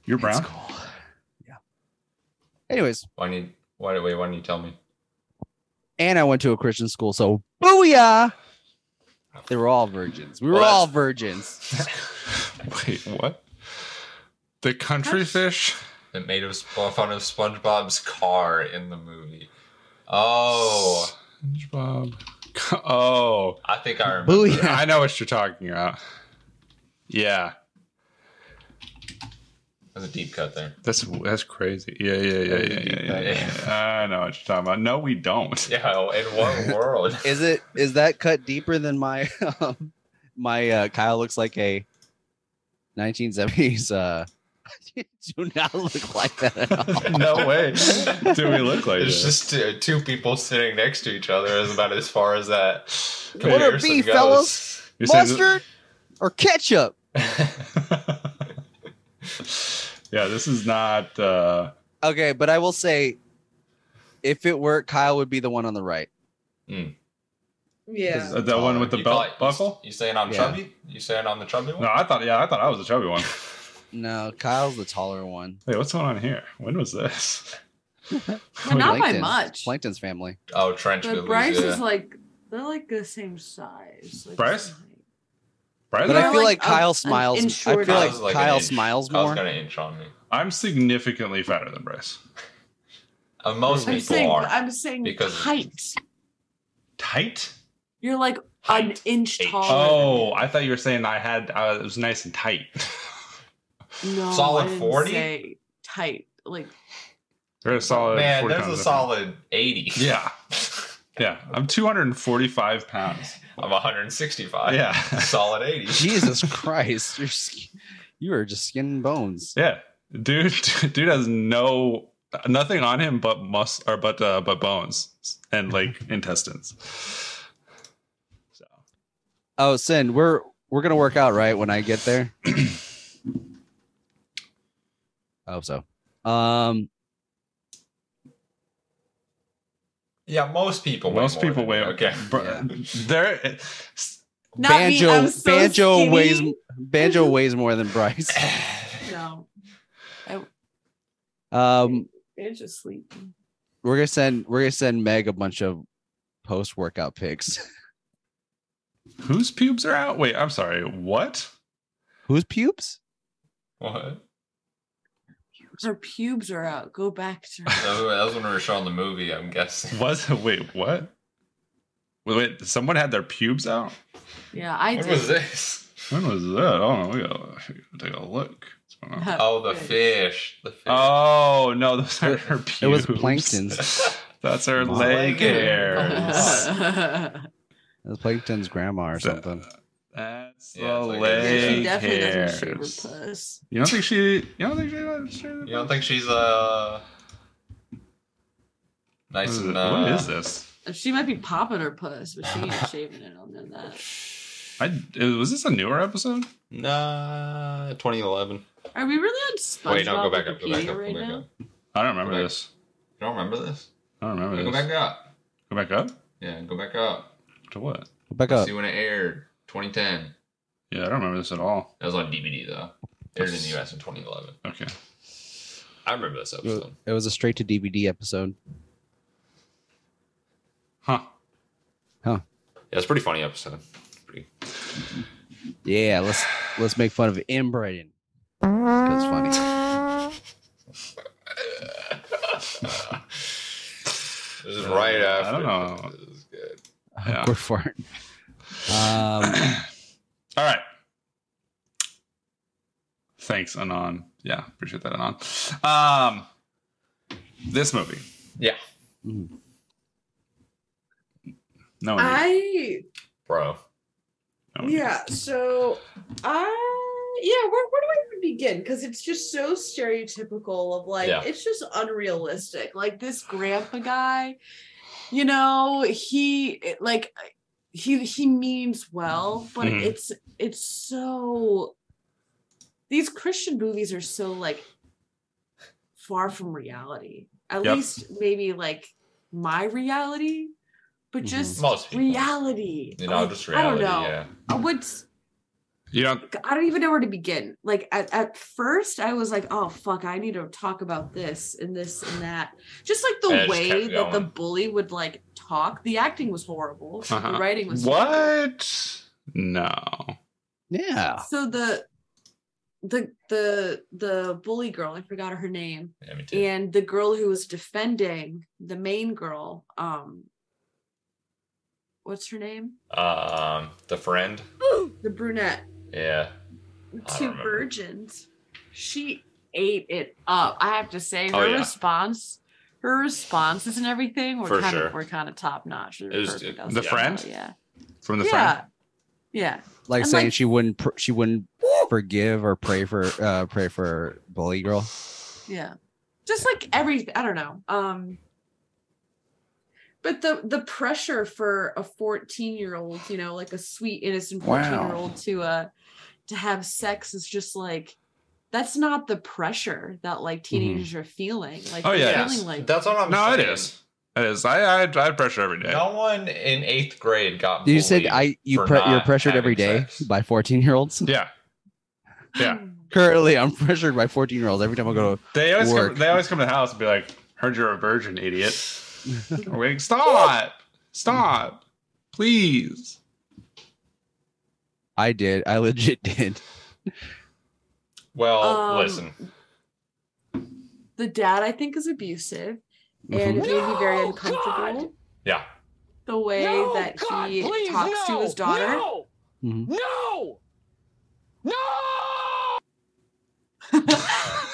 S3: You're brown.
S1: It's cool. Yeah. Anyways,
S4: Why do you? Why do wait? Why don't you tell me?
S1: and I went to a Christian school, so booyah! They were all virgins. We were
S4: Well, that's-
S1: all virgins.
S3: Wait, what? The country fish.
S4: It made of sp- fun of SpongeBob's car in the movie. Oh,
S3: SpongeBob. Oh,
S4: I think I remember.
S1: Booyah!
S3: I know what you're talking about. Yeah,
S4: There's a deep cut there.
S3: that's that's crazy. Yeah, yeah, yeah, yeah, yeah, yeah.
S4: Yeah.
S3: yeah. I know what you're talking about. No, we don't.
S4: Yeah. oh, In what world?
S1: Is it is that cut deeper than my um, my uh, Kyle looks like a 1970s? Uh, you do not look like that at all.
S3: no way. Do we look like
S4: It's
S3: this?
S4: just two, two people sitting next to each other is about as far as that
S3: What
S1: a
S4: comparison
S1: bee,
S4: goes.
S1: fellas.
S3: You're saying that-
S1: Mustard or ketchup?
S3: yeah, this is not. uh
S1: Okay, but I will say, if it were, Kyle would be the one on the right.
S2: Yeah.
S3: The one with the
S4: You
S3: belt
S4: thought-
S3: buckle?
S4: You, you saying I'm
S1: Yeah.
S4: chubby? You saying I'm the chubby one?
S3: No, I thought. Yeah, I thought I was the chubby one.
S1: No, Kyle's the taller one.
S3: Wait, what's going on here? When was this?
S2: Well, not by
S1: Plankton.
S2: much.
S1: Plankton's family.
S4: Oh, trench
S2: But
S4: Billy's,
S2: Bryce
S4: yeah.
S2: is like they're like the same size. Like,
S3: Bryce? Right?
S1: But
S2: they're
S1: I feel like,
S2: like a-
S1: Kyle
S2: an
S1: smiles.
S2: inch
S1: I
S2: shorter.
S1: feel like,
S4: Kyle's like an
S1: Kyle
S4: inch.
S1: smiles
S4: Kyle's
S1: more.
S4: gonna inch on me.
S3: I'm significantly fatter than Bryce.
S4: Uh, most
S2: I'm
S4: people
S2: saying
S4: are.
S2: I'm saying
S4: because-
S2: height.
S3: Tight?
S2: You're like an
S9: Tight.
S2: inch
S4: Eight.
S2: taller.
S3: Oh, I thought you were saying I had. Uh, it was nice and tight.
S2: no,
S4: solid
S2: I didn't
S4: 40?
S2: say Tight, like
S3: They're a solid.
S4: Man,
S3: 40
S4: there's a
S3: pounds
S4: solid 80.
S3: different. Yeah, yeah. I'm 245 pounds.
S4: I'm 165.
S3: Yeah,
S4: Solid 80.
S1: Jesus Christ, you're sk- you are just skin and bones.
S3: yeah. Dude, dude has no nothing on him but mus or but uh, but bones and like intestines. So
S1: Oh, Sin, we're we're gonna work out right when I get there. I hope so. Um,
S4: Yeah, most people weigh
S3: most
S4: more
S3: people
S4: than-
S3: weigh.
S4: Okay.
S3: br-
S1: Yeah.
S3: There,
S2: not
S1: banjo
S2: me. I'm so
S1: banjo
S2: skinny.
S1: weighs banjo weighs more than Bryce.
S2: No,
S1: Um,
S2: it's just sleeping.
S1: we're gonna send we're gonna send Meg a bunch of post workout pics.
S3: whose pubes are out? Wait, I'm sorry. What?
S1: Whose pubes?
S4: What?
S2: Her pubes are out. Go back to her.
S4: That was, that was when we were showing the movie, I'm guessing.
S3: Was wait what? Wait, wait, someone had their pubes out.
S2: Yeah, I
S4: What
S2: did.
S4: was this?
S3: When was that? Oh, we gotta, we gotta take a look. What's going on?
S4: Oh, the fish. The fish.
S3: Oh no, those are her pubes.
S1: It was Plankton's.
S3: That's her
S1: Wow.
S3: leg hairs.
S1: It was Plankton's grandma or
S3: So-
S1: something.
S4: uh,
S3: That's
S4: Yeah,
S3: the
S4: it's like-
S2: Yeah, she
S3: leg
S2: definitely doesn't shave
S3: hairs.
S2: her puss.
S3: You don't think she? You don't think she? Does shave
S4: You don't think she's uh nice and uh,
S3: what is this?
S2: She might be popping her puss, but she ain't shaving it. I'll know that.
S3: I was this a newer episode?
S4: Nah, 2011.
S2: Are we really on SpongeBob
S4: Wait, no, go back up, go back
S2: Wikipedia
S4: up,
S2: right
S4: go back
S2: now?
S4: up.
S3: I don't remember
S4: Okay.
S3: this.
S4: You don't remember this?
S3: I don't remember
S4: Go
S3: this.
S4: back up.
S3: Go back up
S4: Yeah, go back up.
S3: to what?
S1: Back up.
S4: See when it aired, 2010.
S3: Yeah, I don't remember this at all.
S4: That was on DVD though. Aired in the US in 2011.
S3: Okay.
S4: I remember this
S1: It was-
S4: episode.
S1: it was a straight to DVD episode.
S3: Huh.
S4: Yeah, it's a pretty funny episode. Pretty.
S1: Yeah, let's let's make fun of inbreeding. That's funny.
S4: This is right
S3: I
S4: after.
S3: don't know.
S4: This is good.
S3: Yeah.
S1: Awkward fart. Um,
S3: All right. Thanks, Anon. Yeah, appreciate that, Anon. Um, this movie.
S4: Yeah,
S3: No, one-
S2: I
S4: bro.
S3: no one-
S2: yeah. So I yeah. Where where do I even begin? Because it's just so stereotypical of like
S4: Yeah.
S2: it's just unrealistic. Like this grandpa guy, you know, he it- like he he means well, but
S4: Mm-hmm.
S3: Mhm.
S2: it's it's so. These Christian movies are so like far from reality. At
S3: Yep.
S2: least maybe like my reality, but
S1: Mhm.
S2: just
S4: Mm-hmm. Most people.
S2: reality.
S4: You know,
S2: Like,
S4: just reality.
S2: Oh, I don't know.
S4: Yeah.
S2: I would-
S3: You don't.
S2: I don't even know where to begin. Like at, at first, I was like, "Oh fuck, I need to talk about this and this and that." Just like the
S4: Yeah, it just
S2: way
S4: kept
S2: that the
S4: going.
S2: bully would like talk. The acting was horrible.
S3: Uh-huh.
S2: The writing was horrible.
S3: What? No.
S1: yeah.
S2: So the the the the bully girl, I forgot her name,
S4: yeah, me too.
S2: and the girl who was defending the main girl. Um, what's her name?
S4: Um, the friend.
S2: The brunette.
S4: Yeah. I
S2: two
S4: remember.
S2: virgins. She ate it up. I have to say, her
S4: Oh, yeah.
S2: response, her responses and everything were
S4: For
S2: kind
S4: sure.
S2: of were kind of top notch.
S4: It was-
S3: The friend?
S2: yeah,
S3: From the
S2: yeah,
S3: friend.
S2: yeah.
S1: Like
S2: I'm
S1: saying
S2: like-
S1: she wouldn't pr- she wouldn't forgive or pray for uh pray for bully girl.
S2: yeah just like everything i don't know um but the the pressure for a 14 year old you know like a sweet innocent 14 year old to uh to have sex is just like that's not the pressure that like
S4: Mm-hmm.
S2: teenagers are feeling like
S3: Oh,
S2: they're
S3: yeah.
S2: feeling like
S4: That's what I'm
S3: No, it
S4: saying.
S3: is. It is. I I, I have pressure every day.
S4: No one in eighth grade got.
S1: You said
S4: bullied
S1: I you
S4: for
S1: pre- you're
S4: not
S1: pressured every
S4: having
S1: day
S4: sex.
S1: by 14 year olds.
S3: Yeah. Yeah.
S1: Currently, I'm pressured by 14 year olds every time I go to.
S3: They always
S1: Work.
S3: come, they always come to the house and be like, "Heard you're a virgin, idiot." I'm like, stop, stop, please.
S1: I did. I legit did.
S4: Well,
S2: Um,
S4: Oh, listen.
S2: the dad i think is abusive
S1: Mhm. Mm-hmm.
S2: and it made me very uncomfortable
S4: Yeah.
S2: the way
S10: No,
S2: that
S10: God,
S2: he
S10: please,
S2: talks
S10: no,
S2: to his daughter.
S10: No!
S1: Mhm.
S10: No! No!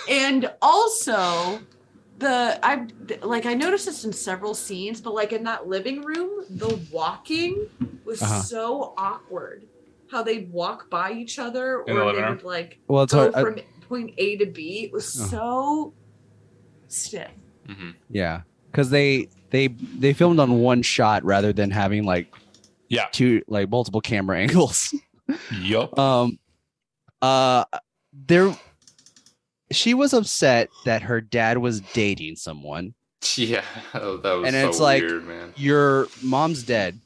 S2: and also the i've like i noticed this in several scenes but like in that living room the walking was
S1: Uh-huh.
S2: so awkward how they'd walk by each other
S3: In the
S2: or they
S3: living room?
S2: would like
S1: Well, it's
S2: go
S1: hard. I-
S2: from point a to b it was
S1: Uh-huh.
S2: so stiff
S1: yeah, because they they they filmed on one shot rather than having like
S11: Yeah.
S1: two like multiple camera angles.
S11: Yup.
S1: um uh there she was upset that her dad was dating someone
S4: Yeah, oh, that was
S1: And
S4: so
S1: it's like-
S4: weird, man.
S1: your mom's dead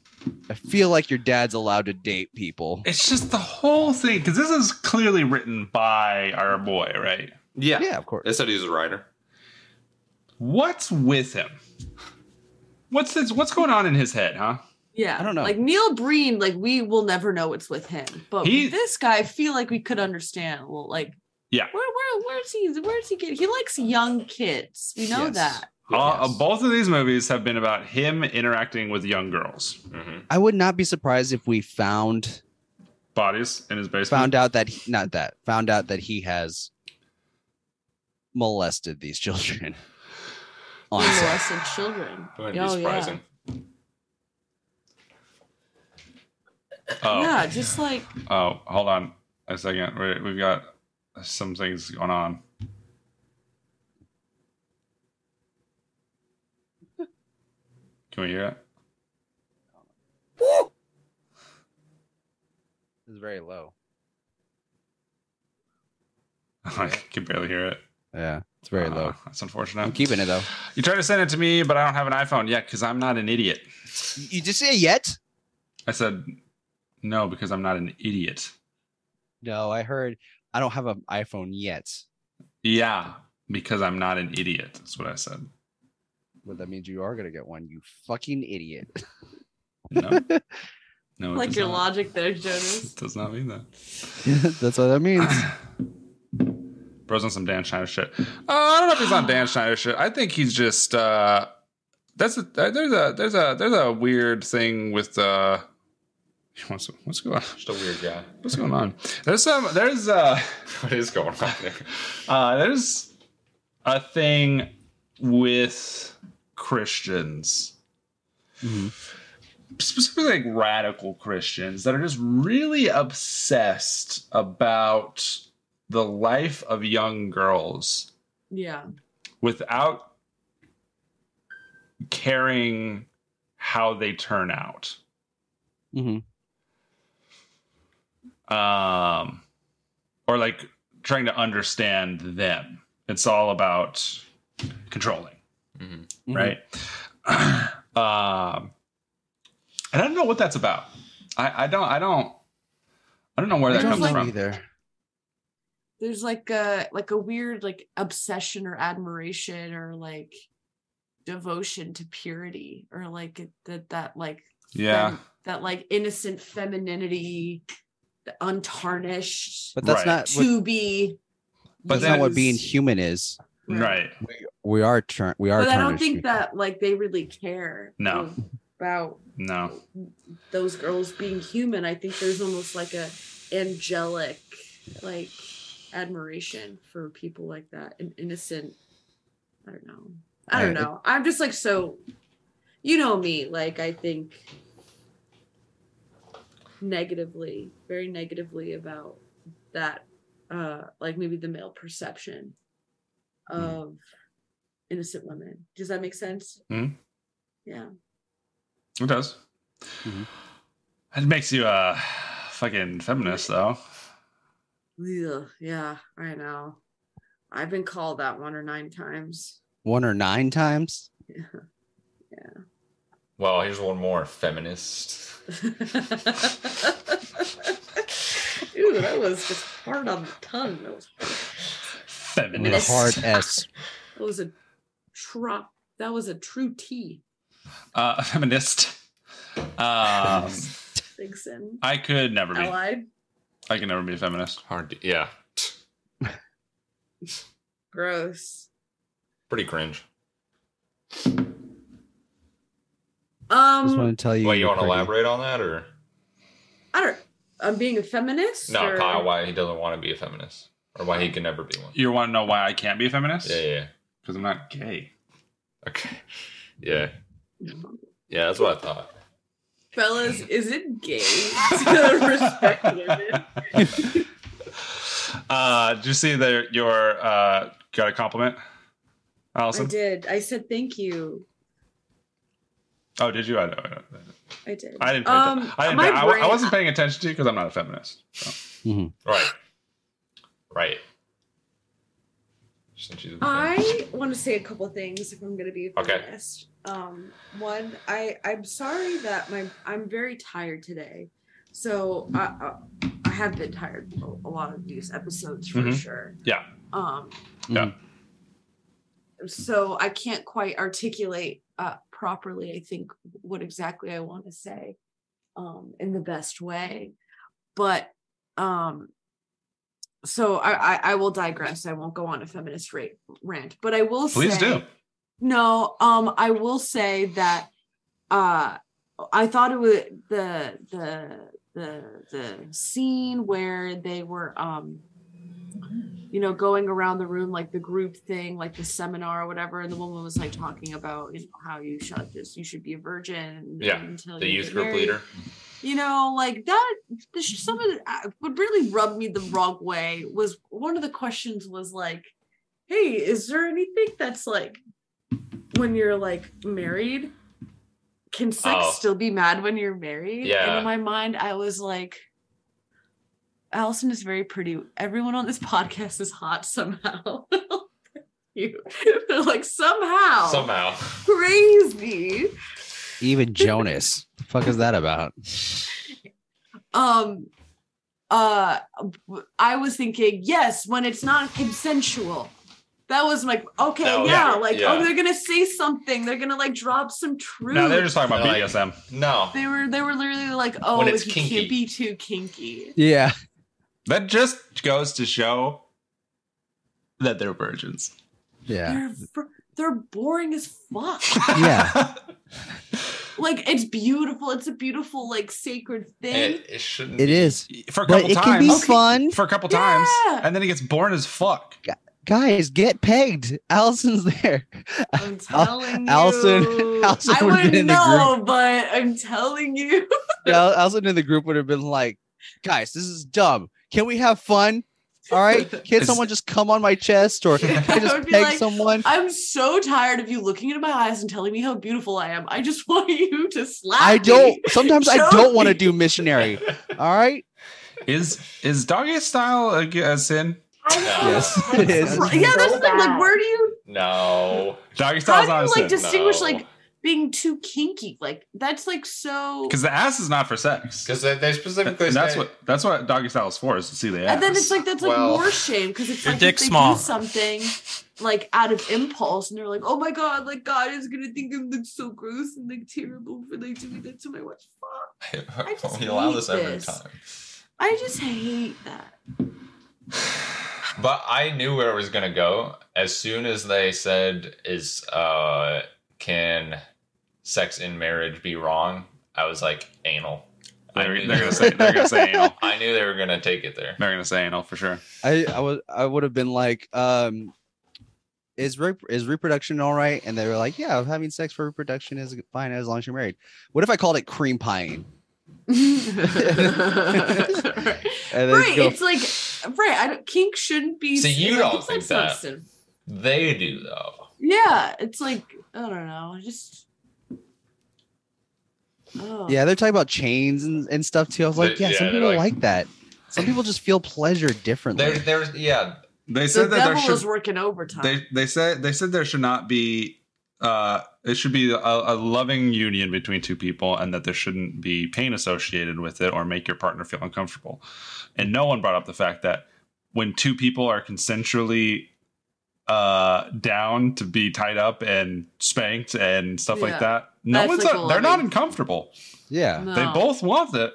S1: i feel like your dad's allowed to date people
S3: It's just the whole thing because this is clearly written by our boy, right?
S4: Yeah,
S1: yeah of course
S4: they said he was a writer.
S3: What's with him? What's this, what's going on in his head, huh?
S2: yeah
S1: I don't know.
S2: like neil breen like we will never know what's with him but
S3: He-
S2: this guy i feel like we could understand well like
S3: Yeah.
S2: where where where's he where's he getting he likes young kids we know
S1: Yes.
S2: that
S3: All-
S1: Yes.
S3: uh, both of these movies have been about him interacting with young girls'
S4: hmm
S1: i would not be surprised if we found
S3: bodies in his basement.
S1: found out that he, not that found out that he has molested these children on
S2: He
S1: set.
S2: molested children.
S4: Wouldn't
S2: Oh,
S4: be surprising.
S3: Oh,
S2: Yeah. yeah, just like
S3: oh, hold on a second. We, we've got some things going on. Can we hear it?
S1: it's very low
S3: I can barely hear it.
S1: yeah it's very
S3: Uh,
S1: low
S3: That's unfortunate.
S1: i'm keeping it though
S3: You try to send it to me, but I don't have an iPhone yet because I'm not an idiot.
S1: you you just say yet
S3: I said, no, because I'm not an idiot.
S1: no i heard i don't have an iphone yet
S3: Yeah, because I'm not an idiot. That's what I said.
S1: Well, that means you are gonna get one. You fucking idiot.
S3: No, no, it
S2: like
S3: does
S2: your
S3: not.
S2: logic there, Jonas.
S3: It does not mean that.
S1: That's what that means.
S3: Bro's on some Dan Schneider shit. Uh, I don't know if he's on Dan Schneider shit. I think he's just uh, that's a uh, there's a there's a there's a weird thing with uh, what's what's going on?
S4: Just a weird guy.
S3: What's going on? There's some there's uh.
S4: What is going on there?
S3: Uh, there's a thing with Christians, specifically like radical Christians, that are just really obsessed about the life of young girls
S2: Yeah.
S3: without caring how they turn out. um, or like trying to understand them. It's all about controlling,
S4: Mhm.
S1: Mm-hmm.
S3: right? um, and I don't know what that's about. I, I don't. I don't. I don't know where
S1: I
S3: that
S1: don't
S3: comes
S1: know
S3: from.
S1: either.
S2: There's like a like a weird like obsession or admiration or like devotion to purity or like it- that that like
S3: Yeah,
S2: fem- that like innocent femininity, the untarnished
S1: But that's
S3: Right.
S1: not. What,
S2: uh, to be.
S3: But
S1: that's not what
S3: is-
S1: being human is.
S3: right.
S1: We are turn. We are.
S2: But I don't
S1: tarnished
S2: think
S1: people.
S2: that like they really care.
S3: No.
S2: About
S3: No,
S2: those girls being human i think there's almost like a angelic like admiration for people like that and innocent i don't know i don't
S1: I-
S2: know i'm just like so you know me like i think negatively very negatively about that uh like maybe the male perception of innocent women does that make sense
S3: Mhm.
S2: yeah
S3: it does.
S1: Mhm.
S3: It makes you a fucking feminist, though.
S2: Ugh, yeah, I know. I've been called that one or nine times.
S1: one or nine times.
S4: Well, here's one more feminist.
S2: Ew, that was just hard on the tongue. That was,
S1: With a
S3: Feminist.
S1: hard S.
S2: that was a trop. That was a true T.
S3: Uh, feminist. Um,
S2: Dixon.
S3: I could never be.
S2: Allied.
S3: I can never be a feminist.
S4: Hard, to, yeah,
S2: Gross.
S4: pretty cringe.
S1: Just
S2: Um,
S1: want to tell you.
S4: Wait, you
S1: you're
S4: want to
S1: pretty.
S4: elaborate on that or
S2: I don't. I'm being a feminist.
S4: no,
S2: or-
S4: Kyle? Why he doesn't want to be a feminist or why he can never be one?
S3: You want to know why I can't be a feminist?
S4: Yeah, yeah, yeah.
S3: Because I'm not gay.
S4: okay, yeah, yeah. That's what I thought.
S2: Fellas, is it gay to respect women?
S3: Uh, did you see the, your uh, got a compliment,
S2: I
S3: Allison?
S2: did. I said thank you.
S3: Oh, did you? I, I,
S2: I did.
S3: I didn't. Pay atten- I, didn't
S2: Um, my
S3: pay- I, wa- I
S2: brain-
S3: wasn't paying attention to you because I'm not a feminist. So.
S4: Right, right. Since she's a feminist.
S2: I want to say a couple of things if I'm going to be
S4: Okay.
S2: honest. Um, one, I I'm sorry that my I'm very tired today, so I I, I have been tired for a lot of these episodes for
S3: Mhm.
S2: sure.
S3: Yeah.
S2: Um.
S3: Yeah.
S2: So I can't quite articulate uh, properly. I think what exactly I want to say, um, in the best way, but um so I, I I will digress. I won't go on a feminist rate, rant, but I will
S3: Please
S2: say
S3: do.
S2: no. Um, I will say that uh, I thought it was the the the the scene where they were um, you know, going around the room like the group thing, like the seminar or whatever, and the woman was like talking about you know how you should just you should be a virgin.
S4: Yeah,
S2: until
S4: the
S2: you
S4: youth
S2: get
S4: group
S2: married
S4: leader.
S2: you know, like that. The, sh- some of the, uh, what really rubbed me the wrong way was one of the questions was like, "Hey, is there anything that's like when you're like married? Can sex
S4: Oh.
S2: still be mad when you're married?" And
S4: Yeah.
S2: in my mind, I was like. Allison is very pretty. Everyone on this podcast is hot somehow. you, they're like somehow
S4: Somehow,
S2: crazy.
S1: Even Jonas. the fuck is that about?
S2: um uh i was thinking yes when it's not consensual that was like okay
S4: That was-
S2: now like
S4: yeah.
S2: oh they're gonna say something they're gonna like drop some truth
S3: No, they're just talking about
S4: Like-
S3: BDSM.
S4: no.
S2: they were they were literally like oh
S4: When it's
S2: if you
S4: kinky.
S2: can't be too kinky
S1: Yeah.
S3: That just goes to show that they're virgins.
S1: Yeah.
S2: they're fr- they're boring as fuck
S1: Yeah.
S2: like it's beautiful it's a beautiful like sacred thing
S4: It, it shouldn't.
S1: It
S4: be.
S1: is.
S3: For a
S1: But
S3: couple
S1: it can
S3: times.
S1: be fun.
S3: For a couple
S2: Yeah.
S3: times, and then he gets born as fuck.
S1: Guys, get pegged. Allison's there.
S2: i'm telling
S1: Allison-
S2: you
S1: Allison
S2: i
S1: would've been
S2: wouldn't
S1: in the
S2: know but i'm telling you
S1: Yeah, Allison in the group would have been like, guys, this is dumb. Can we have fun? All right. Can
S3: Is-
S1: someone just come on my chest or can I
S2: I
S1: just
S2: would be
S1: peg
S2: like,
S1: someone?
S2: I'm so tired of you looking into my eyes and telling me how beautiful I am. I just want you to slap.
S1: I don't.
S2: me.
S1: Sometimes I
S2: Show
S1: don't want to
S2: me.
S1: do missionary. All right.
S3: Is is doggy style a, g- a sin?
S1: Yes, it is.
S2: Right. Yeah, that's the thing. Like, where do you
S4: No.
S3: Doggy
S2: how
S3: style's
S2: do
S3: not a
S2: you like
S3: sin
S2: distinguish
S4: No.
S2: like being too kinky? Like, that's like so.
S3: because the ass is not for sex.
S4: Because they, they
S3: And
S4: specifically
S3: that's
S4: say-
S3: what that's what doggy style is for is to see the ass.
S2: And then it's like that's like
S4: Well,
S2: more shame because it's
S8: your
S2: like
S8: dick's
S2: if they
S8: small.
S2: do something like out of impulse and they're like, oh my god, like God is gonna think I'm like so gross and like terrible for like doing that to my wife. Fuck. I just
S4: we allow
S2: hate
S4: this every
S2: this.
S4: time.
S2: I just hate that.
S4: But I knew where it was gonna go as soon as they said, "Is uh, can sex in marriage be wrong?" I was like, "Anal." I
S3: they're,
S4: knew,
S3: they're
S4: they
S3: gonna
S4: were-
S3: say they're gonna say anal.
S4: I knew they were gonna take it there.
S3: They're gonna say anal for sure.
S1: I, I would I would have been like, um, is re- is reproduction all right? And they were like, yeah, having sex for reproduction is fine as long as you're married. What if I called it cream pieing?
S2: right,
S1: And then go,
S2: it's like right. I don't, kink shouldn't be.
S4: So you
S2: like,
S4: don't
S2: it's not
S4: think that.
S2: substantive.
S4: They do though.
S2: Yeah, it's like I don't know. I Just oh.
S1: yeah, they're talking about chains and, and stuff too. I was like,
S4: They-
S1: yeah, some
S4: yeah, they're
S1: people like,
S4: like-
S1: that. Some people just feel pleasure differently.
S4: There, there's yeah.
S3: They
S2: The
S3: said that there
S2: devil
S3: should
S2: is working overtime.
S3: they they said they said there should not be uh it should be a, a loving union between two people and that there shouldn't be pain associated with it or make your partner feel uncomfortable and no one brought up the fact that when two people are consensually uh down to be tied up and spanked and stuff
S2: Yeah.
S3: like that no
S2: That's
S3: one's
S2: like
S3: not, they're not
S2: loving. Oh.
S3: uncomfortable
S1: yeah,
S2: No.
S3: they both want it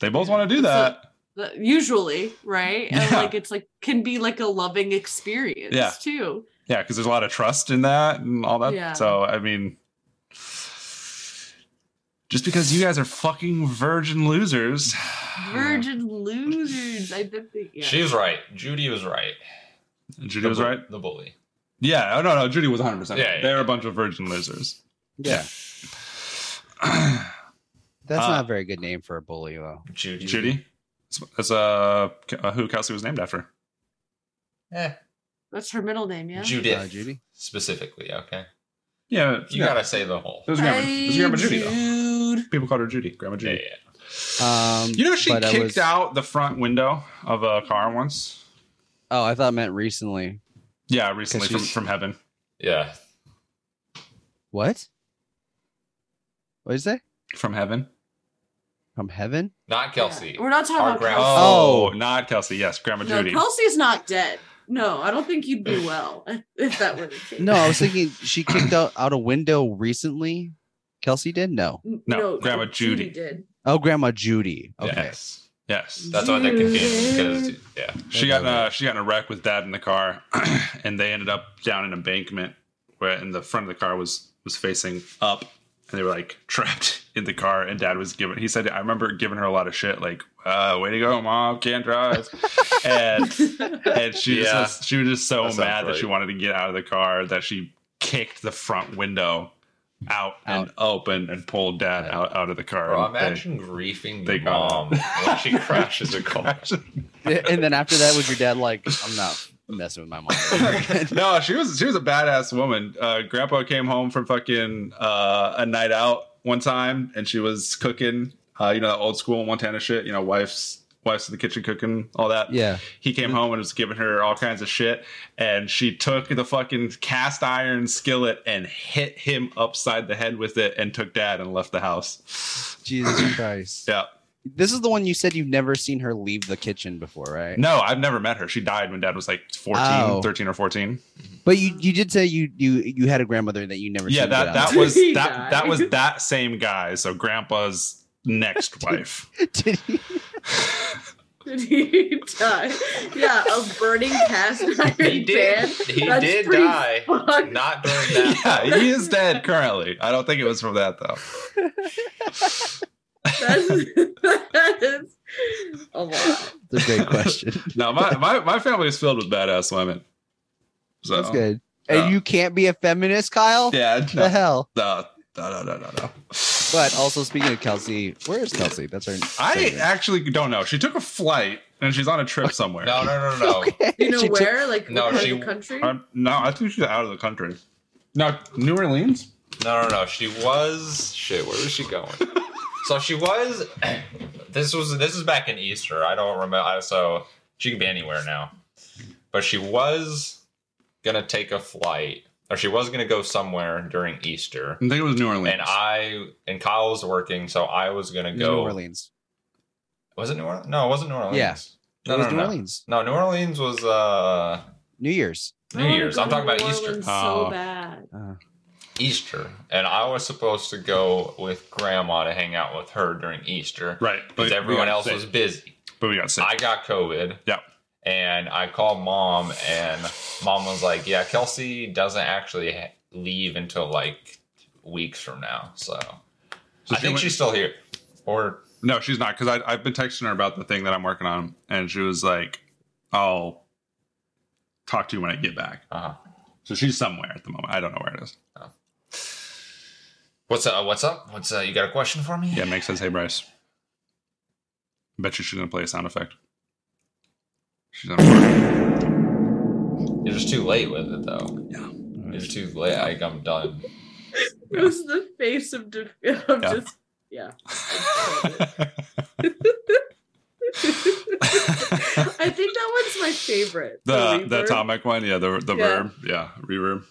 S3: they both want to do
S2: It's
S3: that
S2: The- usually right, and
S3: Yeah.
S2: like it's like can be like a loving experience
S3: Yeah.
S2: too.
S3: yeah because there's a lot of trust in that and all that
S2: Yeah.
S3: so i mean Just because you guys are fucking virgin losers.
S2: Virgin losers. I bet they. Yeah.
S4: She's right. Judy was right.
S3: Judy
S4: The
S3: was
S4: bu-
S3: right.
S4: The bully.
S3: Yeah. Oh no, no. Judy was 100. percent
S4: Yeah, yeah,
S3: They're
S4: yeah.
S3: a bunch of virgin losers.
S1: Yeah. That's
S3: Uh,
S1: not a very good name for a bully, though.
S4: Judy.
S3: Judy. That's- That's uh, Ca- uh, who Kelsey was named after.
S4: Eh,
S2: That's her middle name, yeah.
S4: Judith.
S1: Uh, Judy?
S4: Specifically, okay.
S3: Yeah.
S4: You
S3: yeah.
S4: gotta say the whole.
S3: It was Grandma, it was Grandma Judy though.
S2: Jude.
S3: People called her Judy. Grandma
S4: Yeah,
S3: Judy.
S4: yeah.
S1: Um,
S3: You know she
S1: but I
S3: kicked
S1: was-
S3: out the front window of a car once.
S1: Oh, I thought it meant recently.
S3: Yeah, recently
S1: 'Cause
S3: from,
S1: she's-
S3: from heaven.
S4: yeah.
S1: What? What did you say?
S3: From heaven.
S1: From heaven?
S4: Not Kelsey.
S2: Yeah. We're not talking
S4: Our
S2: about
S4: grand-
S2: Kelsey.
S3: Oh,
S1: Oh.
S3: not Kelsey. Yes, Grandma
S2: No,
S3: Judy.
S2: Kelsey's not dead. No, I don't think you'd do well if that were the case.
S1: No, I was thinking she kicked out, out a window recently. Kelsey did? No.
S2: N-
S3: No, Grandma Judy.
S2: did.
S1: Oh, Grandma Judy.
S3: Oh,
S1: Okay.
S3: Yes. Yes.
S4: That's why that confused because yeah.
S3: She got in a, she got in a wreck with dad in the car, and they ended up down an embankment where and the front of the car was was facing up, and they were like trapped in the car. And dad was giving he said I remember giving her a lot of shit like uh, way to go mom can't drive, and and she
S4: Yeah.
S3: just was, she was just so
S4: That sounds
S3: mad that she
S4: right.
S3: wanted to get out of the car that she kicked the front window out, and open and pulled dad out, out of the car.
S4: Bro,
S3: And they-
S4: imagine grieving
S3: they
S4: the
S3: got
S4: mom when she crashes a car.
S1: And then after that, was your dad like, I'm not messing with my mom?
S3: no, she was she was a badass woman. Uh, Grandpa came home from fucking uh, a night out one time, and she was cooking. Uh, you know, that old school Montana shit. You know, wife's wife's in the kitchen cooking all that.
S1: yeah.
S3: He came home and was giving her all kinds of shit, and she took the fucking cast iron skillet and hit him upside the head with it, and took dad and left the house.
S1: Jesus Christ.
S3: Yeah.
S1: This is the one you said you've never seen her leave the kitchen before, right?
S3: No, I've never met her. She died when dad was like 14,
S1: Oh.
S3: 13 or 14.
S1: But you you did say you you you had a grandmother that you never
S3: yeah
S1: seen
S3: that
S1: get
S3: that
S1: out.
S3: was
S2: He
S3: that
S2: died.
S3: that was that same guy so grandpa's next wife
S1: Did he-
S2: Did he die? Yeah, a burning cast iron
S4: He did.
S2: fan.
S4: He
S2: That's
S4: did
S2: pretty
S4: die.
S2: fucked.
S4: Not during that.
S3: yeah he is dead currently i don't think it was from that though
S2: That's, that's a lot.
S1: That's a great question.
S3: no my my, my family is filled with badass women so
S1: That's good.
S3: Yeah.
S1: And you can't be a feminist, Kyle?
S3: yeah
S1: The
S3: no,
S1: hell.
S3: no no no no no no
S1: But also speaking of Kelsey, where is Kelsey? That's her.
S3: i
S1: favorite.
S3: actually don't know she took a flight and she's on a trip somewhere
S4: No, no, no, no.
S2: You know
S1: She took-
S2: where? like
S4: No,
S2: no, part
S4: she-
S2: of the country?
S3: I'm- Uh, no i think she's out of the country no new orleans
S4: No, no, no. She was shit. Where was she going? so she was. This was this is back in Easter. I don't remember. I- So she can be anywhere now. But she was gonna take a flight, or she was gonna go somewhere during Easter.
S3: i think it was new orleans
S4: And I and Kyle was working, so I was gonna
S1: It was
S4: go.
S1: New Orleans.
S4: Was it New Orleans? No, it wasn't New Orleans.
S1: Yeah.
S4: No,
S1: it was
S4: no, no,
S1: New
S4: no.
S1: Orleans.
S4: No, New Orleans was uh
S1: New Year's.
S2: I
S4: New
S2: wanna
S4: Year's.
S2: go
S4: I'm
S2: to
S4: talking about
S2: Oh, New
S4: Easter.
S2: Orleans
S3: Oh.
S2: So bad.
S1: Uh,
S4: Easter, and I was supposed to go with Grandma to hang out with her during Easter.
S3: right
S4: because
S3: we
S4: everyone
S3: got
S4: else
S3: sick.
S4: was busy.
S3: but we got sick
S4: I got COVID.
S3: Yeah.
S4: And I called mom, and mom was like, "Yeah, Kelsey doesn't actually ha- leave until like weeks from now, so,
S3: So she
S4: I think
S3: went-
S4: she's still here." Or
S3: No, she's not because I've been texting her about the thing that I'm working on, and she was like, "I'll talk to you when I get back."
S4: uh,
S3: So she's somewhere at the moment. I don't know where it is.
S4: what's up? What's up? What's uh, you got a question for me?
S3: Yeah, it makes sense. Hey, Bryce. Bet you she's gonna play a sound effect. She's gonna.
S4: You're just too late with it, though.
S3: Yeah.
S4: You're too late. Like I'm done.
S2: It was the face of, de- of
S3: Yeah.
S2: just yeah. I think that one's my favorite.
S3: the the
S2: reverb.
S3: atomic one, yeah. The the
S2: Yeah.
S3: verb, yeah, reverb.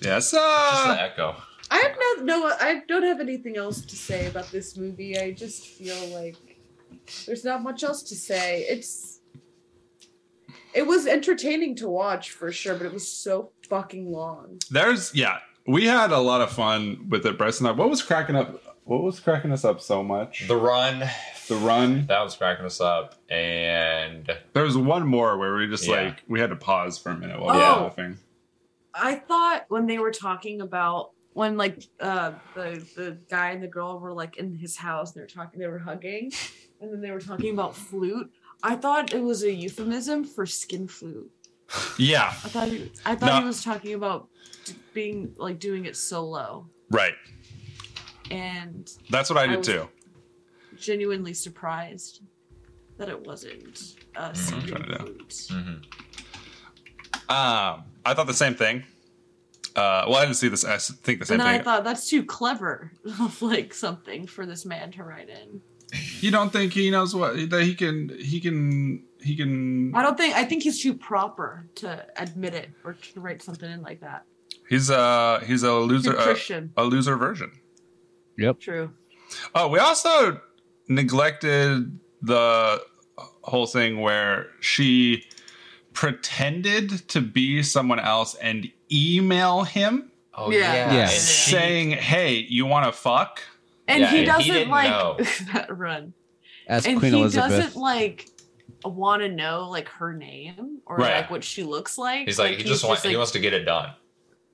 S3: Yes.
S4: Just
S3: Uh,
S4: the echo.
S2: I have no no I don't have anything else to say about this movie. I just feel like there's not much else to say. It's it was entertaining to watch for sure, but it was so fucking long.
S3: there's yeah we had a lot of fun with it bryce and i what was cracking up what was cracking us up so much
S4: The run
S3: the run
S4: that was cracking us up, and
S3: there was one more where we just
S4: Yeah.
S3: like we had to pause for a minute while we
S2: Oh.
S3: were laughing
S2: I thought when they were talking about when like uh the the guy and the girl were like in his house and they were talking they were hugging and then they were talking about flute i thought it was a euphemism for skin flute
S9: Yeah.
S2: i thought he, i thought he
S9: No.
S2: was talking about d- being like doing it solo
S9: Right.
S2: and
S9: That's what I did
S2: was-
S9: too.
S2: genuinely surprised that it wasn't
S4: Mm-hmm.
S2: a skin
S9: trying to know.
S2: flute
S9: Um, I thought the same thing. Uh, well, I didn't see this. I s- think the same
S2: and then
S9: thing.
S2: i thought that's too clever of like something for this man to write in
S3: You don't think he knows what that he can he can he can
S2: I don't think I think he's too proper to admit it or to write something in like that.
S9: he's a he's a
S2: Too
S9: loser, a,
S2: Christian.
S9: a loser version.
S2: True.
S9: Oh, we also neglected the whole thing where she pretended to be someone else and email him
S4: Oh
S2: Yeah.
S4: yeah.
S1: Yeah.
S4: And she-
S9: saying, "Hey, you want to fuck?"
S2: And
S4: Yeah,
S2: he
S4: and he
S2: doesn't
S4: didn't
S2: like
S4: know.
S2: that run.
S1: As
S2: and
S1: Queen
S2: he
S1: Elizabeth.
S2: doesn't like want to know like her name or
S9: Right.
S2: like what she looks like.
S4: He's like, he just wants,
S2: like,
S4: he wants to get it done.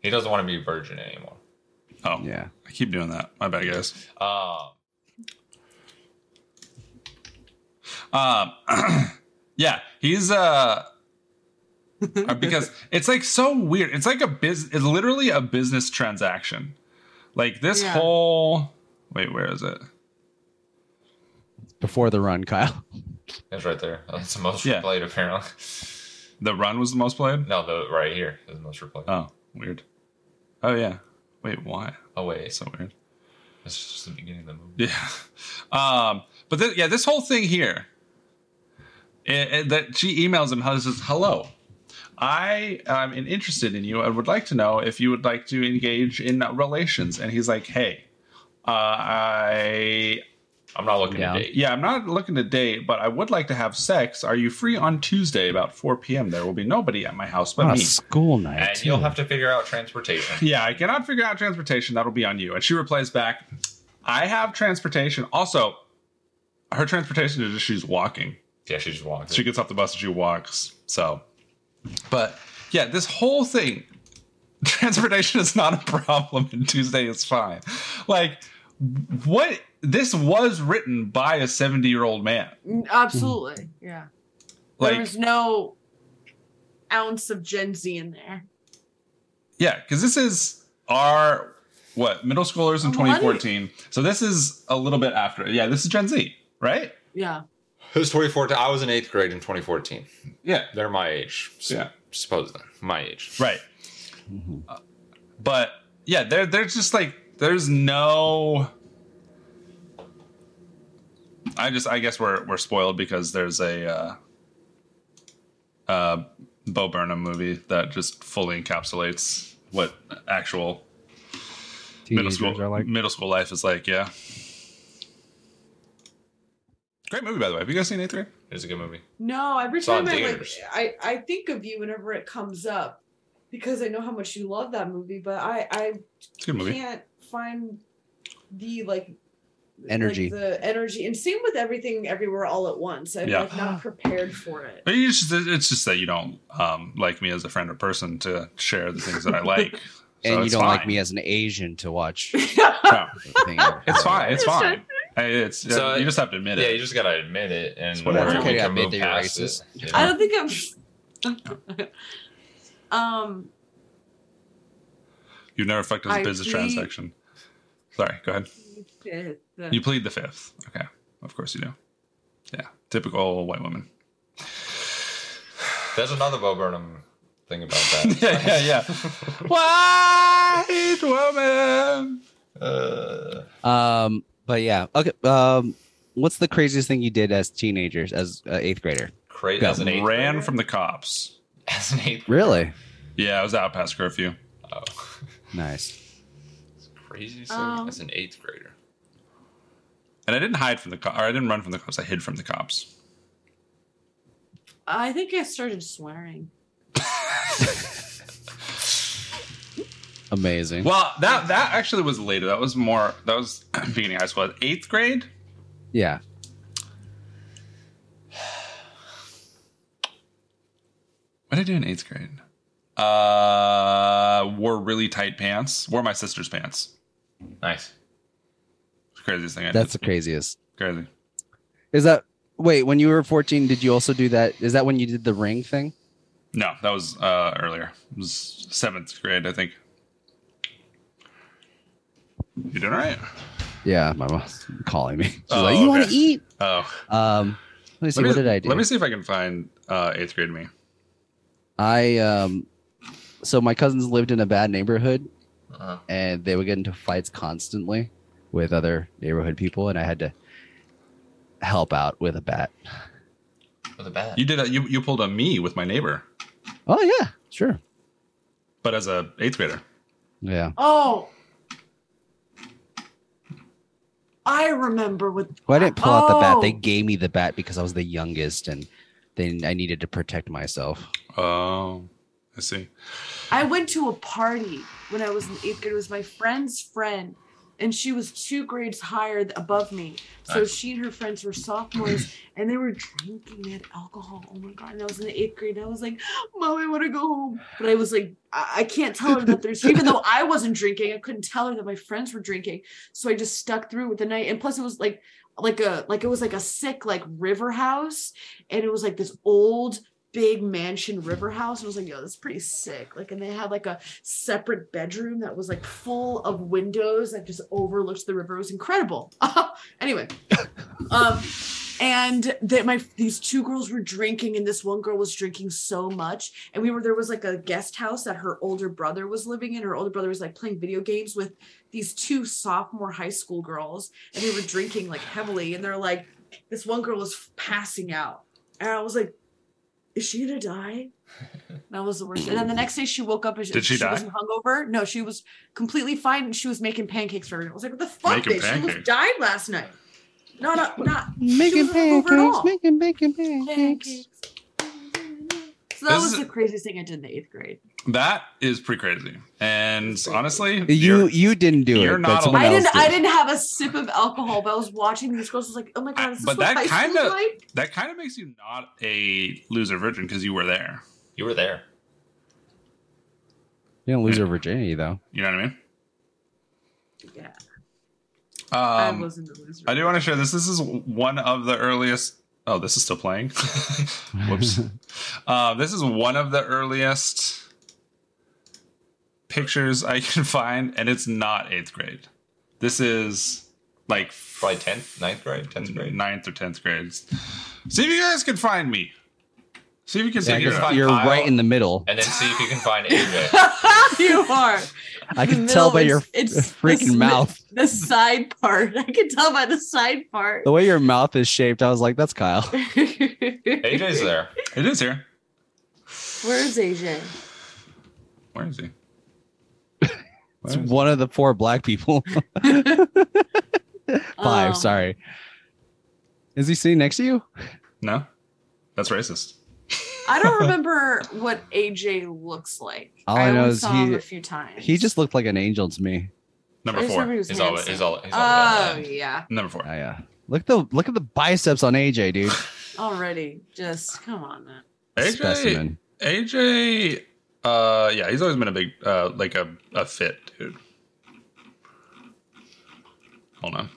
S4: He doesn't want to be a virgin anymore.
S3: Oh,
S1: Yeah.
S3: I keep doing that. My bad, guys.
S4: Um,
S3: Um, yeah, he's uh, because it's like so weird. It's like a biz. It's literally a business transaction. Like this
S2: Yeah.
S3: whole. Wait, where is it?
S1: Before the run, Kyle.
S4: it's right there. That's the most
S3: Yeah.
S4: replayed, apparently.
S3: The run was the most played.
S4: No, the right here is the most replayed.
S3: Oh, weird. Oh yeah. Wait, why?
S4: oh wait,
S3: It's so weird.
S4: it's just the beginning of the movie.
S3: Yeah. Um, but th- yeah, this whole thing here it- it- that she emails him and says, "Hello, I am interested in you and would like to know if you would like to engage in relations." And he's like, "Hey, uh, I
S4: I'm not looking
S1: Yeah.
S4: to date.
S3: yeah, I'm not looking to date, but I would like to have sex. Are you free on Tuesday about 4 p.m.? There will be nobody at my house but
S1: On a
S3: me."
S1: school night.
S4: And you'll have to figure out transportation.
S3: Yeah, I cannot figure out transportation. That'll be on you. And she replies back, I have transportation. Also, her transportation is just she's walking.
S4: Yeah, she just walks.
S3: She gets off the bus and she walks. So, but yeah, this whole thing, transportation is not a problem and Tuesday is fine. Like, what? This was written by a 70 year old man.
S2: absolutely. Yeah.
S3: Mm-hmm. Like,
S2: there was no ounce of Gen Z in there.
S3: Yeah, because this is our what middle schoolers in
S2: Oh, millennial-
S3: 2014. So this is a little bit after. Yeah, this is Gen Z, right?
S2: Yeah.
S4: Who's 2014? I was in eighth grade in 2014.
S3: Yeah,
S4: They're my age. s-
S3: Yeah.
S4: supposedly my age.
S3: right.
S1: Mm-hmm.
S3: Uh, But yeah, there there's just like there's no. I just I guess we're we're spoiled because there's a uh, uh, Bo Burnham movie that just fully encapsulates what actual middle
S1: Teenagers
S3: school
S1: are like.
S3: middle school life is like. Yeah. Great movie, by the way. Have you guys seen Eighth Grade?
S4: It was a good movie.
S2: No, every
S4: It's on
S2: time I like
S4: theaters.
S2: I, I think of you whenever it comes up because I know how much you love that movie, but I, I
S3: It's a good movie.
S2: can't find the like
S1: Energy.
S2: like, the energy, and same with everything everywhere all at once. I'm
S3: Yeah.
S2: like not prepared for it.
S3: But It's just, it's just that you don't um, like me as a friend or person to share the things that I like. So
S1: and you
S3: it's
S1: don't like
S3: fine.
S1: me as an Asian to watch.
S3: No,
S1: Thing.
S3: it's fine.
S2: It's
S3: It's fine. I- It's
S4: So-
S3: you just have to admit
S4: Yeah, you
S3: it.
S4: just gotta admit it, and
S1: It's
S4: we're
S1: whatever.
S4: we
S1: Okay,
S4: can
S1: admit
S4: move
S1: that you're
S4: past it.
S1: racist.
S4: Yeah.
S2: I don't think I'm. um,
S3: You've never fucked as a
S2: I
S3: business
S2: plead-
S3: transaction. Sorry, go ahead.
S2: the- the-
S3: You plead the fifth. Okay, of course you do. Yeah, typical white woman.
S4: There's another Bo Burnham thing about that.
S3: yeah, yeah, yeah. white woman.
S4: Uh,
S1: Um, but yeah. Okay. Um, what's the craziest thing you did as teenagers, as uh, eighth grader?
S4: cra-
S1: Got
S4: as an eighth,
S3: Ran from the cops.
S4: as an eighth,
S1: Really?
S3: Yeah, I was out past curfew.
S4: oh,
S1: Nice.
S4: crazy thing
S2: Um.
S4: as an eighth grader.
S3: And I didn't hide from the cops, or I didn't run from the cops. I hid from the cops.
S2: I think I started swearing.
S1: Amazing.
S3: Well, that that actually was later. That was more. That was beginning of high school. Eighth grade.
S1: yeah.
S3: What did I do in eighth grade? Uh, wore really tight pants. Wore my sister's pants.
S4: Nice.
S3: Craziest thing. I
S1: That's
S3: did.
S1: the craziest.
S3: crazy.
S1: Is that wait? When you were fourteen, did you also do that? Is that when you did the ring thing?
S3: No, that was uh earlier. It was seventh grade, I think. You doing all right?
S1: Yeah, my mom's calling me. She's
S3: Oh,
S1: like, "You want
S3: okay.
S1: to eat?"
S3: Oh,
S1: Um, let me see.
S3: let me,
S1: what did I do?
S3: Let me see if I can find uh eighth grade me.
S1: I um, so my cousins lived in a bad neighborhood,
S4: Uh-huh.
S1: and they would get into fights constantly with other neighborhood people, and I had to help out with a bat.
S4: With a bat.
S3: You did a, you you pulled a me with my neighbor,
S1: Oh yeah, sure.
S3: but as a eighth grader.
S1: Yeah.
S2: Oh. I remember what
S1: Well, I didn't pull out the bat. They
S2: Oh.
S1: gave me the bat because I was the youngest, and then I needed to protect myself.
S3: Oh, I see.
S2: I went to a party when I was in eighth grade. It was my friend's friend, and she was two grades higher th- above me. So
S4: Nice.
S2: she and her friends were sophomores, and they were drinking. They had alcohol. Oh my god! And I was in the eighth grade. And I was like, "Mom, I want to go home," but I was like, I-, "I can't tell her that there's." Even though I wasn't drinking, I couldn't tell her that my friends were drinking. So I just stuck through with the night. And plus, it was like like a like it was like a sick like river house, and it was like this old big mansion river house and I was like yo that's pretty sick like and they had like a separate bedroom that was like full of windows that just overlooked the river it was incredible anyway um and that my these two girls were drinking and this one girl was drinking so much and we were there was like a guest house that her older brother was living in her older brother was like playing video games with these two sophomore high school girls and they were drinking like heavily and they're like this one girl was passing out and i was like is she gonna die that was the worst and then the next day she woke up and
S3: Did she die?
S2: wasn't hungover no she was completely fine and she was making pancakes for everyone i was like what the fuck
S3: Making
S2: bitch? she almost
S3: pancakes.
S2: died last night not a, not
S1: Making
S2: wasn't hungover at
S1: pancakes,
S2: all.
S1: making bacon pancakes.
S2: So that
S3: This
S2: was
S3: is-
S2: the craziest thing I did in the eighth grade.
S3: That is pretty crazy. And honestly,
S1: You
S3: you're-
S1: you didn't do
S3: you're
S1: it,
S3: not
S1: but someone
S2: I
S1: else
S2: didn't.
S1: did.
S2: I didn't have a sip of alcohol, but I was watching these girls. I was like, "Oh my god, is this
S3: But
S2: what
S3: that
S2: high school
S3: kinda-
S2: is like?"
S3: that kind of makes you not a loser virgin because you were there.
S4: You were there.
S1: You didn't lose your virginity though.
S3: You know what I mean?
S2: Yeah, I
S3: Um,
S2: wasn't a loser.
S3: I do want to share this. This is one of the earliest. Oh, this is still playing. Whoops. uh, this is one of the earliest pictures I can find, and it's not eighth grade. This is like
S4: Probably 10th, ninth grade, 10th grade.
S3: ninth or tenth grades. See if you guys can find me. See if you can
S1: Yeah,
S3: figure it
S1: 'cause
S3: out.
S1: you're
S4: Kyle.
S1: right in the middle.
S4: And then see if you can find AJ.
S2: you are.
S1: I can
S2: The
S1: tell by
S2: middle
S1: your
S2: is- it's
S1: freaking
S2: the,
S1: mouth.
S2: The side part. I can tell by the side part.
S1: The way your mouth is shaped, I was like, "That's Kyle."
S4: AJ's there.
S3: It is here.
S2: Where's AJ?
S3: Where is he?
S1: It's one of the four black people. Five,
S2: Oh.
S1: sorry. Is he sitting next to you?
S3: No, that's racist.
S2: I don't remember what AJ looks like.
S1: All I know
S2: only
S1: is
S2: saw
S1: he-
S2: him a few times.
S1: He just looked like an angel to me.
S2: I
S3: Number
S2: just remember
S3: four.
S2: he was
S4: He's all,
S2: handsome.
S4: he's all, he's all
S2: Oh
S4: uh,
S2: yeah,
S3: Number
S1: Oh,
S3: four.
S1: yeah. Look the look at the biceps on AJ, dude.
S2: already. Just come on, man.
S3: AJ,
S1: Specimen.
S3: AJ, uh, yeah, he's always been a big, uh, like a, a fit dude. Hold on,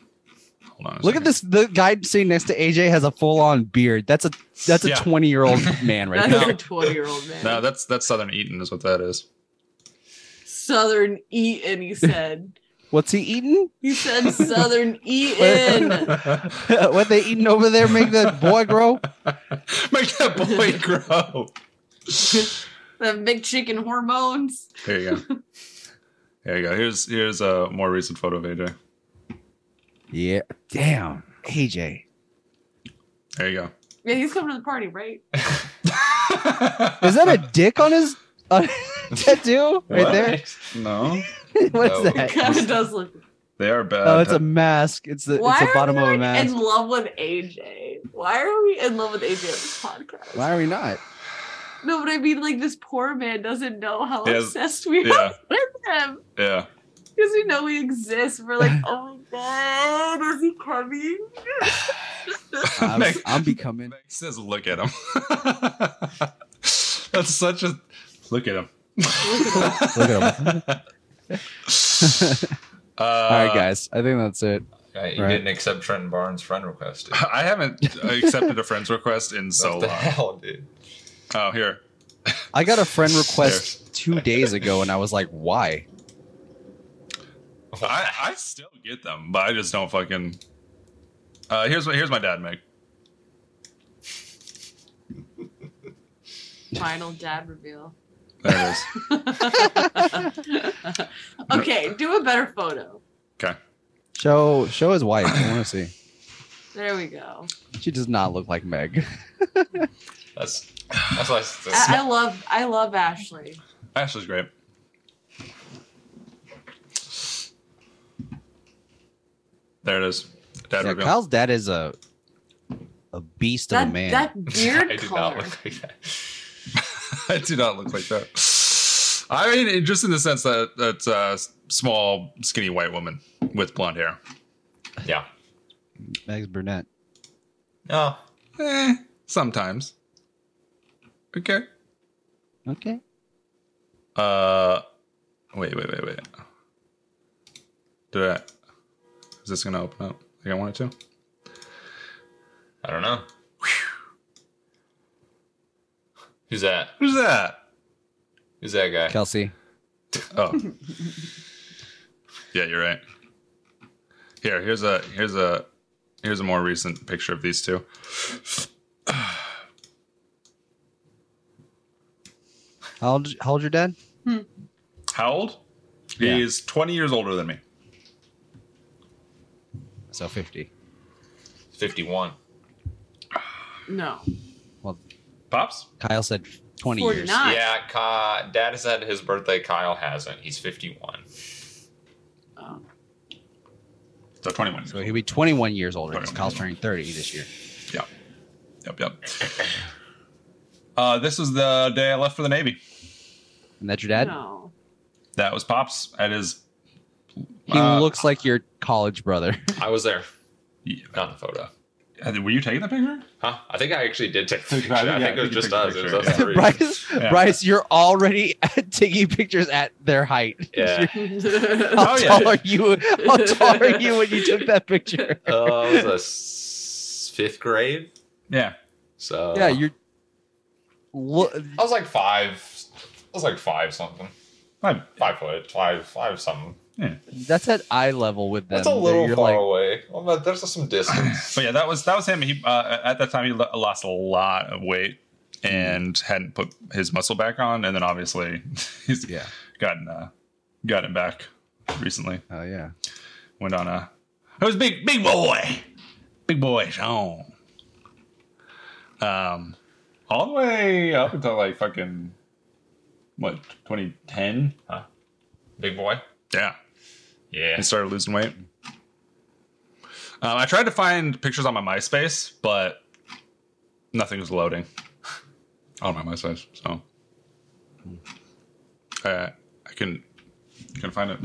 S3: hold on. a
S1: Look at
S3: second.
S1: this. The guy sitting next to AJ has a full on beard. That's a that's a
S3: Yeah.
S1: twenty year old man right
S2: That's
S1: there.
S2: a twenty-year-old man.
S3: No, that's that's Southern Eaton is what that is.
S2: Southern Eaton, he said.
S1: What's he eating?
S2: He said Southern Eaton.
S1: what they eating over there? Make that boy grow.
S3: Make that boy grow.
S2: The big chicken hormones.
S3: There you go. There you go. Here's here's a more recent photo of AJ.
S1: Yeah. Damn, AJ.
S3: There you go.
S2: Yeah, he's coming to the party, right?
S1: Is that a dick on his on his tattoo right
S3: What?
S1: there?
S3: No,
S1: What's
S4: No.
S2: It
S1: that?
S2: kind of does look.
S3: they are bad.
S1: Oh, it's a mask. It's the
S2: Why
S1: it's the
S2: are
S1: bottom
S2: we
S1: of a
S2: like,
S1: mask.
S2: in love with AJ? Why are we in love with AJ on this podcast?
S1: Why are we not?
S2: No, but I mean, like this poor man doesn't know how
S3: He has-
S2: obsessed we
S3: yeah.
S2: are with him
S3: yeah.
S2: because we know we exist. We're like, oh my god, is he coming?
S1: I'm,
S3: Meg-
S1: I'm becoming.
S3: Meg says, "Look at him." That's such a look at him.
S1: Look at him.
S3: Uh,
S1: All right, guys. I think that's it.
S4: Right, you
S1: Right.
S4: didn't accept Trenton Barnes' friend request. Dude.
S3: I haven't accepted a friend's request in so
S4: What the
S3: long.
S4: hell, dude?
S3: Oh, here.
S1: I got a friend request two days ago, and I was like, "Why?"
S3: I, I still get them, but I just don't fucking. Uh, here's what here's my dad make.
S2: Final dad reveal.
S3: There it is.
S2: okay, do a better photo.
S3: Okay.
S1: Show show his wife. I want to see.
S2: There we go.
S1: She does not look like Meg.
S4: That's that's why. It's, that's,
S2: I, I love I love Ashley.
S3: Ashley's great. There it is. Dad
S1: Yeah,
S3: reveal.
S1: Kyle's dad is a a beast of a
S2: That
S1: man.
S2: that
S4: I
S2: beard
S4: did
S2: color.
S4: not look like that.
S3: I do not look like that. I mean, it- just in the sense that that's a small, skinny white woman with blonde hair.
S4: Yeah.
S1: Meg's brunette.
S4: No.
S3: Eh, sometimes. Okay.
S1: Okay.
S3: Uh, wait, wait, wait, wait. Did I? Is this gonna open up like I wanted to?
S4: I don't know. Who's that?
S3: Who's that?
S4: Who's that guy?
S1: Kelsey.
S3: Oh. yeah, you're right. Here, here's a here's a here's a more recent picture of these two.
S1: How old, how old's your dad?
S3: How old?
S1: Yeah.
S3: He's 20 years older than me.
S1: So fifty.
S4: Fifty-one.
S2: No.
S1: Well,
S3: Pops?
S1: Kyle said twenty years.
S2: 49.
S4: Yeah, Ka- Dad has had his birthday. Kyle hasn't. He's fifty-one.
S2: Oh.
S3: So 21.
S1: So he'll be twenty-one years older because
S3: 21.
S1: Kyle's turning thirty this year.
S3: Yep. Yep, yep. Uh, this was the day I left for the Navy.
S1: And that's your dad.
S2: No.
S3: That was Pops at his.
S1: He
S3: Uh,
S1: looks like your college brother.
S4: I was there.
S3: Yeah.
S4: Not in the
S1: Oh.
S4: photo.
S3: Were you taking the picture?
S4: Huh? I think I actually did take the picture.
S3: I
S4: I
S3: think-
S4: think,
S3: yeah, I
S4: it was
S3: think you
S4: just
S3: took the
S4: us. It was
S3: picture,
S4: us
S3: yeah.
S4: three.
S1: Bryce,
S3: Yeah.
S1: Bryce, you're already taking pictures at their height.
S4: Yeah.
S1: How
S3: Oh, yeah.
S1: tall are you? How tall are you when you took that picture?
S4: Uh, it was a s- fifth grade.
S3: Yeah.
S4: So
S3: Uh,
S1: yeah, you're. Lo-
S4: I was like five. I was like five something.
S3: Fine.
S4: Five foot. Five. Five something.
S1: that's at eye level with them.
S4: That's a little
S1: You're
S4: far
S1: like,
S4: away. Well, but there's some distance.
S3: But yeah, that was that was him. He uh, at that time he lo- lost a lot of weight
S1: Mm.
S3: and hadn't put his muscle back on, and then obviously he's
S1: Yeah.
S3: gotten uh, gotten back recently.
S1: Oh yeah.
S3: Went on a. It was big big boy, big boy Sean. Um, all the way up until like fucking what 2010.
S4: Big boy.
S3: Yeah.
S4: Yeah.
S3: and started losing weight. Um, I tried to find pictures on my MySpace, but nothing was loading on my MySpace, so
S4: Hmm.
S3: uh, I couldn't couldn't find it.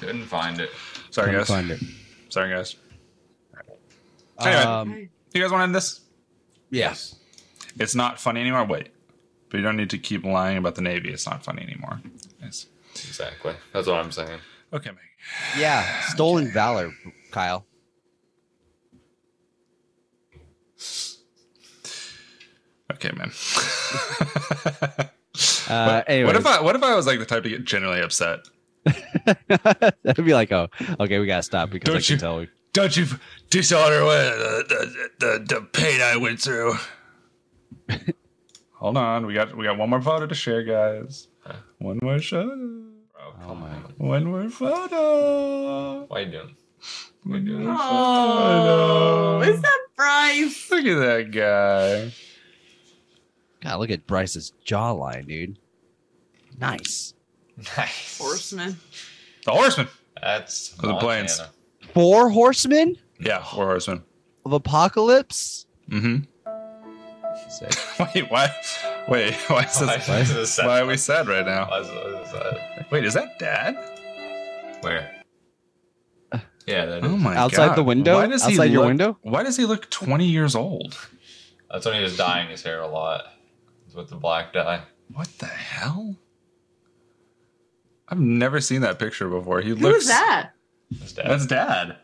S4: Couldn't find it.
S3: Sorry
S1: Couldn't
S3: guys.
S1: Find it.
S3: Sorry guys. Anyway.
S1: Um,
S3: You guys want to end this?
S1: yes.
S3: It's not funny anymore. Wait, but you don't need to keep lying about the Navy. It's not funny anymore. It's-
S4: Exactly. That's what I'm saying.
S3: okay, Meg.
S1: Yeah. Stolen valor, Kyle.
S3: Okay, man.
S1: Uh, anyway,
S3: What if I what if I was like the type to get generally upset?
S1: That'd be like, oh, okay, we gotta stop because I
S3: Don't
S1: can
S3: you-
S1: tell. we-
S3: Don't you dishonor uh, the, the, the, the pain I went through. Hold on, we got we got one more photo to share, guys. One more shot.
S4: Bro, come
S1: Oh my.
S4: on.
S3: One more photo.
S4: Why you doing?
S3: One more
S2: Oh,
S3: photo.
S2: is that Bryce?
S3: Look at that guy.
S1: God, look at Bryce's jawline, dude. Nice.
S4: Nice.
S2: Horseman.
S3: The horseman.
S4: That's
S3: Of the planes.
S4: Montana.
S1: Four horsemen
S3: Yeah, four horsemen.
S1: of apocalypse.
S3: Mm-hmm.
S1: Sick.
S3: Wait, why? Wait, why is
S4: Why
S3: this?
S4: is this sad?
S3: Why are we sad right
S4: Why
S3: now?
S4: is this sad?
S3: Wait, is that dad?
S4: Where? Yeah, that is.
S3: Oh my god!
S1: Outside the window?
S3: Why does he
S1: Outside your
S3: look-
S1: window?
S3: Why does he look twenty years old?
S4: That's when he was dyeing his hair a lot with the black dye.
S3: What the hell?
S9: I've never seen that picture before. He
S2: Who
S9: looks.
S2: was that?
S4: His dad.
S9: That's dad.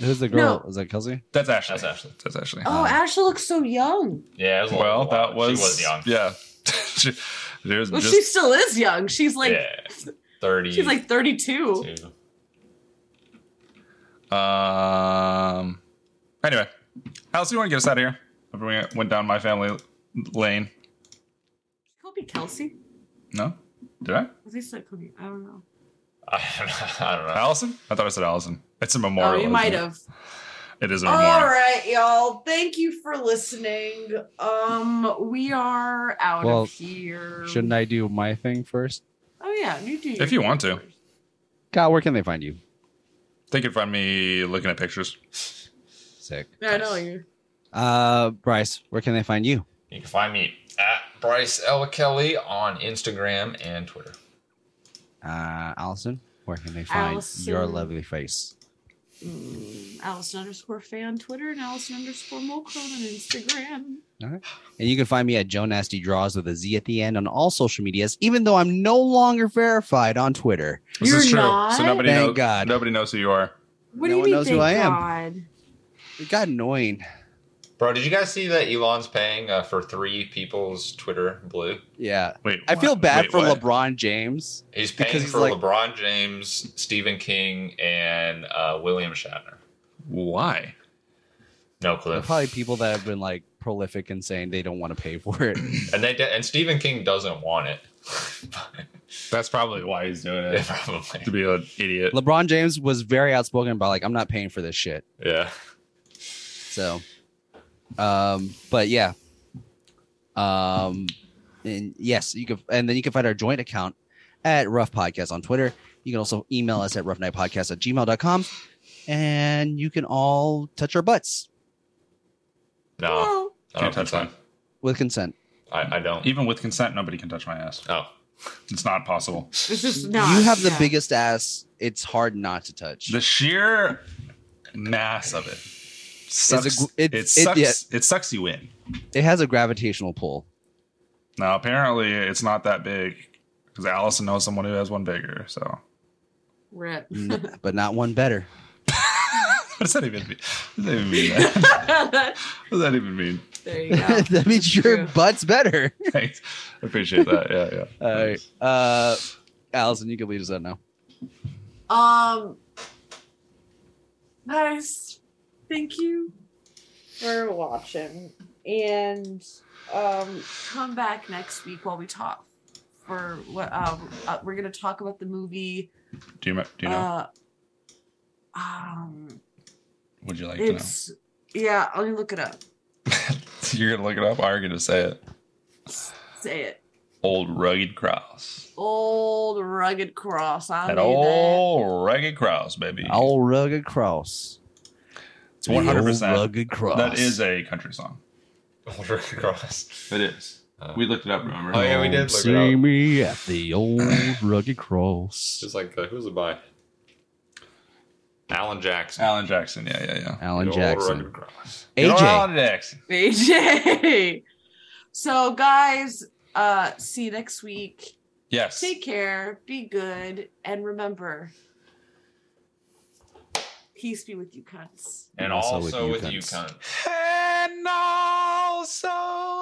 S1: Who's the girl?
S2: No.
S1: Was that Kelsey?
S9: That's Ashley.
S4: That's Ashley.
S9: That's Ashley.
S3: uh,
S2: Oh, Ashley looks so young.
S4: yeah, it was a
S9: well,
S4: little
S9: that
S4: while.
S9: was.
S4: she was young.
S9: Yeah. she, there's
S2: Well, she
S9: just.
S2: still is young. She's like
S4: yeah, thirty.
S2: she's like 32.
S9: Um. Anyway, Alice, you want to get us out of here? After we went down my family lane.
S2: Kobe Kelsey?
S9: No, did I?
S2: At least like Kobe. I don't know.
S4: I don't know. I don't know.
S9: Allison? I thought I said Allison. It's a
S2: Oh,
S9: memorial.
S2: you
S9: isn't
S2: might
S9: it?
S2: have.
S9: It is a
S2: All
S9: memorial.
S2: right, y'all. Thank you for listening. Um, we are out
S1: Well,
S2: of here.
S1: Shouldn't I do my thing first?
S2: Oh yeah, you do.
S9: If you want to.
S1: Kyle, where can they find you?
S9: They can find me looking at pictures.
S1: Sick.
S2: Yeah, I know you.
S1: Uh, Bryce, where can they find you?
S4: You can find me at Bryce L Kelly on Instagram and Twitter.
S1: Uh, Allison, where can they find your
S2: Allison.
S1: lovely face?
S2: Mm, Allison underscore fan Twitter and Allison underscore Mulcron on Instagram.
S1: And you can find me at Joe Nasty Draws with a Z at the end on all social medias, even though I'm no longer verified on Twitter.
S9: This
S2: You're
S9: is true.
S2: not?
S9: So nobody
S1: Thank
S9: knows
S1: God.
S9: nobody knows who you are.
S1: No
S2: What do you
S1: one
S2: mean?
S1: knows who
S2: thank
S1: I
S2: God?
S1: It got annoying.
S4: Bro, did you guys see that Elon's paying uh, for three people's Twitter blue?
S1: Yeah.
S9: Wait.
S1: I feel
S9: what?
S1: bad
S9: Wait,
S1: for
S9: what?
S1: LeBron James.
S4: He's paying
S1: Because he's
S4: for
S1: like-
S4: LeBron James, Stephen King, and uh, William Shatner.
S9: Why?
S1: There
S4: No
S1: are
S4: clue.
S1: probably people that have been like prolific and saying they don't want to pay for it.
S4: And they de- and Stephen King doesn't want it.
S9: That's probably why he's doing
S4: Yeah,
S9: it. to
S4: Probably.
S9: be an idiot.
S1: LeBron James was very outspoken about like I'm not paying for this shit.
S4: Yeah.
S1: So, um, but yeah, um, and yes, you can, and then you can find our joint account at Rough Podcast on Twitter. You can also email us at roughnightpodcast at gmail.com and you can all touch our butts
S4: No. I don't
S9: Can't touch
S4: touch that.
S9: mine.
S1: with consent.
S4: I, I don't.
S3: Even with consent, nobody can touch my ass.
S4: Oh.
S3: It's not possible.
S2: It's just not.
S1: you have the
S2: yeah.
S1: biggest ass. It's hard not to touch.
S3: The sheer mass of it sucks.
S1: gr- it-
S3: it,
S1: it-
S3: sucks.
S1: yeah.
S3: It sucks you in.
S1: it has a gravitational pull.
S3: Now, apparently, it's not that big because Allison knows someone who has one bigger. So,
S2: Rip.
S1: N- but not one better.
S3: what does that even mean? What does that even mean? What does that even mean?
S2: there you go.
S1: that means your
S2: True.
S1: butt's better.
S3: Thanks. I appreciate that. Yeah, yeah.
S1: All right. Uh, Allison, you can lead us out now.
S2: Um, guys, thank you for watching, and um, come back next week while we talk for what um, uh, we're gonna talk about the movie.
S3: Do you, do you know?
S2: Uh, um,
S3: Would you like to know?
S2: it's yeah. Let me look it up.
S3: You're going to look it up? I'm going to say it.
S2: Say it.
S3: Old Rugged Cross.
S2: Old rugged cross. I
S3: That
S2: knew that.
S3: old Rugged Cross, baby.
S1: All rugged cross.
S3: It's 100%.
S1: The old rugged cross.
S3: That is a country song.
S4: Older cross.
S3: It is.
S4: Uh,
S3: We looked it up, remember?
S4: Oh, yeah, we did look
S1: See
S4: it up.
S1: me at the old rugged cross.
S4: Just like, uh, who's the by? Alan Jackson.
S3: Alan Jackson. Yeah, yeah, yeah.
S1: Alan
S4: The old
S1: Jackson.
S4: rugged cross.
S3: Good old
S1: AJ.
S3: Alan Jackson.
S2: AJ. So guys, uh, see you next week.
S3: Yes.
S2: Take care, be good, and remember peace be with you, cunts.
S4: And also with you, cunt.
S3: And also.